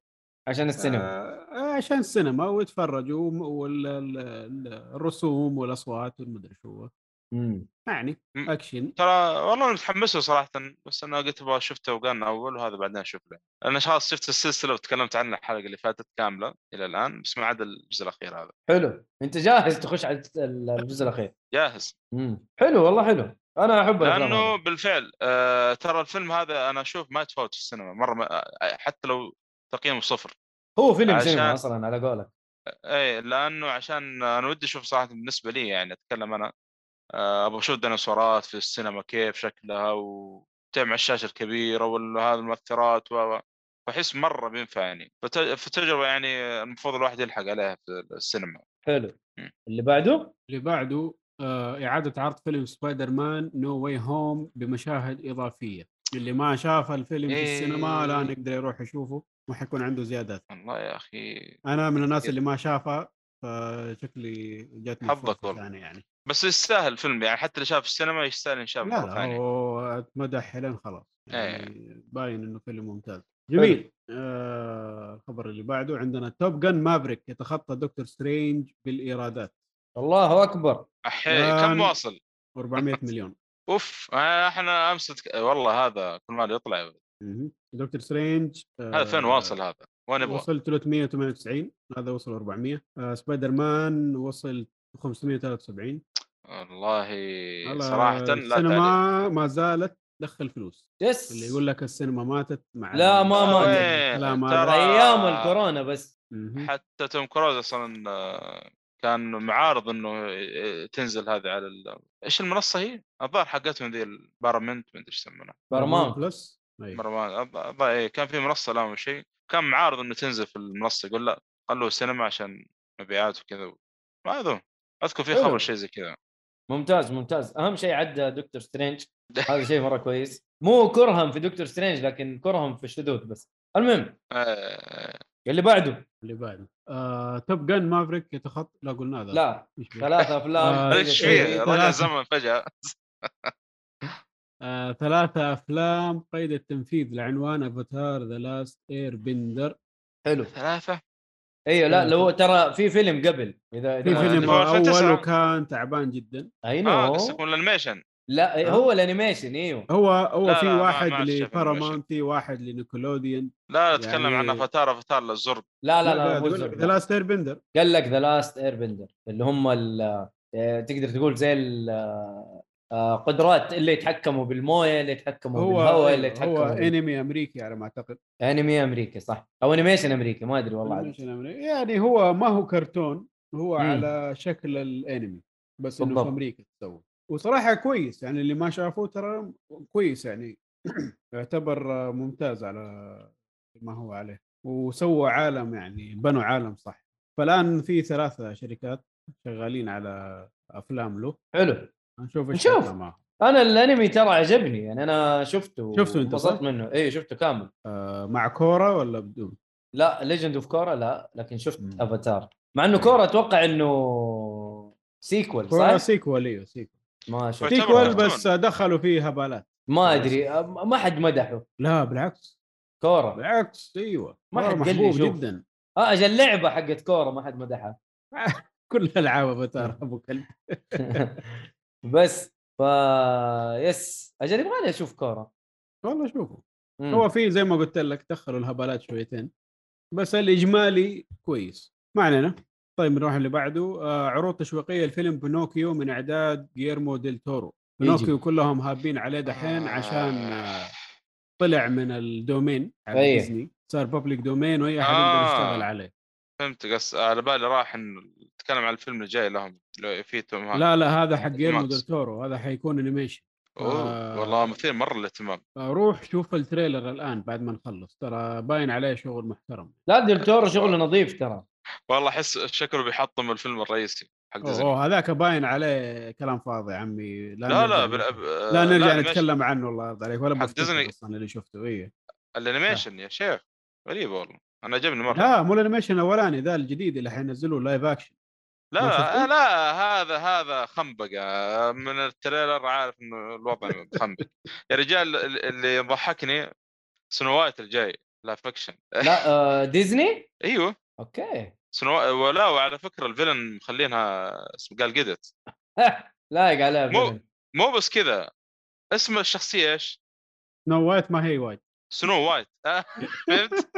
[SPEAKER 2] عشان السينما
[SPEAKER 4] آه عشان السينما ويتفرجوا والرسوم والاصوات والمدري شو
[SPEAKER 2] مم.
[SPEAKER 4] يعني
[SPEAKER 3] م.
[SPEAKER 4] اكشن
[SPEAKER 3] ترى والله انا متحمس له صراحه بس انا قلت ابغى شفته وقالنا اول وهذا بعدين اشوف له انا خلاص شفت السلسله وتكلمت عنها الحلقه اللي فاتت كامله الى الان بس ما عدا الجزء الاخير هذا
[SPEAKER 2] حلو انت جاهز تخش على ال- الجزء الاخير
[SPEAKER 3] جاهز
[SPEAKER 2] مم. حلو والله حلو انا احب الأفلام
[SPEAKER 3] لانه
[SPEAKER 2] هذه.
[SPEAKER 3] بالفعل آه ترى الفيلم هذا انا اشوف ما يتفوت في السينما مره ما آه، حتى لو تقييمه صفر
[SPEAKER 2] هو فيلم
[SPEAKER 3] عشان-
[SPEAKER 2] سينما اصلا على قولك
[SPEAKER 3] ايه لانه عشان انا ودي اشوف صراحه بالنسبه لي يعني اتكلم انا آه، ابغى اشوف الديناصورات في السينما كيف شكلها وتعمل الشاشه الكبيره وهذه المؤثرات و و- فاحس مره بينفع يعني فت- فتجربه يعني المفروض الواحد يلحق عليها في السينما
[SPEAKER 2] حلو
[SPEAKER 3] مم.
[SPEAKER 2] اللي بعده
[SPEAKER 4] اللي بعده آه اعاده عرض فيلم سبايدر مان نو واي هوم بمشاهد اضافيه اللي ما شاف الفيلم في السينما لا
[SPEAKER 3] إيه.
[SPEAKER 4] نقدر يروح يشوفه وحيكون عنده زيادات
[SPEAKER 3] والله يا اخي
[SPEAKER 4] انا من الناس اللي ما شافها فشكلي جاتني
[SPEAKER 3] إيه. حظك
[SPEAKER 4] فرصة
[SPEAKER 3] والله.
[SPEAKER 4] ثانية يعني
[SPEAKER 3] بس يستاهل الفيلم يعني حتى اللي شاف السينما يستاهل ان شاف
[SPEAKER 4] لا
[SPEAKER 3] مره
[SPEAKER 4] لا
[SPEAKER 3] ثانيه
[SPEAKER 4] هو اتمدح لين خلاص يعني
[SPEAKER 3] إيه.
[SPEAKER 4] باين انه فيلم ممتاز
[SPEAKER 2] حلو.
[SPEAKER 4] جميل آه، الخبر اللي بعده عندنا توب جن مافريك يتخطى دكتور سترينج بالايرادات
[SPEAKER 2] الله اكبر
[SPEAKER 3] أحي- كم
[SPEAKER 4] يعني-
[SPEAKER 3] واصل؟
[SPEAKER 4] 400 مليون
[SPEAKER 3] اوف آه، احنا امس أتك- والله هذا كل ما يطلع
[SPEAKER 4] مهم. دكتور سترينج آه،
[SPEAKER 3] هذا فين واصل هذا؟ وين يبغى؟
[SPEAKER 4] وصل 398 هذا وصل 400 آه، سبايدر مان وصل 573
[SPEAKER 3] والله
[SPEAKER 4] على
[SPEAKER 3] صراحه لا تعليق.
[SPEAKER 4] السينما ما زالت تدخل فلوس
[SPEAKER 2] يس
[SPEAKER 4] اللي يقول لك السينما ماتت مع
[SPEAKER 2] لا، ما
[SPEAKER 4] ال-
[SPEAKER 2] ماتت.
[SPEAKER 4] الكلام
[SPEAKER 3] وين؟
[SPEAKER 4] هذا.
[SPEAKER 3] آه، إيه، ترى-
[SPEAKER 2] ايام الكورونا بس
[SPEAKER 4] مهم.
[SPEAKER 3] حتى توم كروز اصلا آه، كان معارض انه آه، تنزل هذه على ال... ايش المنصه هي؟ الظاهر حقتهم ذي البارمنت ما ادري ايش يسمونها
[SPEAKER 2] برمان
[SPEAKER 4] بلس أيوه. أي.
[SPEAKER 3] برمان أب- أب- إيه، كان في منصه لهم أو شيء كان معارض انه تنزل في المنصه يقول لا خلوه سينما عشان مبيعات وكذا ما اظن اذكر في
[SPEAKER 2] حلو.
[SPEAKER 3] خبر شيء زي كذا
[SPEAKER 2] ممتاز ممتاز اهم شيء عدى دكتور سترينج هذا شيء مره كويس مو كرهم في دكتور سترينج لكن كرهم في الشذوذ بس المهم
[SPEAKER 3] آه،
[SPEAKER 2] اللي بعده
[SPEAKER 4] اللي بعده آه، توب جن مافريك يتخطى لا قلنا هذا
[SPEAKER 2] لا
[SPEAKER 4] إيش بيه؟
[SPEAKER 2] ثلاث افلام
[SPEAKER 4] آه،
[SPEAKER 3] ايش
[SPEAKER 4] إيه،
[SPEAKER 3] فيه؟ رجع
[SPEAKER 4] ثلاثة.
[SPEAKER 3] الزمن فجاه
[SPEAKER 4] آه، ثلاثة أفلام قيد التنفيذ لعنوان أفاتار ذا لاست إير بندر
[SPEAKER 2] حلو
[SPEAKER 3] ثلاثه
[SPEAKER 2] ايوه لا لو ترى في فيلم قبل اذا
[SPEAKER 4] في
[SPEAKER 2] اذا
[SPEAKER 3] آه،
[SPEAKER 4] فيلم
[SPEAKER 3] هو 2009.
[SPEAKER 4] أول وكان تعبان جدا
[SPEAKER 2] اي
[SPEAKER 3] اه
[SPEAKER 2] نو
[SPEAKER 3] قصدك من الانيميشن
[SPEAKER 2] لا إيه،
[SPEAKER 4] آه.
[SPEAKER 2] هو الانيميشن ايوه
[SPEAKER 4] هو هو
[SPEAKER 3] لا،
[SPEAKER 4] في
[SPEAKER 3] لا، ما-
[SPEAKER 4] واحد
[SPEAKER 3] ما أشوف
[SPEAKER 4] لبارامون
[SPEAKER 3] المشهد.
[SPEAKER 4] في واحد لنيكولوديان
[SPEAKER 3] لا لا اتكلم
[SPEAKER 4] يعني-
[SPEAKER 3] عن افاتار افاتار للزرق
[SPEAKER 2] لا لا لا مو الزرق.
[SPEAKER 4] ذا لاست إير بندر
[SPEAKER 2] قال لك ذا لاست اير بندر اللي هم ال- آه، تقدر تقول زي ال- آه، قدرات اللي يتحكموا بالمويه اللي يتحكموا
[SPEAKER 4] هو
[SPEAKER 2] بالهواء اللي
[SPEAKER 4] هو
[SPEAKER 2] يتحكموا بال-
[SPEAKER 4] انمي امريكي على ما اعتقد
[SPEAKER 2] انمي امريكي صح او انيميشن امريكي ما ادري والله عاد.
[SPEAKER 4] Animation أمريكي. يعني هو ما هو كرتون هو
[SPEAKER 2] مم.
[SPEAKER 4] على شكل الانمي بس انه
[SPEAKER 2] بالضبط.
[SPEAKER 4] في امريكا تسوى وصراحه كويس يعني اللي ما شافوه ترى كويس يعني يعتبر ممتاز على ما هو عليه وسووا عالم يعني بنوا عالم صح فالان في ثلاثه شركات شغالين على افلام له
[SPEAKER 2] حلو
[SPEAKER 4] نشوف ايش
[SPEAKER 2] نشوف.
[SPEAKER 4] حيطلع معه.
[SPEAKER 2] انا الانمي ترى عجبني يعني انا شفته
[SPEAKER 4] شفته أنت، صح؟
[SPEAKER 2] انبسطت منه اي شفته كامل
[SPEAKER 4] آه، مع كوره ولا بدون
[SPEAKER 2] لا ليجند اوف كورا لا لكن شفت
[SPEAKER 4] مم.
[SPEAKER 2] افاتار مع انه كوره اتوقع انه سيكول
[SPEAKER 4] كورا
[SPEAKER 2] صح؟
[SPEAKER 4] سيكول ايوه سيكول
[SPEAKER 2] ما شفت
[SPEAKER 3] يعتبر
[SPEAKER 4] سيكول
[SPEAKER 3] كرتون.
[SPEAKER 4] بس دخلوا فيه هبالات
[SPEAKER 2] ما ادري أم- ما حد مدحه
[SPEAKER 4] لا بالعكس
[SPEAKER 2] كوره
[SPEAKER 4] بالعكس ايوه
[SPEAKER 2] ما
[SPEAKER 4] مرة
[SPEAKER 2] حد قال لي
[SPEAKER 4] محبوب
[SPEAKER 2] شوف.
[SPEAKER 4] جدا
[SPEAKER 2] اه اجل لعبه حقت كوره ما حد مدحها
[SPEAKER 4] كل العاب افاتار ابو كلب
[SPEAKER 2] بس ف يس اجل يبغى لي اشوف كوره
[SPEAKER 4] والله شوفوا
[SPEAKER 2] مم.
[SPEAKER 4] هو في زي ما قلت لك دخلوا الهبالات شويتين بس الاجمالي كويس ما علينا طيب نروح اللي بعده آه عروض تشويقيه الفيلم بنوكيو من اعداد جيرمو ديل تورو بنوكيو كلهم هابين عليه دحين عشان آه، طلع من الدومين على
[SPEAKER 2] أيه.
[SPEAKER 4] ديزني صار بابليك دومين واي احد يقدر
[SPEAKER 3] آه.
[SPEAKER 4] يشتغل عليه
[SPEAKER 3] فهمت قص على بالي راح انه تتكلم عن الفيلم الجاي لهم لو في توم هانكس
[SPEAKER 4] لا لا هذا حق جيرمو
[SPEAKER 3] ماكس.
[SPEAKER 4] ديل تورو هذا حيكون انيميشن آه.
[SPEAKER 3] اوه والله مثير مره للاهتمام
[SPEAKER 4] روح شوف التريلر الان بعد ما نخلص ترى باين عليه شغل محترم
[SPEAKER 2] لا ديل تورو شغله نظيف ترى
[SPEAKER 3] والله احس شكله بيحطم الفيلم الرئيسي حق
[SPEAKER 4] أوه،
[SPEAKER 3] ديزني
[SPEAKER 4] اوه هذاك باين عليه كلام فاضي يا عمي لا
[SPEAKER 3] لا لا
[SPEAKER 4] نرجع
[SPEAKER 3] بال... ب-
[SPEAKER 4] لا نرجع
[SPEAKER 3] الأنيميشن-
[SPEAKER 4] نتكلم عنه الله يرضى عليك ولا
[SPEAKER 3] حق
[SPEAKER 4] بفتكر
[SPEAKER 3] ديزني.
[SPEAKER 4] اصلا اللي شفته ايه
[SPEAKER 3] الانيميشن يا شيخ غريب والله انا عجبني مره
[SPEAKER 4] لا مو الانيميشن الاولاني ذا الجديد اللي حينزلوه لايف اكشن
[SPEAKER 3] لا
[SPEAKER 4] ما شفته؟
[SPEAKER 3] لا, لا هذا هذا خنبقه من التريلر عارف انه الوضع مخنبق يا رجال ال- اللي ضحكني سنو وايت الجاي لا فكشن
[SPEAKER 2] لا آه ديزني
[SPEAKER 3] ايوه
[SPEAKER 2] اوكي
[SPEAKER 3] سنو ولا وعلى فكره الفيلن مخلينها اسم قال جدت
[SPEAKER 2] لايق عليها
[SPEAKER 3] مو-
[SPEAKER 2] فيلم.
[SPEAKER 3] مو بس كذا اسم الشخصيه ايش؟
[SPEAKER 4] نو وايت ما هي وايت
[SPEAKER 3] سنو وايت آه، فهمت؟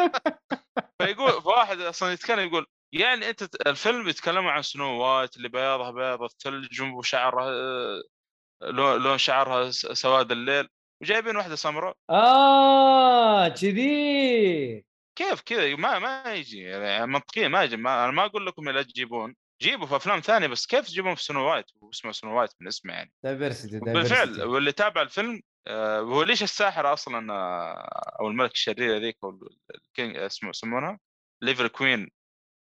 [SPEAKER 3] فيقول فواحد اصلا يتكلم يقول يعني انت ت- الفيلم يتكلموا عن سنو وايت اللي بياضها بياض الثلج وشعرها آه، لون لون شعرها س- سواد الليل وجايبين واحده سمراء
[SPEAKER 2] اه كذي
[SPEAKER 3] كيف كذا ما ما يجي يعني منطقيا ما يجي ما انا ما اقول لكم لا تجيبون جيبوا في افلام ثانيه بس كيف تجيبون في سنو وايت واسمه سنو وايت من اسمه يعني
[SPEAKER 2] دايفرسيتي
[SPEAKER 3] بالفعل واللي تابع الفيلم آه، هو ليش الساحره اصلا آه، او الملك الشرير هذيك او ال- الكينج آه، اسمه يسمونها ليفر كوين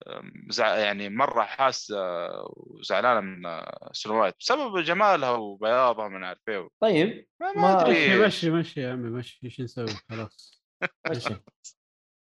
[SPEAKER 3] آم، زع- يعني مره حاسه وزعلانه من آه، سنو وايت بسبب جمالها وبياضها من عارف ايه
[SPEAKER 2] طيب
[SPEAKER 3] ما,
[SPEAKER 2] ما-
[SPEAKER 3] ما ادري
[SPEAKER 4] مشي
[SPEAKER 3] إيش.
[SPEAKER 4] مشي مشي يا عمي مشي ايش نسوي خلاص
[SPEAKER 2] ماشي.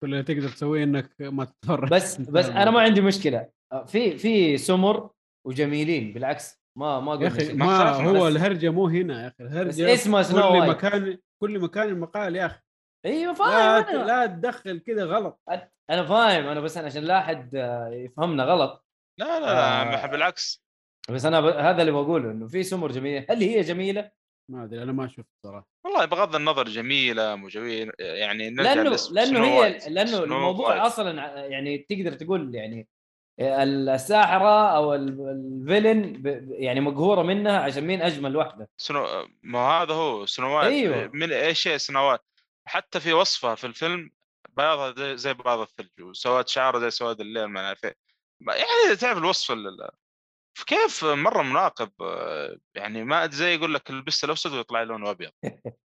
[SPEAKER 4] كل اللي تقدر تسويه انك ما تتفرج
[SPEAKER 2] بس بس انا ما عندي مشكله في في سمر وجميلين بالعكس ما ما
[SPEAKER 4] يا
[SPEAKER 2] قلنا
[SPEAKER 4] اخي
[SPEAKER 2] شيء.
[SPEAKER 4] ما
[SPEAKER 3] اختلفنا بس.
[SPEAKER 4] هو الهرجه مو هنا يا اخي
[SPEAKER 2] بس
[SPEAKER 4] الهرجه
[SPEAKER 2] اسمه سنو
[SPEAKER 4] كل
[SPEAKER 2] وايت
[SPEAKER 4] مكان كل مكان المقال يا اخي
[SPEAKER 2] ايوه
[SPEAKER 4] لا
[SPEAKER 2] فاهم
[SPEAKER 4] ت-
[SPEAKER 2] انا
[SPEAKER 4] لا تدخل كذا غلط
[SPEAKER 2] انا فاهم انا بس انا عشان لا احد آه، يفهمنا غلط
[SPEAKER 3] لا لا لا
[SPEAKER 2] آه.
[SPEAKER 3] بالعكس
[SPEAKER 2] بس انا ب... هذا اللي بقوله انه في سمر جميله هل هي جميله؟
[SPEAKER 4] ما ادري انا ما شفت صراحه
[SPEAKER 3] والله بغض النظر جميله مجوية يعني نرجع
[SPEAKER 2] لانه
[SPEAKER 3] لاسم
[SPEAKER 2] لانه
[SPEAKER 3] سنو
[SPEAKER 2] هي
[SPEAKER 3] وايت.
[SPEAKER 2] لانه
[SPEAKER 3] سنو
[SPEAKER 2] الموضوع
[SPEAKER 3] وايت.
[SPEAKER 2] اصلا ع- يعني تقدر تقول يعني الساحره او ال- الفيلن ب- يعني مقهوره منها عشان مين اجمل واحده
[SPEAKER 3] سنو ما هذا هو سنوات
[SPEAKER 2] أيوة.
[SPEAKER 3] من اي شيء سنوات حتى في وصفها في الفيلم بياضها زي- زي بياض الثلج وسواد شعره زي سواد الليل ما أنا عارف إيه. ما- يعني تعرف الوصف ال- ال- كيف مره مناقب آه، يعني ما أدري، زي يقول لك البس الاسود ويطلع لونه ابيض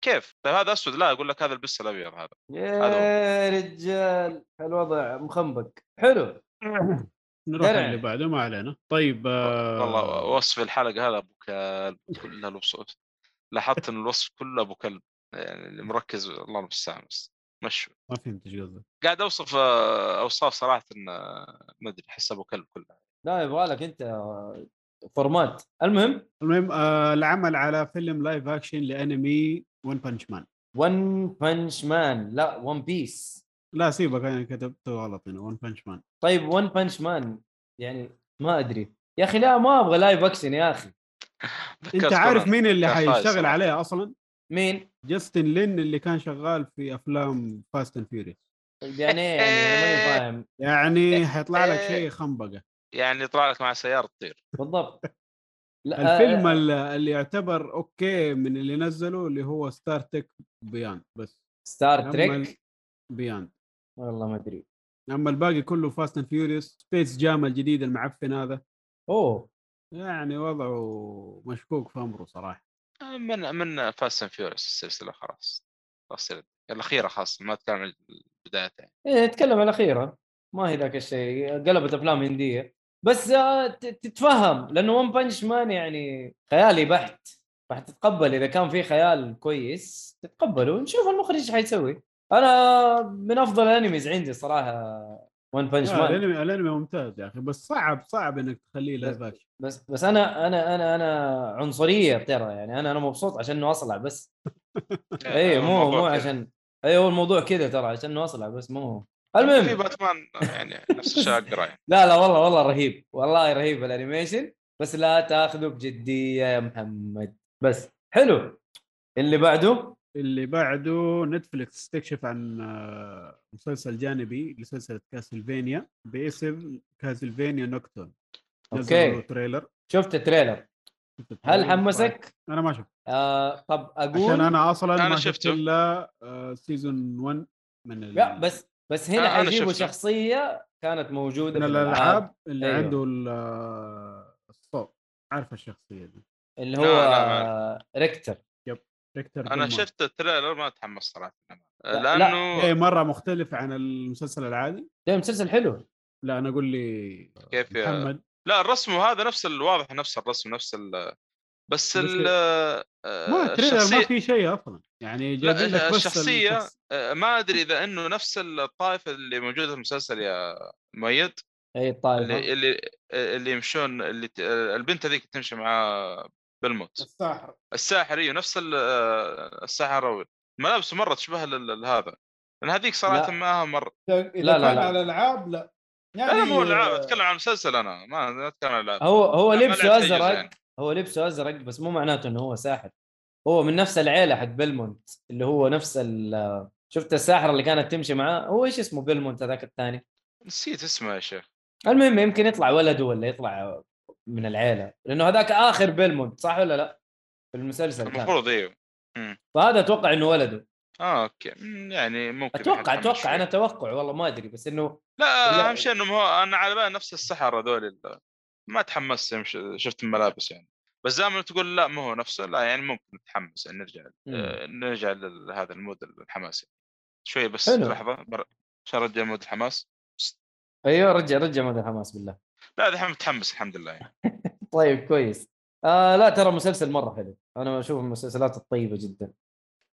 [SPEAKER 3] كيف؟ طيب هذا اسود لا اقول لك هذا البس الابيض هذا
[SPEAKER 2] يا رجال الوضع مخنبق حلو
[SPEAKER 4] نروح
[SPEAKER 2] درع.
[SPEAKER 4] اللي بعده ما علينا طيب آه،
[SPEAKER 3] والله وصف الحلقه هذا ابو كلب كل الوصف لاحظت ان الوصف كله ابو كلب يعني اللي مركز الله المستعان بس مشوا
[SPEAKER 4] ما فهمت ايش قصدك
[SPEAKER 3] قاعد اوصف آه، اوصاف صراحه آه، ما ادري احس ابو كلب كلها
[SPEAKER 2] لا يبغى لك انت فورمات المهم
[SPEAKER 4] المهم آه العمل على فيلم لايف اكشن لانمي ون بانش مان
[SPEAKER 2] ون بانش مان لا ون بيس
[SPEAKER 4] لا سيبك انا كتبته غلط هنا ون بانش مان
[SPEAKER 2] طيب ون بانش مان يعني ما ادري يا اخي لا ما ابغى لايف اكشن يا اخي
[SPEAKER 4] انت
[SPEAKER 3] تذكرت
[SPEAKER 4] عارف
[SPEAKER 3] كونان.
[SPEAKER 4] مين اللي
[SPEAKER 3] كان خايس
[SPEAKER 4] حيشتغل
[SPEAKER 3] صراحة.
[SPEAKER 4] عليه اصلا؟
[SPEAKER 2] مين؟
[SPEAKER 4] جاستن لين اللي كان شغال في افلام فاست اند فيوريس
[SPEAKER 2] طيب يعني إيه؟ يعني أنا ماني فاهم
[SPEAKER 3] إيه،
[SPEAKER 4] يعني حيطلع لك شيء خنبقه
[SPEAKER 3] يعني يطلع لك مع سياره تطير
[SPEAKER 2] بالضبط لا
[SPEAKER 4] الفيلم
[SPEAKER 2] آه،
[SPEAKER 4] ال- اللي يعتبر اوكي من اللي نزله اللي هو ستار تك بياند بس
[SPEAKER 2] ستار
[SPEAKER 4] أما ال-
[SPEAKER 2] تريك
[SPEAKER 4] بياند
[SPEAKER 2] والله ما ادري
[SPEAKER 4] اما الباقي كله فاست اند فيوريوس سبيس جام الجديد المعفن هذا
[SPEAKER 2] اوه
[SPEAKER 4] يعني وضعه مشكوك في امره صراحه
[SPEAKER 3] من من فاست اند فيوريوس السلسله خلاص خلاص يلا. الاخيره خاصه ما اتكلم عن البدايه يعني.
[SPEAKER 2] إيه نتكلم على الاخيره ما هي ذاك الشيء قلبت افلام هنديه بس آه، ت- تتفهم لانه ون بنش مان يعني خيالي بحت فحتتقبل اذا كان في خيال كويس تتقبله ونشوف المخرج ايش حيسوي انا من افضل الانميز عندي صراحه ون بنش
[SPEAKER 4] لا،
[SPEAKER 2] مان
[SPEAKER 4] الانمي الانمي آه، ممتاز يا اخي بس صعب صعب انك تخليه لايف اكشن
[SPEAKER 2] بس بس انا انا انا انا عنصريه ترى يعني انا انا مبسوط عشان انه اصلع بس اي إيه، مو مو
[SPEAKER 3] إيه، يعني الموضوع كذا.
[SPEAKER 2] عشان اي هو الموضوع كذا ترى عشان انه اصلع بس مو
[SPEAKER 3] إيه، في
[SPEAKER 2] المهم
[SPEAKER 3] باتمان يعني نفس الشيء اقرا يعني.
[SPEAKER 2] لا لا والله والله رهيب والله رهيب الانيميشن بس لا تاخذه بجديه يا محمد بس حلو اللي بعده
[SPEAKER 4] اللي بعده نتفلكس تكشف عن آه، مسلسل جانبي لسلسله كاسلفينيا باسم كاسلفينيا نوكتون
[SPEAKER 2] اوكي
[SPEAKER 4] تريلر
[SPEAKER 2] شفت التريلر هل حمسك؟
[SPEAKER 4] انا ما شفت
[SPEAKER 2] آه طب اقول
[SPEAKER 4] طيب. عشان انا اصلا
[SPEAKER 3] أنا
[SPEAKER 4] ما شفت
[SPEAKER 3] شفته.
[SPEAKER 4] الا سيزون 1 من ال-
[SPEAKER 2] لا بس بس هنا
[SPEAKER 3] آه، أنا
[SPEAKER 2] حيجيبوا
[SPEAKER 3] شفته.
[SPEAKER 2] شخصيه كانت موجوده
[SPEAKER 4] من
[SPEAKER 2] في
[SPEAKER 4] الالعاب اللي
[SPEAKER 2] أيوه.
[SPEAKER 4] أيوه. عنده ال- آه، الصوت عارف الشخصيه دي
[SPEAKER 2] اللي
[SPEAKER 3] لا،
[SPEAKER 2] هو
[SPEAKER 3] لا،
[SPEAKER 2] ريكتر
[SPEAKER 4] ريكتر
[SPEAKER 3] انا
[SPEAKER 4] دومار.
[SPEAKER 3] شفت التريلر ما اتحمس صراحه
[SPEAKER 2] لا.
[SPEAKER 3] لانه
[SPEAKER 4] اي مره إيه، مختلف عن المسلسل العادي
[SPEAKER 2] ده مسلسل حلو
[SPEAKER 4] لا انا اقول لي
[SPEAKER 3] كيف يا-
[SPEAKER 4] محمد
[SPEAKER 3] لا الرسم هذا نفس الواضح نفس الرسم نفس ال بس ال
[SPEAKER 4] ما
[SPEAKER 3] آه،
[SPEAKER 4] تريلر ما
[SPEAKER 3] الشخصية
[SPEAKER 4] في شيء اصلا يعني
[SPEAKER 3] لا،
[SPEAKER 4] جايبين لك بس
[SPEAKER 3] الشخصية-
[SPEAKER 4] الشخص.
[SPEAKER 3] آه، ما ادري اذا انه نفس الطائفة اللي موجودة في المسلسل يا مؤيد
[SPEAKER 2] اي الطائفه
[SPEAKER 3] اللي اللي اللي يمشون اللي ت- البنت هذيك تمشي مع بالموت
[SPEAKER 4] الساحر
[SPEAKER 3] الساحر ايوه نفس ال- آه، الساحر أول. ملابسه مره تشبه لل- لل- هذا لان هذيك صراحه
[SPEAKER 2] لا.
[SPEAKER 3] ما مره
[SPEAKER 4] اذا
[SPEAKER 2] لا، لا، كان لا. على
[SPEAKER 4] الالعاب لا يعني
[SPEAKER 3] لا لا مو العاب اتكلم عن مسلسل انا ما ما اتكلم عن العاب
[SPEAKER 2] هو هو
[SPEAKER 3] لا، ما
[SPEAKER 2] لبسه
[SPEAKER 3] لعبت أي جزء
[SPEAKER 2] ازرق
[SPEAKER 3] يعني.
[SPEAKER 2] هو لبسه ازرق بس مو معناته انه هو ساحر هو من نفس العيله حق بيلمونت اللي هو نفس ال- شفت الساحره اللي كانت تمشي معاه هو ايش اسمه بيلمونت هذاك الثاني
[SPEAKER 3] نسيت اسمه يا شيخ
[SPEAKER 2] المهم يمكن يطلع ولده ولا يطلع من العيله لانه هذاك اخر بيلمونت صح ولا لا في المسلسل كان
[SPEAKER 3] المفروض ايوه
[SPEAKER 2] فهذا اتوقع انه ولده
[SPEAKER 3] اه اوكي مم، يعني ممكن
[SPEAKER 2] اتوقع
[SPEAKER 3] أحد يتحمل
[SPEAKER 2] اتوقع
[SPEAKER 3] شوي.
[SPEAKER 2] انا توقع والله ما ادري بس انه
[SPEAKER 3] لا
[SPEAKER 2] لا.
[SPEAKER 3] اهم شيء انهم هو انا على بالي نفس السحر هذول ال- ما تحمست يوم ش- شفت الملابس يعني بس دائما تقول لا ما هو نفسه لا يعني ممكن نتحمس يعني نرجع آه، نرجع لهذا المود الحماسي شوي بس
[SPEAKER 2] حلو.
[SPEAKER 3] لحظه بر... عشان ارجع مود الحماس
[SPEAKER 2] ايوه رجع رجع مدى الحماس بالله
[SPEAKER 3] لا الحين متحمس الحمد لله يعني.
[SPEAKER 2] طيب كويس آه لا ترى مسلسل مره حلو انا اشوف المسلسلات الطيبه جدا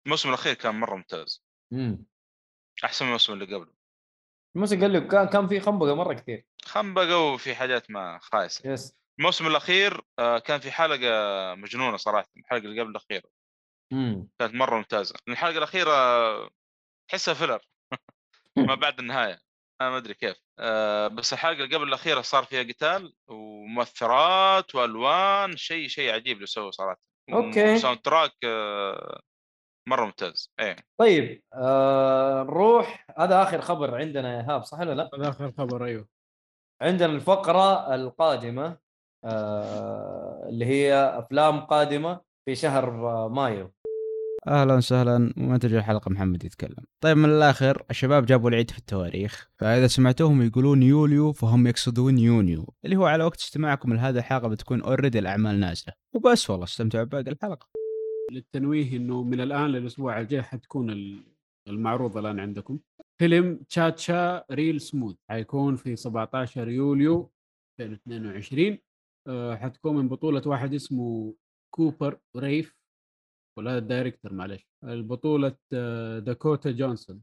[SPEAKER 3] الموسم الاخير كان مره ممتاز
[SPEAKER 2] امم
[SPEAKER 4] إمم.
[SPEAKER 3] احسن من الموسم اللي قبله
[SPEAKER 2] الموسم قال له كان كان في خنبقه مره كثير
[SPEAKER 3] خنبقه وفي حاجات ما خايسه
[SPEAKER 2] يس
[SPEAKER 3] الموسم الاخير آه، كان في حلقه مجنونه صراحه الحلقه اللي قبل الاخيره
[SPEAKER 4] إمم.
[SPEAKER 2] امم
[SPEAKER 3] كانت مره ممتازه الحلقه الاخيره تحسها فيلر
[SPEAKER 2] إمم.
[SPEAKER 3] ما بعد النهايه انا ما ادري كيف آه، بس الحلقه اللي قبل الاخيره صار فيها قتال ومؤثرات والوان شيء شيء عجيب اللي سووه صراحه
[SPEAKER 2] أوكي.
[SPEAKER 3] وساوند تراك آه، مره ممتاز ايه
[SPEAKER 2] طيب آه نروح هذا اخر خبر عندنا يا هاب صح ولا لا؟
[SPEAKER 4] هذا اخر خبر ايوه
[SPEAKER 2] عندنا الفقره القادمه آه اللي هي افلام قادمه في شهر آه، مايو
[SPEAKER 5] اهلا وسهلا منتج الحلقه محمد يتكلم طيب من الاخر الشباب جابوا العيد في التواريخ فاذا سمعتوهم يقولون يوليو فهم يقصدون يونيو اللي هو على وقت استماعكم لهذه الحلقه بتكون اوريدي الاعمال نازله وبس والله استمتعوا بباقي الحلقه
[SPEAKER 4] للتنويه انه من الان للاسبوع الجاي حتكون ال- المعروضه الان عندكم فيلم تشاتشا ريل سموث حيكون في 17 يوليو 2022 آه، حتكون من بطوله واحد اسمه كوبر ريف ولا الدايركتور معلش البطولة آه، داكوتا جونسون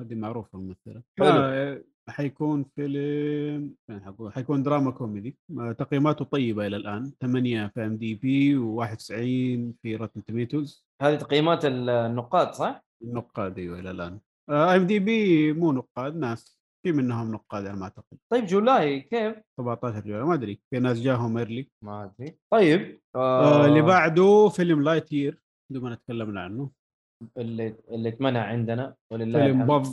[SPEAKER 4] هذه معروفة الممثلة
[SPEAKER 2] حلو.
[SPEAKER 4] آه، حيكون فيلم فين حقول؟ حيكون دراما كوميدي آه، تقييماته طيبة إلى الآن 8 في ام دي بي و91 في راتن توميتوز
[SPEAKER 2] هذه تقييمات النقاد صح؟
[SPEAKER 4] النقاد ايوه الى الان ام دي بي مو نقاد ناس في منهم نقاد انا ما اعتقد
[SPEAKER 2] طيب جولاي كيف؟
[SPEAKER 4] 17 جولاي ما ادري في ناس جاهم ايرلي
[SPEAKER 2] ما ادري طيب
[SPEAKER 4] آه اللي بعده فيلم لايت يير بدون ما تكلمنا عنه
[SPEAKER 2] اللي اللي اتمنع عندنا ولله
[SPEAKER 4] فيلم
[SPEAKER 2] الحمد.
[SPEAKER 4] بض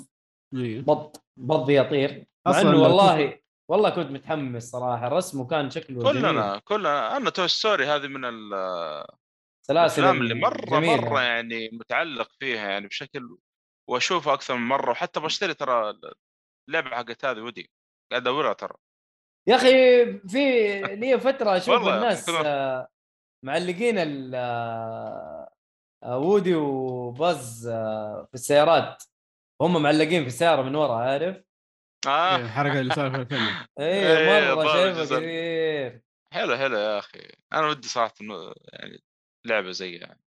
[SPEAKER 4] إيه.
[SPEAKER 2] بط بط يطير مع
[SPEAKER 4] أصلاً
[SPEAKER 2] انه
[SPEAKER 4] لو
[SPEAKER 2] والله والله كنت متحمس صراحه رسمه كان شكله جميل.
[SPEAKER 3] كلنا كلنا انا توي ستوري هذه من ال-
[SPEAKER 2] سلاسل
[SPEAKER 3] الافلام اللي مره
[SPEAKER 2] جميلة.
[SPEAKER 3] مره يعني متعلق فيها يعني بشكل واشوفها اكثر من مره وحتى بشتري ترى اللعبه حقت هذه ودي قاعد ادورها ترى
[SPEAKER 2] يا اخي في لي فتره اشوف
[SPEAKER 3] والله
[SPEAKER 2] الناس
[SPEAKER 3] كلنا-
[SPEAKER 2] آه، معلقين ال آه، آه، وودي وباز آه، في السيارات هم معلقين في السياره من ورا عارف؟
[SPEAKER 4] إيه،
[SPEAKER 3] اه
[SPEAKER 4] الحركه اللي صار في الفيلم
[SPEAKER 2] اي
[SPEAKER 3] إيه،
[SPEAKER 2] مره
[SPEAKER 3] ضارب
[SPEAKER 2] شايفه
[SPEAKER 3] جزر.
[SPEAKER 2] كثير
[SPEAKER 3] حلو حلو يا اخي انا ودي صراحه إنه يعني لعبه زي يعني.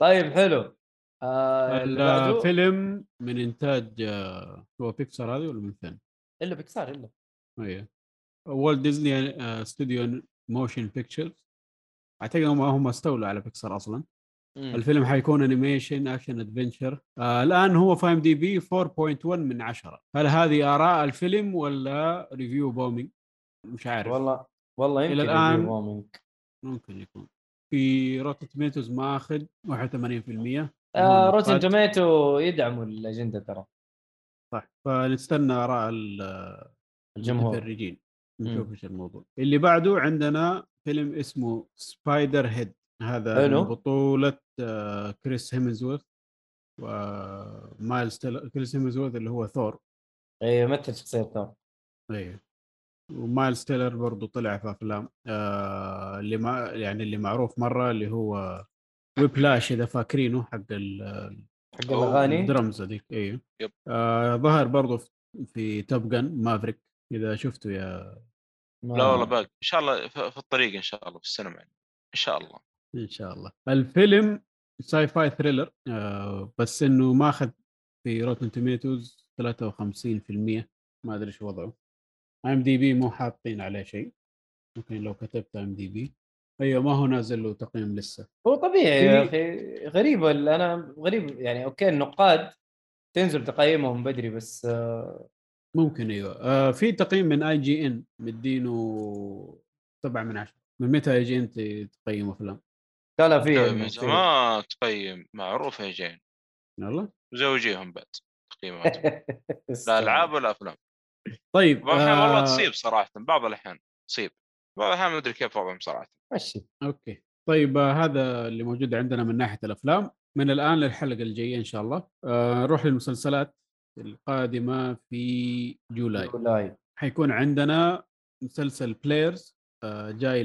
[SPEAKER 2] طيب حلو آه اللي بعده
[SPEAKER 4] الفيلم من انتاج آه، هو بيكسر هذه ولا من فين؟
[SPEAKER 2] الا بيكسار الا
[SPEAKER 4] ايوه والت ديزني آه، استوديو موشن بيكتشرز اعتقد هم هم استولوا على بيكسر اصلا الفيلم حيكون انيميشن اكشن ادفنشر آه الان هو في ام دي بي 4.1 من 10 هل هذه اراء الفيلم ولا ريفيو بومينج مش عارف
[SPEAKER 2] والله والله يمكن
[SPEAKER 4] إلى الآن-
[SPEAKER 2] يجيبوها منك.
[SPEAKER 4] ممكن يكون في روتن توميتوز ماخذ 81%
[SPEAKER 2] آه
[SPEAKER 4] هم
[SPEAKER 2] روتن
[SPEAKER 4] قد-
[SPEAKER 2] توميتو يدعموا الاجنده ترى
[SPEAKER 4] صح فنستنى اراء ال-
[SPEAKER 2] الجمهور
[SPEAKER 4] المتفرجين نشوف ايش الموضوع اللي بعده عندنا فيلم اسمه سبايدر هيد هذا
[SPEAKER 2] حلو.
[SPEAKER 4] من بطولة آه، كريس هيمزورث ومايلز تيلر كريس هيمزورث اللي هو ثور
[SPEAKER 2] اي إيه، يمثل شخصيه ثور
[SPEAKER 4] ايه ومايلز تيلر برضو طلع في افلام آه اللي ما يعني اللي معروف مره اللي هو ويبلاش اذا فاكرينه حق ال-
[SPEAKER 2] حق
[SPEAKER 3] أوه.
[SPEAKER 2] الاغاني
[SPEAKER 4] الدرمز هذيك ايه
[SPEAKER 3] يب.
[SPEAKER 4] آه ظهر برضو في- في توب جن مافريك اذا شفته يا
[SPEAKER 2] ما-
[SPEAKER 3] لا والله باقي ان شاء الله في في الطريق ان شاء الله في السينما يعني ان شاء الله
[SPEAKER 4] ان شاء الله الفيلم ساي فاي ثريلر آه بس انه ماخذ في روتن توميتوز 53% ما ادري شو وضعه ام دي بي مو حاطين عليه شيء ممكن لو كتبت ام دي بي ايوه ما هو نازل له تقييم لسه
[SPEAKER 2] هو طبيعي يا
[SPEAKER 4] في-
[SPEAKER 2] اخي غريب ال- انا غريب يعني اوكي النقاد تنزل تقييمهم بدري بس آه،
[SPEAKER 4] ممكن ايوه آه في تقييم من اي جي ان مدينه 7 من 10 من متى اي جي ان تقيم افلام؟
[SPEAKER 2] لا لا في
[SPEAKER 3] من
[SPEAKER 2] علمه، في-
[SPEAKER 3] زمان تقيم معروف يا جين
[SPEAKER 4] يلا
[SPEAKER 3] زوجيهم بعد
[SPEAKER 2] إيه،
[SPEAKER 3] تقييمات لا العاب ولا افلام
[SPEAKER 4] طيب
[SPEAKER 3] بعض الاحيان والله
[SPEAKER 2] آه.
[SPEAKER 3] تصيب صراحه بعض الاحيان تصيب بعض الاحيان ما ادري كيف وضعهم صراحه
[SPEAKER 2] ماشي
[SPEAKER 4] اوكي طيب آه، هذا اللي موجود عندنا من ناحيه الافلام من الان للحلقه الجايه ان شاء الله آه، نروح للمسلسلات القادمه في جولاي
[SPEAKER 2] جولاي
[SPEAKER 4] حيكون عندنا مسلسل بلايرز جاي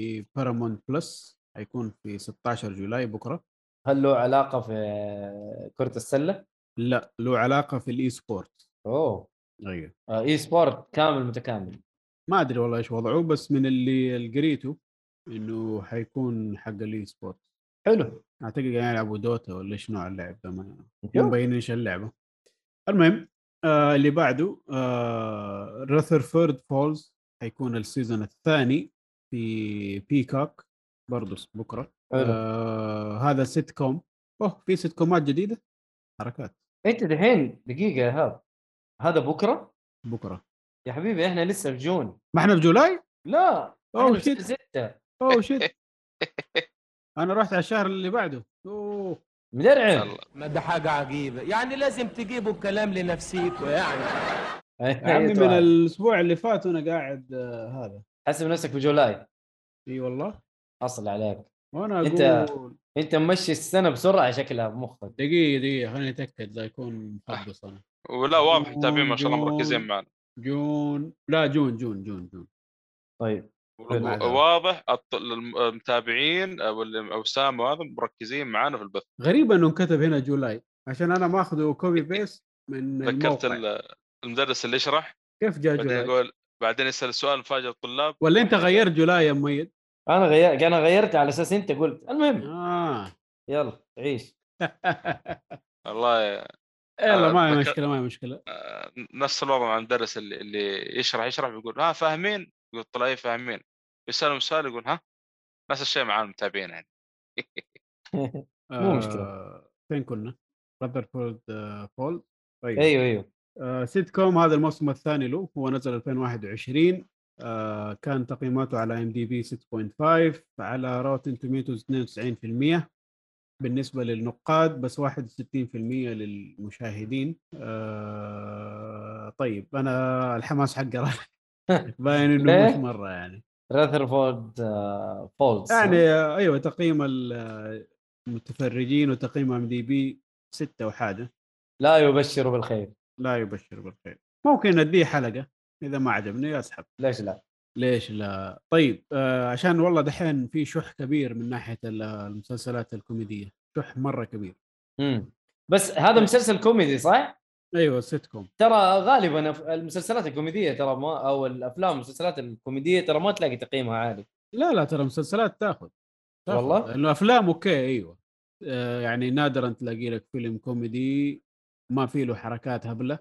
[SPEAKER 4] لبارامون بلس حيكون في 16 جولاي بكره
[SPEAKER 2] هل له علاقه في كره السله؟
[SPEAKER 4] لا له علاقه في الاي سبورت
[SPEAKER 2] اوه
[SPEAKER 4] ايوه
[SPEAKER 2] آه، اي سبورت كامل متكامل
[SPEAKER 4] ما ادري والله ايش وضعه بس من اللي اللي قريته انه حيكون حق الاي سبورت
[SPEAKER 2] حلو
[SPEAKER 4] اعتقد قاعدين يلعبوا دوتا ولا ايش نوع اللعب ده ما مو
[SPEAKER 2] شوف.
[SPEAKER 4] مبين ايش اللعبه المهم آه اللي بعده آه رثرفورد فولز حيكون السيزون الثاني في بيكوك برضه بكره
[SPEAKER 2] حلو.
[SPEAKER 4] آه هذا سيت كوم اوه في سيت كومات جديده حركات
[SPEAKER 2] انت دحين دقيقه يا هاب هذا بكره؟
[SPEAKER 4] بكره
[SPEAKER 2] يا حبيبي احنا لسه في جون
[SPEAKER 4] ما احنا في جولاي
[SPEAKER 2] لا
[SPEAKER 4] اوه
[SPEAKER 2] احنا في
[SPEAKER 4] شيت
[SPEAKER 2] سته
[SPEAKER 4] اوه شيت انا رحت على الشهر اللي بعده اوه
[SPEAKER 2] مدرعم
[SPEAKER 3] الله
[SPEAKER 6] ما ده حاجة عجيبة يعني لازم تجيبوا الكلام لنفسيكوا يعني
[SPEAKER 2] أيوة
[SPEAKER 4] يا عمي من الاسبوع اللي فات وانا قاعد آه هذا
[SPEAKER 2] طيب. حسب نفسك في جولاي
[SPEAKER 4] اي والله
[SPEAKER 2] اصل عليك
[SPEAKER 4] وانا
[SPEAKER 2] أنت-
[SPEAKER 4] اقول
[SPEAKER 2] انت ممشي السنه بسرعه شكلها بمخك
[SPEAKER 4] دقيقة دقيقة خليني اتاكد لا يكون مخبص انا
[SPEAKER 3] ولا واضح التابعين ما شاء الله مركزين معنا
[SPEAKER 4] جون لا جون جون جون جون
[SPEAKER 2] طيب
[SPEAKER 4] معنا.
[SPEAKER 3] واضح الط- الم- المتابعين او ال- او سام وهذا مركزين معانا في البث
[SPEAKER 4] غريب انه انكتب هنا جولاي عشان انا ماخذه كوبي بيست من
[SPEAKER 3] ذكرت
[SPEAKER 4] الموقع.
[SPEAKER 3] ال- المدرس اللي يشرح
[SPEAKER 4] كيف جاء
[SPEAKER 3] بعدين
[SPEAKER 4] جولاي؟
[SPEAKER 3] يقول بعدين يسال سؤال مفاجئ الطلاب
[SPEAKER 4] ولا انت غيرت جولاي يا مميز؟
[SPEAKER 2] انا غير انا غيرت على اساس انت قلت المهم
[SPEAKER 4] اه
[SPEAKER 2] يلا عيش
[SPEAKER 3] الله ي-
[SPEAKER 4] يلا ما هي
[SPEAKER 3] آه، ذكر-
[SPEAKER 4] مشكلة ما هي مشكلة
[SPEAKER 3] آه، نفس الوضع مع المدرس اللي, اللي يشرح يشرح بيقول ها فاهمين؟ يقول طلاب فاهمين يسالهم سؤال يقول ها نفس الشيء مع المتابعين يعني
[SPEAKER 2] مو مشكلة.
[SPEAKER 4] آه، فين كنا؟ رذرفورد آه، فول طيب
[SPEAKER 2] ايوه ايوه
[SPEAKER 4] آه، سيت كوم هذا الموسم الثاني له هو نزل 2021 آه، كان تقييماته على ام دي بي 6.5 على روتن توميتوز 92% بالنسبة للنقاد بس 61% للمشاهدين آه، طيب أنا الحماس حقي راح. باين إنه
[SPEAKER 2] ليه؟
[SPEAKER 4] مش مرة يعني
[SPEAKER 2] راثرفورد فولز
[SPEAKER 4] يعني آه، أيوه تقييم ال- آه، المتفرجين وتقييم ام دي بي 6 وحاجة
[SPEAKER 2] لا يبشر بالخير
[SPEAKER 4] لا يبشر بالخير ممكن أديه حلقة إذا ما عجبني أسحب
[SPEAKER 2] ليش لا
[SPEAKER 4] ليش لا طيب آه عشان والله دحين في شح كبير من ناحيه ال- المسلسلات الكوميديه شح مره كبير
[SPEAKER 2] مم. بس هذا مسلسل كوميدي صح؟
[SPEAKER 4] ايوه السيت كوم
[SPEAKER 2] ترى غالبا أف- المسلسلات الكوميديه ترى ما او الافلام المسلسلات الكوميديه ترى ما تلاقي تقييمها عالي
[SPEAKER 4] لا لا ترى مسلسلات تاخذ تاخذ.
[SPEAKER 2] والله؟
[SPEAKER 4] لانه افلام اوكي ايوه آه يعني نادرا تلاقي لك فيلم كوميدي ما في له حركات هبله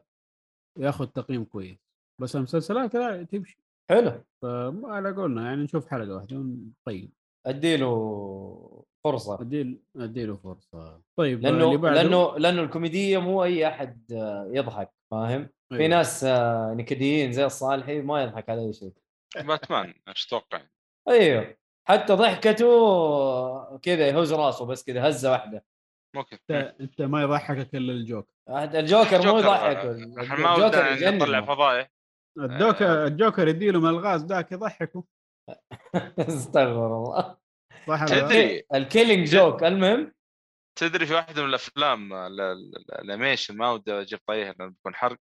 [SPEAKER 4] ياخذ تقييم كويس بس المسلسلات لا تمشي
[SPEAKER 2] حلو
[SPEAKER 4] فما على قولنا يعني نشوف حلقه واحده ونقيم
[SPEAKER 2] اديله فرصه
[SPEAKER 4] اديله اديله فرصه طيب
[SPEAKER 2] لانه
[SPEAKER 4] اللي بعده
[SPEAKER 2] لانه لانه الكوميديه مو اي احد آه، يضحك فاهم؟ في
[SPEAKER 4] أيوه.
[SPEAKER 2] ناس آه، نكديين زي الصالحي ما يضحك على اي شيء
[SPEAKER 3] باتمان يعني. ايش تتوقع؟
[SPEAKER 2] ايوه حتى ضحكته كذا يهز راسه بس كذا هزه واحده
[SPEAKER 3] ممكن
[SPEAKER 4] انت انت ما يضحكك الا الجوكر
[SPEAKER 2] أحد- الجوكر مو يضحك
[SPEAKER 3] آه، احنا ما ودنا
[SPEAKER 2] يجنن.
[SPEAKER 3] نطلع فضائح
[SPEAKER 4] الجوكر الجوكر يديله من الغاز ذاك يضحكه
[SPEAKER 2] استغفر الله
[SPEAKER 4] صح ولا لا؟
[SPEAKER 3] تدري
[SPEAKER 2] الكيلينج جوك المهم
[SPEAKER 3] تدري في واحده من الافلام ال- ال- ال- الانيميشن ما ودي اجيب طريقها لانه بيكون حرق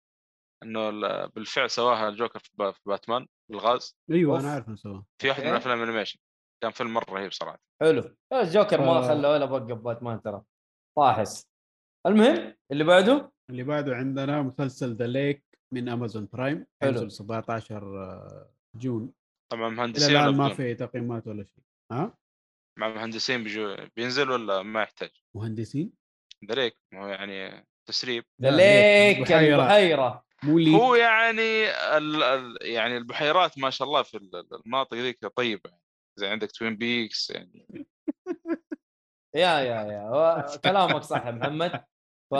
[SPEAKER 3] انه ال- بالفعل سواها الجوكر في با- في باتمان بالغاز
[SPEAKER 4] ايوه
[SPEAKER 2] أوف.
[SPEAKER 4] انا عارف نسواه
[SPEAKER 3] في واحده من
[SPEAKER 2] إيه؟
[SPEAKER 3] الافلام الانيميشن كان فيلم مره رهيب صراحه
[SPEAKER 2] حلو الجوكر ما
[SPEAKER 4] آه.
[SPEAKER 2] خلى ولا بقى باتمان ترى طاحس المهم اللي بعده
[SPEAKER 4] اللي بعده عندنا مسلسل ذا ليك من امازون برايم
[SPEAKER 2] حلو.
[SPEAKER 4] حلو 17 آه، جون
[SPEAKER 3] طبعا
[SPEAKER 4] الى
[SPEAKER 3] مهندسين
[SPEAKER 4] الان
[SPEAKER 3] ولا
[SPEAKER 4] ما
[SPEAKER 3] بدون؟
[SPEAKER 4] في تقييمات ولا شيء ها
[SPEAKER 3] مع مهندسين بيجو بينزل ولا ما يحتاج
[SPEAKER 4] مهندسين
[SPEAKER 3] دريك ما هو يعني تسريب
[SPEAKER 2] ذا
[SPEAKER 4] لا، ليك.
[SPEAKER 2] ليك
[SPEAKER 4] بحيرة.
[SPEAKER 2] البحيره
[SPEAKER 4] مو لي
[SPEAKER 3] هو يعني ال... ال- يعني البحيرات ما شاء الله في ال- ال- المناطق ذيك طيبه زي عندك توين بيكس يعني
[SPEAKER 2] يا يا يا هو كلامك صح يا محمد ف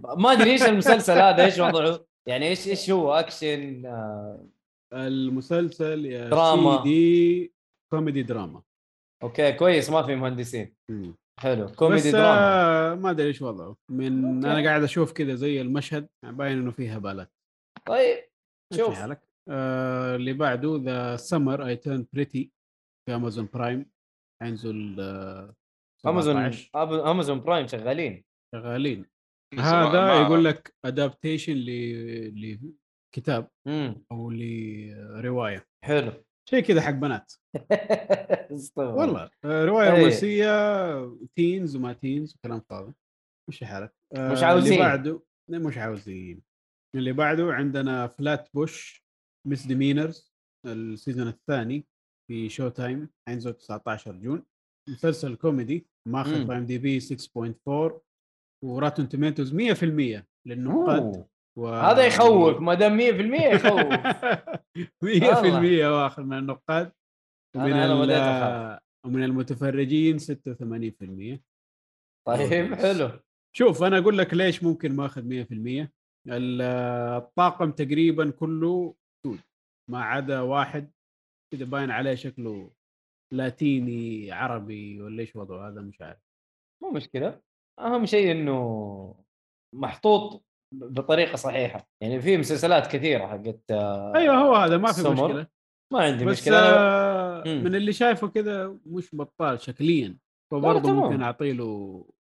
[SPEAKER 2] ما ادري ايش المسلسل هذا ايش وضعه يعني ايش ايش هو اكشن آه،
[SPEAKER 4] المسلسل يا
[SPEAKER 2] دراما.
[SPEAKER 4] سيدي كوميدي دراما
[SPEAKER 2] اوكي كويس ما في مهندسين
[SPEAKER 4] مم.
[SPEAKER 2] حلو
[SPEAKER 4] بس
[SPEAKER 2] كوميدي دراما
[SPEAKER 4] آه، ما ادري ايش وضعه من انا قاعد اشوف كذا زي المشهد باين انه فيها بالات
[SPEAKER 2] طيب
[SPEAKER 4] ماشي
[SPEAKER 2] شوف.
[SPEAKER 4] حالك آه، اللي بعده ذا سمر اي تيرن بريتي في امازون برايم حينزل آه،
[SPEAKER 2] امازون
[SPEAKER 4] 17.
[SPEAKER 2] أب- امازون برايم شغالين
[SPEAKER 4] شغالين
[SPEAKER 3] بس ما-
[SPEAKER 4] هذا
[SPEAKER 3] ما-
[SPEAKER 4] يقول لك ادابتيشن ل لكتاب
[SPEAKER 2] امم
[SPEAKER 4] او لروايه
[SPEAKER 2] حلو
[SPEAKER 4] آه، شيء كذا حق بنات
[SPEAKER 2] استغرب.
[SPEAKER 4] والله آه، روايه
[SPEAKER 2] إيه.
[SPEAKER 4] رومانسيه تينز وما تينز وكلام فاضي مش حالك آه،
[SPEAKER 2] مش عاوزين.
[SPEAKER 4] اللي بعده لا، مش عاوزين اللي بعده عندنا فلات بوش مس ديمينرز السيزون الثاني في شو تايم حينزل 19 جون مسلسل كوميدي ماخذ
[SPEAKER 2] مم.
[SPEAKER 4] ام دي بي 6.4 وراتن توميتوز 100% للنقاد
[SPEAKER 2] أوه.
[SPEAKER 4] و...
[SPEAKER 2] هذا
[SPEAKER 4] آه.
[SPEAKER 2] يخوف ما دام 100% يخوف
[SPEAKER 4] 100% واخذ من النقاد
[SPEAKER 2] أنا-
[SPEAKER 4] ومن
[SPEAKER 2] أنا
[SPEAKER 4] ال-
[SPEAKER 2] بديت أخاف.
[SPEAKER 4] ومن المتفرجين 86%
[SPEAKER 2] طيب حلو
[SPEAKER 4] شوف انا اقول لك ليش ممكن ما اخذ 100% ال- الطاقم تقريبا كله سود ما عدا واحد كذا باين عليه شكله لاتيني عربي ولا ايش وضعه هذا مش عارف
[SPEAKER 2] مو مشكله اهم شيء انه محطوط ب- بطريقه صحيحه يعني في مسلسلات كثيره حقت آه،
[SPEAKER 4] ايوه هو هذا ما في
[SPEAKER 2] سمر.
[SPEAKER 4] مشكله
[SPEAKER 2] ما عندي
[SPEAKER 4] بس
[SPEAKER 2] مشكله أنا-
[SPEAKER 4] آه،
[SPEAKER 2] مم.
[SPEAKER 4] من اللي شايفه كذا مش بطال شكليا فبرضه
[SPEAKER 2] تمام.
[SPEAKER 4] ممكن اعطي له اعطي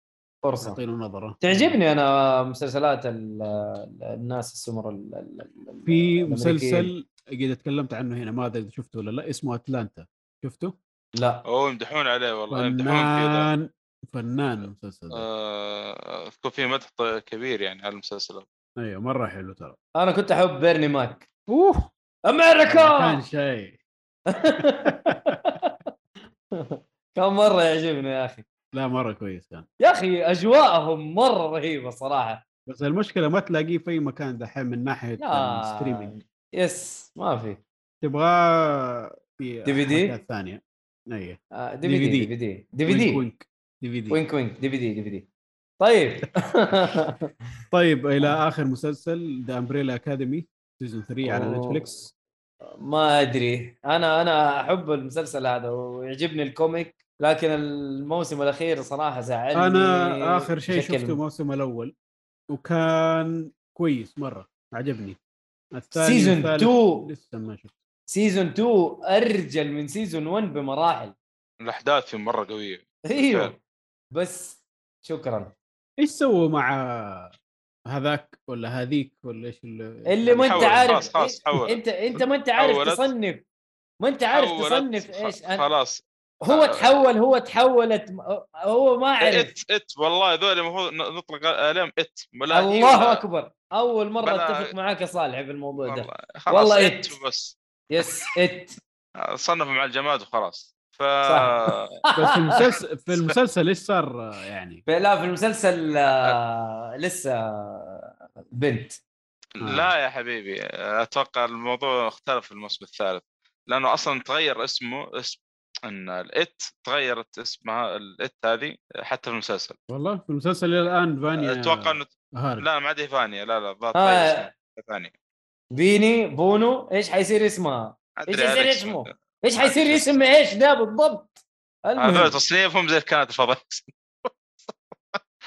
[SPEAKER 2] فرصه
[SPEAKER 4] له نظره
[SPEAKER 2] تعجبني انا مسلسلات ال- ال- الناس السمر ال- ال- ال- ال-
[SPEAKER 4] في
[SPEAKER 2] الأمريكيين.
[SPEAKER 4] مسلسل قد تكلمت عنه هنا ما ادري إذا شفته ولا لا اسمه اتلانتا شفته؟
[SPEAKER 2] لا
[SPEAKER 3] اوه يمدحون عليه والله يمدحون فيه ذا.
[SPEAKER 4] فنان فنان المسلسل ده.
[SPEAKER 3] آه، اذكر فيه مدح ط- كبير يعني على المسلسل
[SPEAKER 4] ايوه مره حلو ترى
[SPEAKER 2] انا كنت احب بيرني ماك
[SPEAKER 4] اوه كان
[SPEAKER 2] امريكا
[SPEAKER 4] شيء
[SPEAKER 2] كان مره يعجبني يا اخي
[SPEAKER 4] لا مره كويس كان
[SPEAKER 2] يا اخي اجواءهم مره رهيبه صراحه
[SPEAKER 4] بس المشكله ما تلاقيه في اي مكان دحين من ناحيه
[SPEAKER 2] لا.
[SPEAKER 4] الستريمينج
[SPEAKER 2] يس ما في
[SPEAKER 4] تبغاه في
[SPEAKER 2] دي في دي؟
[SPEAKER 4] حركات ثانيه ايوه
[SPEAKER 2] آه، دي في دي دي في دي دي في دي
[SPEAKER 4] وينك وينك. دي في دي
[SPEAKER 2] وينك وينك دي في دي دي في دي طيب
[SPEAKER 4] طيب الى اخر مسلسل ذا امبريلا اكاديمي سيزون 3 على
[SPEAKER 2] أوه.
[SPEAKER 4] نتفلكس
[SPEAKER 2] ما ادري انا انا احب المسلسل هذا ويعجبني الكوميك لكن الموسم الاخير صراحه زعلني
[SPEAKER 4] انا اخر شيء
[SPEAKER 2] بشكل-
[SPEAKER 4] شفته الموسم الاول وكان كويس مره عجبني الثاني
[SPEAKER 2] سيزون
[SPEAKER 4] والثالث
[SPEAKER 2] 2.
[SPEAKER 4] لسه ما شفته
[SPEAKER 2] سيزون 2 ارجل من سيزون 1 بمراحل
[SPEAKER 3] الاحداث فيه مره قويه
[SPEAKER 2] ايوه بس شكرا
[SPEAKER 4] ايش سووا مع هذاك ولا هذيك ولا ايش اللي,
[SPEAKER 2] اللي ما انت
[SPEAKER 3] حول،
[SPEAKER 2] عارف
[SPEAKER 3] خلاص، خلاص، حول.
[SPEAKER 2] انت انت ما انت عارف
[SPEAKER 3] حولت.
[SPEAKER 2] تصنف ما انت عارف
[SPEAKER 3] حولت-
[SPEAKER 2] تصنف
[SPEAKER 3] خ-
[SPEAKER 2] ايش أنا-
[SPEAKER 3] خلاص
[SPEAKER 2] هو تحول هو تحولت هو ما عرف
[SPEAKER 3] ات ات والله هذول المفروض ن- نطلق الام ات ولا هي
[SPEAKER 2] الله
[SPEAKER 3] ولا-
[SPEAKER 2] اكبر اول مره
[SPEAKER 3] إيه، بلا-
[SPEAKER 2] اتفق معاك يا صالح في الموضوع ده
[SPEAKER 3] والله- خلاص
[SPEAKER 2] والله
[SPEAKER 3] ات
[SPEAKER 2] إت.
[SPEAKER 3] بس
[SPEAKER 2] يس ات
[SPEAKER 3] صنف مع الجماد وخلاص ف
[SPEAKER 4] بس في المسلسل في المسلسل ايش صار آه، يعني
[SPEAKER 2] لا في المسلسل آه، لسه آه، بنت
[SPEAKER 3] لا يا حبيبي اتوقع الموضوع اختلف في الموسم الثالث لانه اصلا تغير اسمه اسم ان الات تغيرت اسمها الات هذه حتى في المسلسل
[SPEAKER 4] والله في المسلسل الى الان فانيا
[SPEAKER 3] اتوقع انه
[SPEAKER 4] هارب
[SPEAKER 3] لا ما عاد هي فانيا لا لا ضابط
[SPEAKER 2] آه.
[SPEAKER 3] آه. فانيا
[SPEAKER 2] بيني بونو ايش حيصير اسمها؟
[SPEAKER 3] أدري
[SPEAKER 2] إيش يصير
[SPEAKER 3] عليك.
[SPEAKER 2] اسمه؟ ايش حيصير اسم ايش ده بالضبط؟
[SPEAKER 3] هذول
[SPEAKER 2] المهم
[SPEAKER 3] تصنيفهم زي الكائنات الفضائيه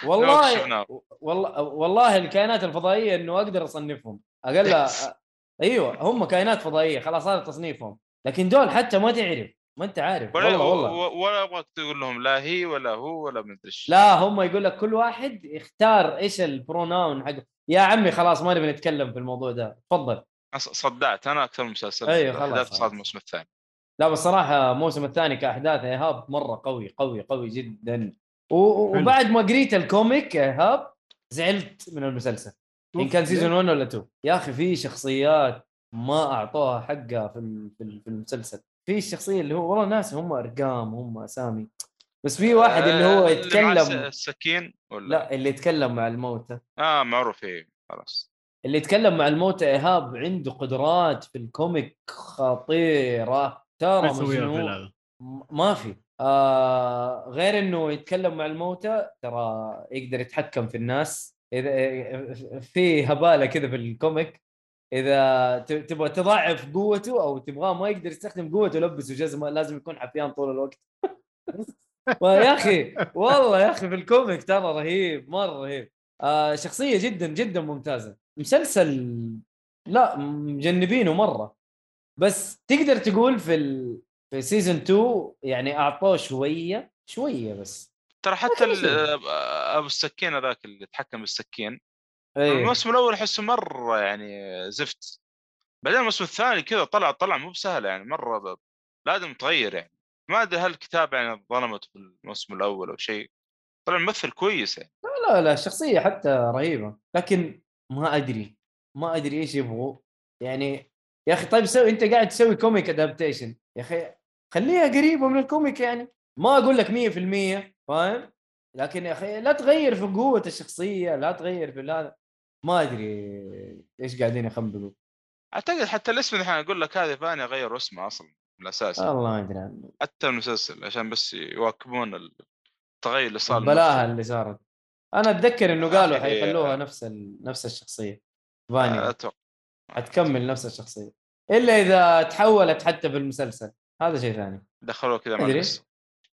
[SPEAKER 3] لو
[SPEAKER 2] والله
[SPEAKER 3] شفناه.
[SPEAKER 2] والله والله الكائنات الفضائيه انه اقدر اصنفهم اقل أ- ايوه هم كائنات فضائيه خلاص هذا تصنيفهم لكن دول حتى ما تعرف ما انت عارف
[SPEAKER 3] ولا
[SPEAKER 2] والله والله
[SPEAKER 3] و- ولا ابغاك تقول لهم لا هي ولا هو ولا مدري ايش
[SPEAKER 2] لا هم يقول لك كل واحد يختار ايش البروناون حقه يا عمي خلاص ما نبي نتكلم في الموضوع ده تفضل
[SPEAKER 3] أص- صدعت انا اكثر من مسلسل
[SPEAKER 2] أيوة، خلاص،
[SPEAKER 3] الاحداث
[SPEAKER 2] خلاص.
[SPEAKER 3] صارت الموسم الثاني
[SPEAKER 2] لا بس صراحه الموسم الثاني كاحداث ايهاب مره قوي قوي قوي جدا و- و-
[SPEAKER 4] حلو.
[SPEAKER 2] وبعد ما قريت الكوميك يا ايهاب زعلت من المسلسل ان كان سيزون 1 ولا 2 يا اخي في شخصيات ما اعطوها حقها في ال- في ال- في المسلسل في الشخصيه اللي هو والله ناس هم ارقام هم اسامي بس في واحد اللي هو
[SPEAKER 3] آه، معاه
[SPEAKER 2] يتكلم
[SPEAKER 3] الس- السكين ولا
[SPEAKER 2] لا اللي يتكلم مع الموتى
[SPEAKER 3] اه معروف ايه خلاص
[SPEAKER 2] اللي يتكلم مع الموتى ايهاب عنده قدرات في الكوميك خطيره
[SPEAKER 4] ما
[SPEAKER 2] ترى
[SPEAKER 4] يسويها في
[SPEAKER 2] مجنون
[SPEAKER 4] هذا
[SPEAKER 2] م- ما في آه غير انه يتكلم مع الموتى ترى يقدر يتحكم في الناس اذا في هباله كذا في الكوميك اذا ت- تبغى تضاعف قوته او تبغاه ما يقدر يستخدم قوته لبسه جزمه لازم يكون حفيان طول الوقت يا اخي والله يا اخي في الكوميك ترى رهيب مره رهيب آه شخصيه جدا جدا ممتازه مسلسل لا مجنبينه مره بس تقدر تقول في ال... في سيزون 2 يعني اعطوه شويه شويه بس
[SPEAKER 3] ترى حتى
[SPEAKER 2] كان
[SPEAKER 3] ال-
[SPEAKER 2] يسوي.
[SPEAKER 3] آه، ابو السكين هذاك اللي يتحكم بالسكين
[SPEAKER 2] ايه
[SPEAKER 3] الموسم الاول احسه مره يعني زفت بعدين الموسم الثاني كذا طلع طلع مو بسهل يعني مره ب- لازم متغير يعني ما ادري هل الكتاب يعني ظلمت في الموسم الاول او شيء طلع ممثل كويس يعني
[SPEAKER 2] لا لا شخصيه حتى رهيبه لكن ما ادري ما ادري ايش يبغوا يعني يا اخي طيب سوي انت قاعد تسوي كوميك ادابتيشن يا اخي خليها قريبه من الكوميك يعني ما اقول لك 100% فاهم لكن يا اخي لا تغير في قوه الشخصيه لا تغير في هذا ما ادري ايش قاعدين يخنبقوا
[SPEAKER 3] اعتقد حتى الاسم الحين اقول لك هذه فاني غيروا اسمه اصلا من الاساس
[SPEAKER 2] والله ما ادري عنه.
[SPEAKER 3] حتى المسلسل عشان بس يواكبون التغير اللي صار
[SPEAKER 2] البلاهه اللي صارت انا اتذكر انه قالوا
[SPEAKER 3] أخي-
[SPEAKER 2] حيخلوها نفس ال... نفس الشخصيه
[SPEAKER 3] آه،
[SPEAKER 2] فانيا
[SPEAKER 3] اتوقع
[SPEAKER 2] حتكمل نفس الشخصيه الا اذا تحولت حتى في المسلسل هذا شيء ثاني
[SPEAKER 3] دخلوه كذا مع
[SPEAKER 2] أدري.
[SPEAKER 3] القصة.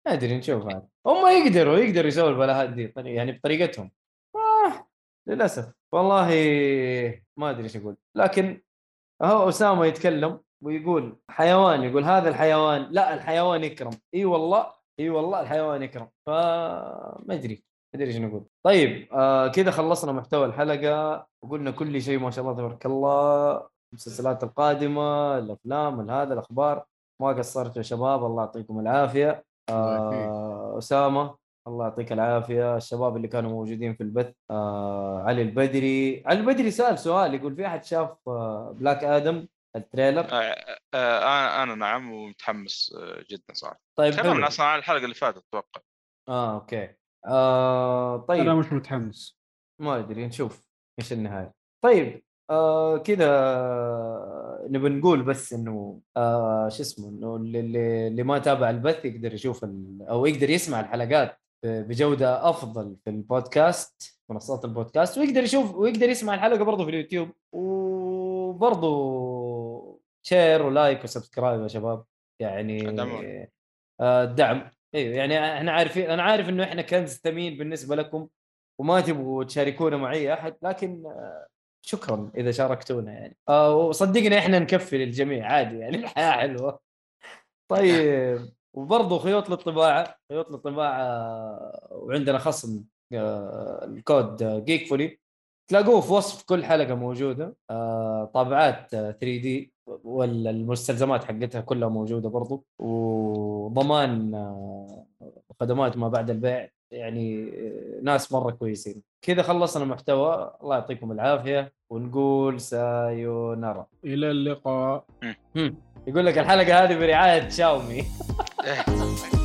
[SPEAKER 2] ما ادري نشوف هذا هم يقدروا يقدروا يسووا البلاهات دي طري- يعني بطريقتهم آه للاسف والله ما ادري ايش اقول لكن هو اسامه يتكلم ويقول حيوان يقول هذا الحيوان لا الحيوان يكرم اي والله اي والله الحيوان يكرم فما ادري ما ادري ايش نقول طيب آه كذا خلصنا محتوى الحلقه وقلنا كل شيء ما شاء الله تبارك الله المسلسلات القادمه الافلام هذا الاخبار ما قصرتوا يا شباب الله يعطيكم العافيه
[SPEAKER 4] الله يعافيك.
[SPEAKER 2] آه اسامه الله يعطيك العافيه الشباب اللي كانوا موجودين في البث آه علي البدري علي البدري سال سؤال يقول في احد شاف آه بلاك ادم التريلر
[SPEAKER 3] آه، آه، انا انا نعم ومتحمس آه، جدا صراحه
[SPEAKER 2] طيب حلو.
[SPEAKER 3] تكلمنا اصلا عن الحلقه اللي فاتت اتوقع
[SPEAKER 2] اه اوكي آه طيب
[SPEAKER 4] انا مش متحمس
[SPEAKER 2] ما ادري نشوف ايش النهايه طيب آه كذا نبي نقول بس انه آه شو اسمه انه اللي- اللي, اللي ما تابع البث يقدر يشوف ال- او يقدر يسمع الحلقات بجوده افضل في البودكاست منصات البودكاست ويقدر يشوف ويقدر يسمع الحلقه برضه في اليوتيوب وبرضه شير ولايك وسبسكرايب يا شباب يعني
[SPEAKER 3] دعمونا.
[SPEAKER 2] آه، الدعم ايوه يعني احنا عارفين انا عارف انه احنا كنز ثمين بالنسبه لكم وما تبغوا تشاركونا مع اي احد لكن آه، شكرا اذا شاركتونا يعني آه، وصدقني احنا نكفي للجميع عادي يعني الحياه حلوه طيب وبرضه خيوط للطباعه خيوط للطباعه آه، وعندنا خصم آه، الكود جيك فولي تلاقوه في وصف كل حلقه موجوده آه، طابعات 3 دي ولا المستلزمات حقتها كلها موجوده برضو وضمان آه، خدمات ما بعد البيع يعني آه، ناس مره كويسين كذا خلصنا المحتوى الله يعطيكم العافيه ونقول سايونارا
[SPEAKER 4] الى اللقاء
[SPEAKER 2] يقول لك الحلقه هذه برعايه شاومي
[SPEAKER 3] إيه.